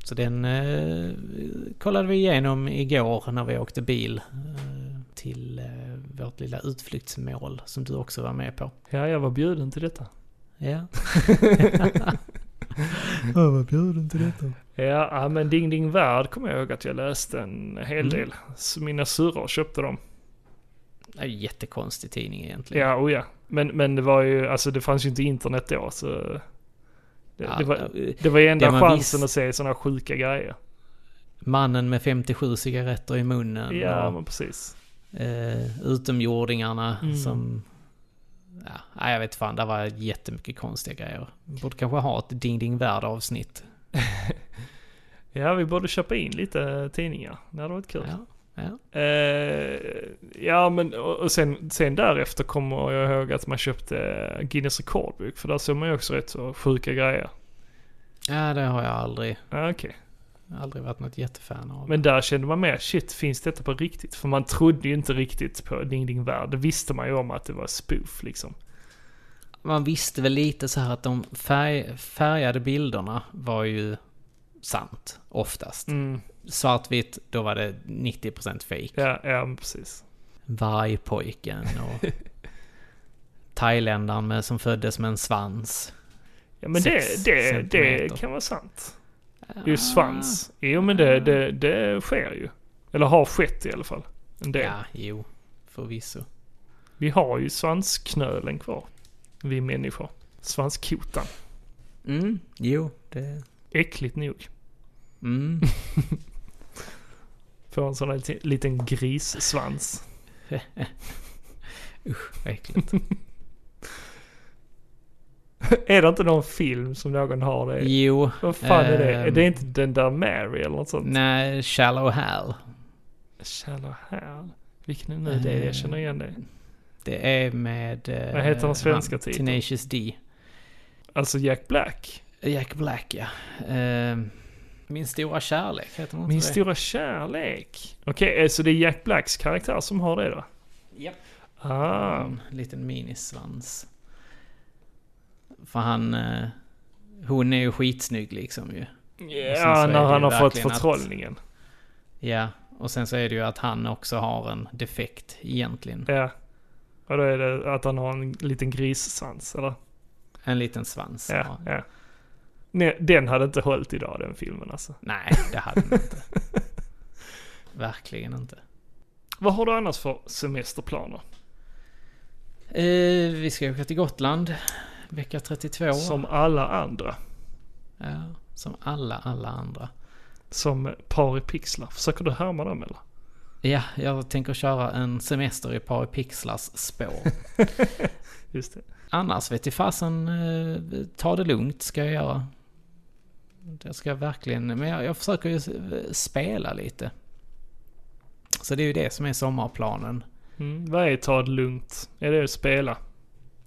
Speaker 2: Så den eh, kollade vi igenom igår när vi åkte bil eh, till eh, vårt lilla utflyktsmål som du också var med på.
Speaker 1: Ja, jag var bjuden till detta.
Speaker 2: Ja. jag var bjuden till detta.
Speaker 1: Ja, ja, men Ding Ding Värld kommer jag ihåg att jag läste en
Speaker 2: Mm.
Speaker 1: hel del. Så mina syrror köpte dem.
Speaker 2: Det är ju en jättekonstig tidning egentligen.
Speaker 1: Ja, och ja. Men, men det var ju, alltså det fanns ju inte internet då så... Det,
Speaker 2: Ja,
Speaker 1: det var,
Speaker 2: eh,
Speaker 1: det var ju enda
Speaker 2: det man
Speaker 1: chansen
Speaker 2: visste-
Speaker 1: att se sådana sjuka grejer.
Speaker 2: Mannen med 57 cigaretter i munnen.
Speaker 1: Ja,
Speaker 2: och-
Speaker 1: men precis.
Speaker 2: eh, utomjordingarna
Speaker 1: Mm.
Speaker 2: som... Ja, nej, jag vet fan, det var jättemycket konstiga grejer. Borde kanske ha ett Ding Ding Värld avsnitt.
Speaker 1: Ja, vi borde köpa in lite tidningar. Det hade varit kul.
Speaker 2: Ja, ja.
Speaker 1: Eh, ja, men och och sen, sen därefter kommer jag ihåg att man köpte Guinness rekordbok. För där såg man ju också rätt så sjuka grejer.
Speaker 2: ja, det har jag aldrig,
Speaker 1: Ja, Okej.
Speaker 2: aldrig varit något jättefan av.
Speaker 1: Men där kände man mer, shit, finns detta på riktigt? För man trodde ju inte riktigt på Ding Ding Värld. Det visste man ju om att det var spoof liksom.
Speaker 2: Man visste väl lite så här att de färg, färgade bilderna var ju sant, oftast.
Speaker 1: Mm.
Speaker 2: Svartvitt, då var det 90% fejk.
Speaker 1: Ja, ja, men precis.
Speaker 2: Vargpojken och... Thailändaren med, som föddes med en svans.
Speaker 1: Ja, men
Speaker 2: Sex
Speaker 1: det, det,
Speaker 2: centimeter.
Speaker 1: det kan vara sant. Ju svans. Jo, men det, det, det sker ju. Eller har skett i alla fall. En del.
Speaker 2: Ja, jo. Förvisso.
Speaker 1: Vi har ju svansknölen kvar. Vi människor. Svanskotan.
Speaker 2: Mm, jo. Det...
Speaker 1: Äckligt nog.
Speaker 2: Mm.
Speaker 1: Får en sån här liten- liten grissvans.
Speaker 2: Usch, vad äckligt.
Speaker 1: är det inte någon film som någon har det?
Speaker 2: Jo.
Speaker 1: Vad fan är det? Är
Speaker 2: ehm,
Speaker 1: det inte den där Mary eller något sånt?
Speaker 2: Nej, Shallow Hal.
Speaker 1: Shallow Hal. Vilken är nu det?
Speaker 2: Ehm.
Speaker 1: är? Jag känner igen det.
Speaker 2: Det är med... eh,
Speaker 1: Vad heter den svenska
Speaker 2: han,
Speaker 1: titeln?
Speaker 2: Tenacious D.
Speaker 1: Alltså Jack Black.
Speaker 2: Jack Black, ja. Ehm, Min stora kärlek, heter den
Speaker 1: Min
Speaker 2: inte det?
Speaker 1: stora kärlek. Okej, eh, så det är Jack Blacks karaktär som har det då?
Speaker 2: Japp. Mm.
Speaker 1: Ah,
Speaker 2: En liten minisvans. För han... eh, Hon är ju skitsnygg liksom ju. så
Speaker 1: ja,
Speaker 2: är det
Speaker 1: när han
Speaker 2: ju
Speaker 1: har fått
Speaker 2: verkligen att-
Speaker 1: förtrollningen.
Speaker 2: Ja. Och sen så är det ju att han också har en defekt egentligen.
Speaker 1: Ja. Och då är det att han har en liten grissvans, eller?
Speaker 2: En liten svans.
Speaker 1: Ja,
Speaker 2: har han.
Speaker 1: ja. Nej, den hade inte hållit idag, den filmen alltså.
Speaker 2: Nej, det hade han inte. Verkligen inte.
Speaker 1: Vad har du annars för semesterplaner?
Speaker 2: Eh, vi ska åka till Gotland. Vecka 32.
Speaker 1: Som alla andra.
Speaker 2: ja, som alla, alla andra.
Speaker 1: Som par i pixlar. Försöker du härma dem eller?
Speaker 2: Ja, jag tänker köra en semester i Paripixlars spår.
Speaker 1: Just det.
Speaker 2: Annars vet i fasen, eh, ta det lugnt ska jag göra. Det ska jag verkligen, men jag, jag försöker ju s- eh, spela lite. Så det är ju det som är sommarplanen.
Speaker 1: Mm, vad är ta det lugnt? Är det att spela?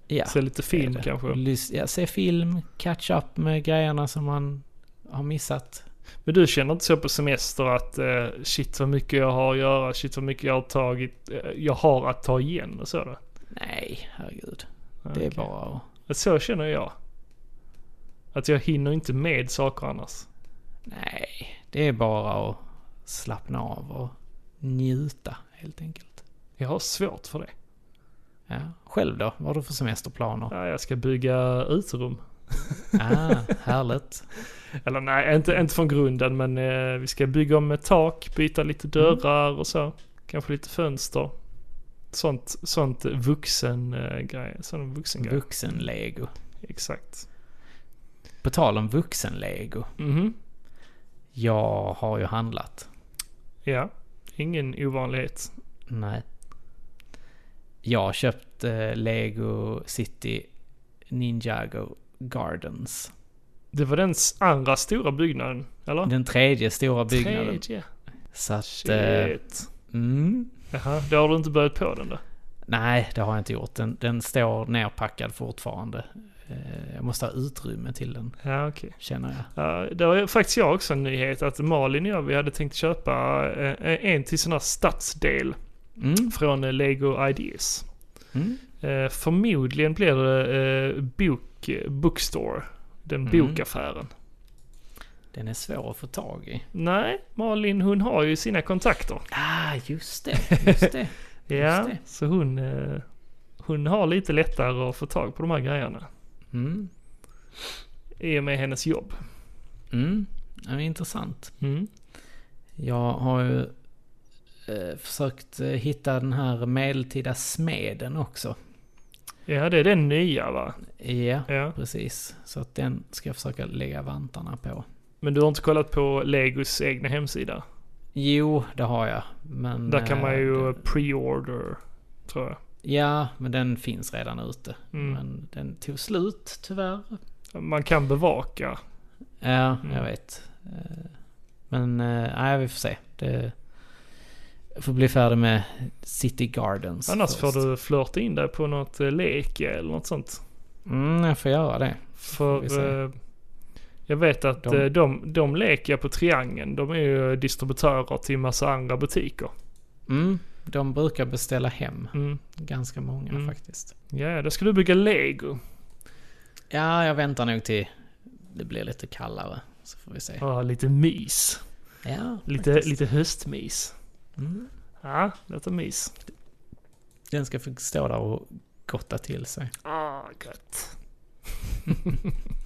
Speaker 2: Ja.
Speaker 1: Se lite film
Speaker 2: det. Mm.
Speaker 1: kanske?
Speaker 2: Lys- ja, se film, catch up med grejerna som man har missat.
Speaker 1: Men du känner inte så på semester att eh, shit vad mycket jag har att göra, shit vad mycket jag har tagit, eh, jag har att ta igen och så då?
Speaker 2: Nej, herregud. Det
Speaker 1: Okej.
Speaker 2: är bara att...
Speaker 1: Så känner jag. Att jag hinner inte med saker annars.
Speaker 2: Nej, det är bara att slappna av och njuta helt enkelt.
Speaker 1: Jag har svårt för det.
Speaker 2: Ja. Själv då? Vad har du för semesterplaner?
Speaker 1: Ja, jag ska bygga uterum.
Speaker 2: Ah, härligt.
Speaker 1: Eller nej, inte, inte från grunden men eh, vi ska bygga om ett tak, byta lite dörrar och så. Kanske lite fönster. Sånt, sånt vuxen eh, grej. Sån vuxen grej.
Speaker 2: Vuxenlego.
Speaker 1: Exakt.
Speaker 2: På tal om vuxenlego.
Speaker 1: Mhm.
Speaker 2: Jag har ju handlat.
Speaker 1: Ja, ingen ovanlighet.
Speaker 2: Nej. Jag har köpt eh, Lego City Ninjago Gardens.
Speaker 1: Det var den s- andra stora byggnaden, eller?
Speaker 2: Den tredje stora byggnaden.
Speaker 1: Tredje.
Speaker 2: Så att... eh,
Speaker 1: Shit.
Speaker 2: Mm,
Speaker 1: Jaha, då har du inte börjat på den då?
Speaker 2: nej, det har jag inte gjort. Den, den står nerpackad fortfarande. Eh, Jag måste ha utrymme till den,
Speaker 1: Ja, okej.
Speaker 2: känner jag.
Speaker 1: Ja, Eh, det var faktiskt jag också en nyhet att Malin och jag, vi hade tänkt köpa eh, en till sån här stadsdel
Speaker 2: Mm.
Speaker 1: från eh, Lego Ideas.
Speaker 2: Mm.
Speaker 1: Eh, förmodligen blir det eh, bok, bookstore, den
Speaker 2: Mm.
Speaker 1: bokaffären.
Speaker 2: Den är svår att få tag i.
Speaker 1: Nej, Malin hon har ju sina kontakter.
Speaker 2: Ah, just det. Just det.
Speaker 1: Ja,
Speaker 2: det.
Speaker 1: så hon, eh, hon har lite lättare att få tag på de här grejerna.
Speaker 2: Mm.
Speaker 1: I och med hennes jobb.
Speaker 2: Mm. Det är intressant.
Speaker 1: Mm.
Speaker 2: Jag har ju eh, försökt eh, hitta den här medeltida smeden också.
Speaker 1: Ja, det är den nya va?
Speaker 2: Ja,
Speaker 1: Ja.
Speaker 2: precis. Så att den ska jag försöka lägga vantarna på.
Speaker 1: Men du har inte kollat på Legos egna hemsida?
Speaker 2: Jo, det har jag. Men,
Speaker 1: Där kan
Speaker 2: eh,
Speaker 1: man ju
Speaker 2: den-
Speaker 1: pre-order, tror jag.
Speaker 2: Ja, men den finns redan ute.
Speaker 1: Mm.
Speaker 2: Men den tog slut tyvärr.
Speaker 1: Man kan bevaka.
Speaker 2: Ja,
Speaker 1: Mm.
Speaker 2: jag vet. Eh, Men eh, nej, vi får se. Det... Jag får bli färdig med City Gardens
Speaker 1: Annars
Speaker 2: först.
Speaker 1: får du flörta in dig på något eh, lek eller något sånt.
Speaker 2: Mm, jag får göra det.
Speaker 1: För
Speaker 2: vi se.
Speaker 1: eh, jag vet att
Speaker 2: De-
Speaker 1: de, de, de leker på Triangeln. De är ju distributörer till massa andra butiker.
Speaker 2: Mm, de brukar beställa hem.
Speaker 1: Mm.
Speaker 2: Ganska många
Speaker 1: Mm.
Speaker 2: faktiskt.
Speaker 1: Ja, då ska du bygga lego.
Speaker 2: Ja, jag väntar nog till det blir lite kallare. Så får vi se.
Speaker 1: Ja, lite mys.
Speaker 2: Ja,
Speaker 1: Lite,
Speaker 2: faktiskt.
Speaker 1: lite höstmys. Mm. Ja, lite mys.
Speaker 2: Den ska få stå där och gotta till sig.
Speaker 1: Ah, gött.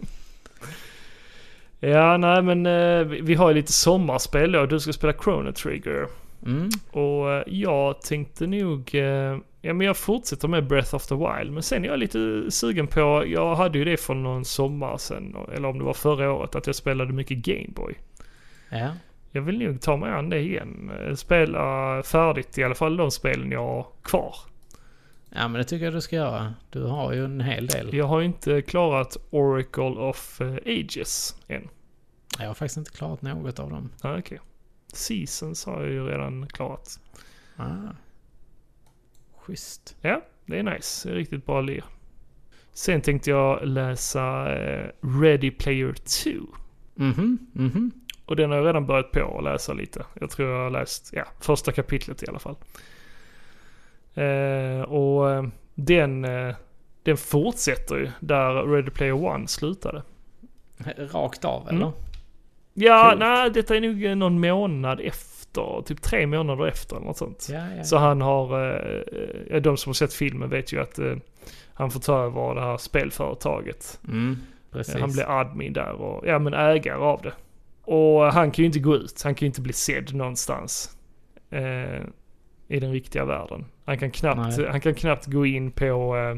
Speaker 1: ja, nej men eh, vi, vi har ju lite sommarspel då. Du ska spela Chrono Trigger.
Speaker 2: Mm.
Speaker 1: Och eh, jag tänkte nog... Eh, ja, men jag fortsätter med Breath of the Wild. Men sen är jag lite sugen på... Jag hade ju det för någon sommar sen. Eller om det var förra året. Att jag spelade mycket Gameboy.
Speaker 2: Ja.
Speaker 1: Jag vill nog ta mig an det igen. Eh, Spela färdigt i alla fall de spelen jag har kvar.
Speaker 2: ja, men det tycker jag du ska göra. Du har ju en hel del.
Speaker 1: Jag har ju inte klarat Oracle of eh, Ages än.
Speaker 2: Jag har faktiskt inte klarat något av dem.
Speaker 1: Ja, okej. Seasons har jag ju redan klarat.
Speaker 2: Ah. Schysst.
Speaker 1: Ja, det är nice. Det är riktigt bra lir. Sen tänkte jag läsa eh, Ready Player 2.
Speaker 2: Mhm, mhm.
Speaker 1: Och den har jag redan börjat på att läsa lite. Jag tror jag har läst ja, första kapitlet i alla fall. Eh, och eh, den, eh, den fortsätter ju där Ready Player One slutade.
Speaker 2: Rakt av, eller?
Speaker 1: Mm. Ja,
Speaker 2: Coolt.
Speaker 1: nej, detta är nog eh, någon månad efter. Typ tre månader efter eller något sånt.
Speaker 2: Ja, ja.
Speaker 1: Så han har, eh, eh, de som har sett filmen vet ju att eh, han får ta över det här spelföretaget.
Speaker 2: Mm, precis.
Speaker 1: Han blir admin där och, ja men ägare av det. Och han kan ju inte gå ut, han kan ju inte bli sedd någonstans. Eh, I den riktiga världen. Han kan knappt,
Speaker 2: Nej.
Speaker 1: han kan knappt gå in på, eh,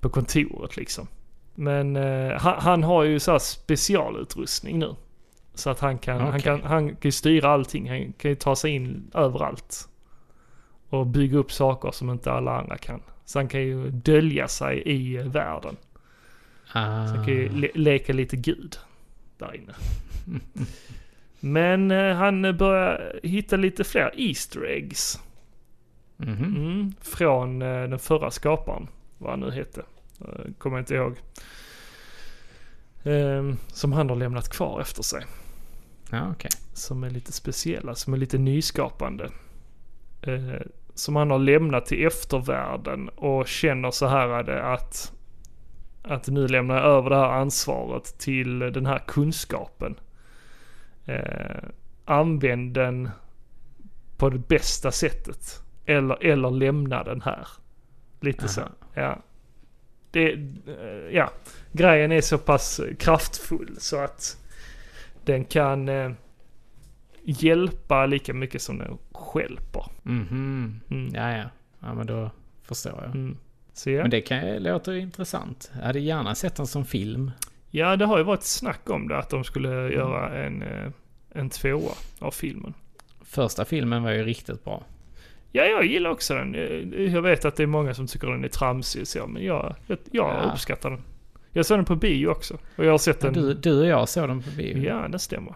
Speaker 1: på kontoret liksom. Men eh, han, han har ju så här specialutrustning nu. Så att han kan, han
Speaker 2: Okej.
Speaker 1: kan, han kan ju styra allting, han kan ju ta sig in överallt. Och bygga upp saker som inte alla andra kan. Så han kan ju dölja sig i eh, världen.
Speaker 2: ah.
Speaker 1: Han kan ju eh, le- leka lite gud där inne. Men eh, han börjar hitta lite fler Easter eggs.
Speaker 2: Mhm.
Speaker 1: Mm, från eh, den förra skaparen, vad han nu hette. Eh, kommer jag inte ihåg. Ehm, som han har lämnat kvar efter sig.
Speaker 2: Ja, okej.
Speaker 1: Som är lite speciella, som är lite nyskapande. Eh, som han har lämnat till eftervärlden och känner så här är det att, att nu lämnar jag över det här ansvaret till den här kunskapen. Eh, använd den på det bästa sättet. Eller, eller lämna den här. Lite så. Ja. Det, eh, ja. Grejen är så pass kraftfull så att den kan eh, hjälpa lika mycket som den stjälper.
Speaker 2: Mhm.
Speaker 1: Mm.
Speaker 2: Ja, ja. Ja, men då förstår jag.
Speaker 1: Mm. Så ja.
Speaker 2: Men det kan, låter ju intressant. Jag hade gärna sett den som film.
Speaker 1: ja, det har ju varit snack om det att de skulle göra en, eh, en tvåa av filmen.
Speaker 2: Första filmen var ju riktigt bra.
Speaker 1: Ja, jag gillar också den. Eh, Jag vet att det är många som tycker den är tramsig och så, men jag, jag, jag
Speaker 2: Ja.
Speaker 1: uppskattar den. Jag såg den på bio också. Och jag har sett den...
Speaker 2: Du, du och jag såg den på bio.
Speaker 1: Ja, det stämmer.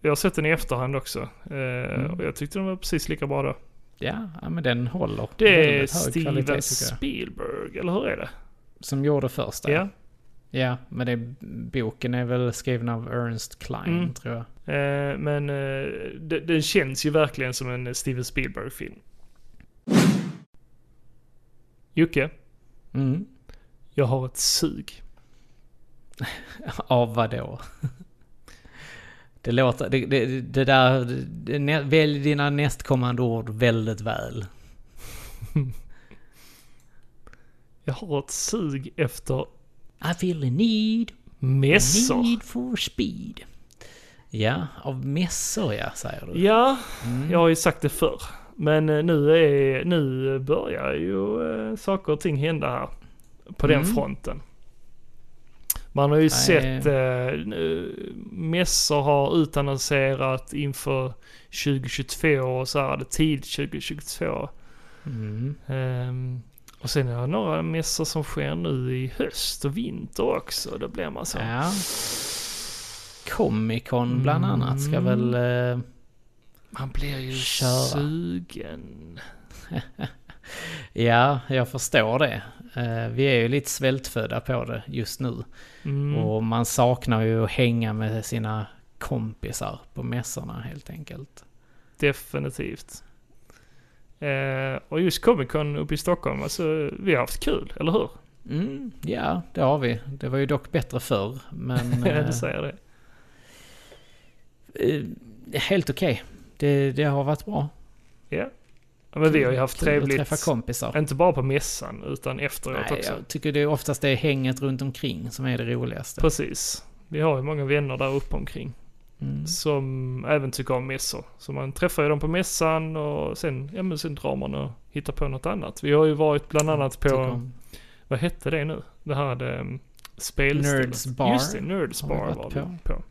Speaker 1: Jag har sett den i efterhand också. Eh,
Speaker 2: Mm.
Speaker 1: Och jag tyckte den var precis lika bra då.
Speaker 2: Ja, ja, men den håller.
Speaker 1: Det är
Speaker 2: väldigt hög kvalitet,
Speaker 1: Steven
Speaker 2: tycker jag.
Speaker 1: Spielberg, eller hur är det?
Speaker 2: Som gjorde första.
Speaker 1: Ja.
Speaker 2: Ja, men det, boken är väl skriven av Ernst Klein,
Speaker 1: Mm.
Speaker 2: tror jag.
Speaker 1: Eh, Men eh, de- den känns ju verkligen som en Steven Spielberg-film. Jocke,
Speaker 2: Mm.
Speaker 1: jag har ett sug.
Speaker 2: Av vadå? Det låter... Det, det, det där... Det, nä- välj dina nästkommande ord väldigt väl.
Speaker 1: Jag har ett sug efter
Speaker 2: I feel a need,
Speaker 1: mässor.
Speaker 2: need for speed. Ja, av mässor ja, säger du.
Speaker 1: Ja,
Speaker 2: Mm.
Speaker 1: jag har ju sagt det förr. Men eh, nu, är, nu börjar ju eh, saker och ting hända här. På
Speaker 2: Mm.
Speaker 1: den fronten. Man har ju sett eh, nu- mässor har utannonserat inför 2022 och så här det tidigt 2022.
Speaker 2: Mm.
Speaker 1: Ehm, och sen är det några mässor som sker nu i höst och vinter också. Då blir man så.
Speaker 2: Ja. Comic Con bland annat ska väl... eh,
Speaker 1: Mm. Man blir ju
Speaker 2: Köra.
Speaker 1: sugen.
Speaker 2: Ja, jag förstår det. Eh, Vi är ju lite svältfödda på det just nu.
Speaker 1: Mm.
Speaker 2: Och man saknar ju att hänga med sina kompisar på mässorna helt enkelt.
Speaker 1: Definitivt. Eh, och just Comic Con uppe i Stockholm, alltså vi har haft kul, eller hur?
Speaker 2: Mm, ja, det har vi. Det var ju dock bättre förr, men...
Speaker 1: Ja,
Speaker 2: eh,
Speaker 1: du säger det.
Speaker 2: eh, helt okej. Det, det har varit bra.
Speaker 1: Ja. ja men vi har ju haft
Speaker 2: Kul att
Speaker 1: trevligt,
Speaker 2: träffa kompisar.
Speaker 1: inte bara på mässan, utan efteråt
Speaker 2: Nej,
Speaker 1: också.
Speaker 2: jag tycker det är oftast det hänget runt omkring som är det roligaste.
Speaker 1: Precis. Vi har ju många vänner där uppe omkring
Speaker 2: Mm.
Speaker 1: som även tycker om mässor. Så man träffar ju dem på mässan och sen, ja, men sen drar man och hittar på något annat. Vi har ju varit bland annat
Speaker 2: Tycker
Speaker 1: på,
Speaker 2: om-
Speaker 1: vad hette det nu? Det här um, spelstället.
Speaker 2: Nerds Bar
Speaker 1: Just det, Nerds
Speaker 2: har vi
Speaker 1: Bar
Speaker 2: varit
Speaker 1: var vi på.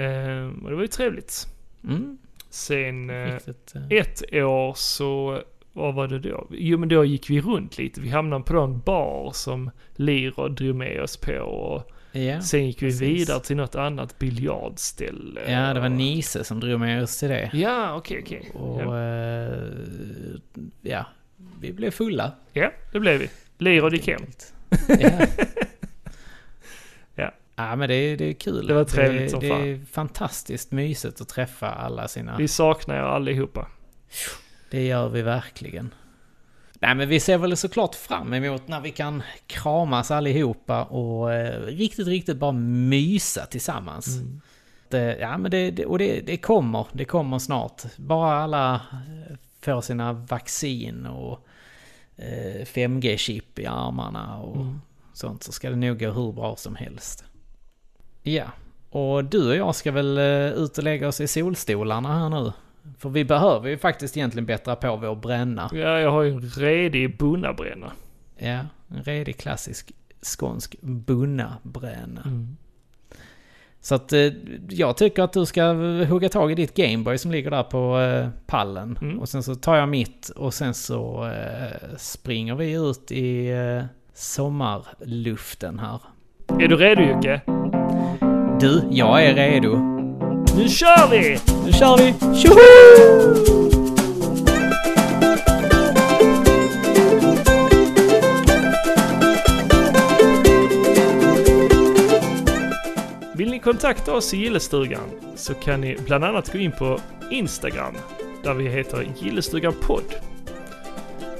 Speaker 1: Ehm, och det var ju trevligt.
Speaker 2: Mm,
Speaker 1: Sen eh,
Speaker 2: riktigt. eh,
Speaker 1: ett år så, vad var det då? Jo men då gick vi runt lite. Vi hamnade på en bar som Liro drog med oss på. Och
Speaker 2: ja.
Speaker 1: sen gick vi
Speaker 2: precis.
Speaker 1: vidare till något annat biljardställe.
Speaker 2: ja, det var
Speaker 1: Och-
Speaker 2: Nise som drog med oss till det.
Speaker 1: Ja, okej, okej.
Speaker 2: Och
Speaker 1: Ja.
Speaker 2: eh, ja, vi blev fulla.
Speaker 1: Ja, det blev vi. Liro gick hem.
Speaker 2: Ja.
Speaker 1: Ja.
Speaker 2: ja, men det, är- det är kul.
Speaker 1: Det var trevligt som
Speaker 2: Det,
Speaker 1: fan.
Speaker 2: det är fantastiskt mysigt att träffa alla sina.
Speaker 1: Vi saknar er allihopa.
Speaker 2: Det gör vi verkligen. Nej, men vi ser väl såklart fram emot när vi kan kramas allihopa och eh, riktigt, riktigt bara mysa tillsammans. Det, ja, men det, det, och det, det kommer, det kommer snart. Bara alla eh, får sina vaccin och eh, 5G-chip i armarna och sånt så ska det nog gå hur bra som helst. Ja, och du och jag ska väl eh, ut och lägga oss i solstolarna här nu. För vi behöver ju faktiskt egentligen bättra på vår bränna.
Speaker 1: Ja, jag har ju en redig bunnabränna.
Speaker 2: Ja, en redig klassisk skånsk bunnabränna. Så att eh, jag tycker att du ska hugga tag i ditt Gameboy som ligger där på eh, pallen. Och sen så tar jag mitt och sen så eh, springer vi ut i eh, sommarluften här.
Speaker 1: Är du redo Jocke?
Speaker 2: Du, jag är redo.
Speaker 1: Nu kör vi!
Speaker 2: Nu kör vi! Tjoho!
Speaker 1: Vill ni kontakta oss i Gillestugan så kan ni bland annat gå in på Instagram där vi heter Gillestugan podd.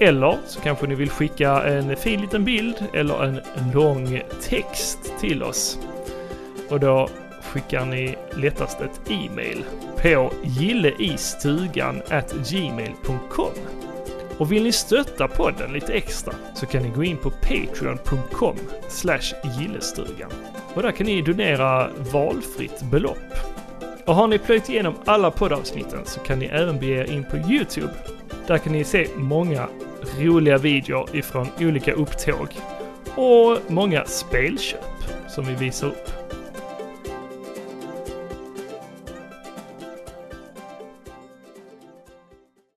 Speaker 1: Eller så kanske ni vill skicka en fin liten bild eller en lång text till oss. Och då skickar ni lättast ett e-mail på gilleistugan gmail.com. Och vill ni stötta podden lite extra så kan ni gå in på patreon.com slash gillestugan. Och där kan ni donera valfritt belopp. Och har ni plöjt igenom alla poddavsnitten så kan ni även bege er in på YouTube. Där kan ni se många roliga videor ifrån olika upptåg och många spelköp som vi visar upp.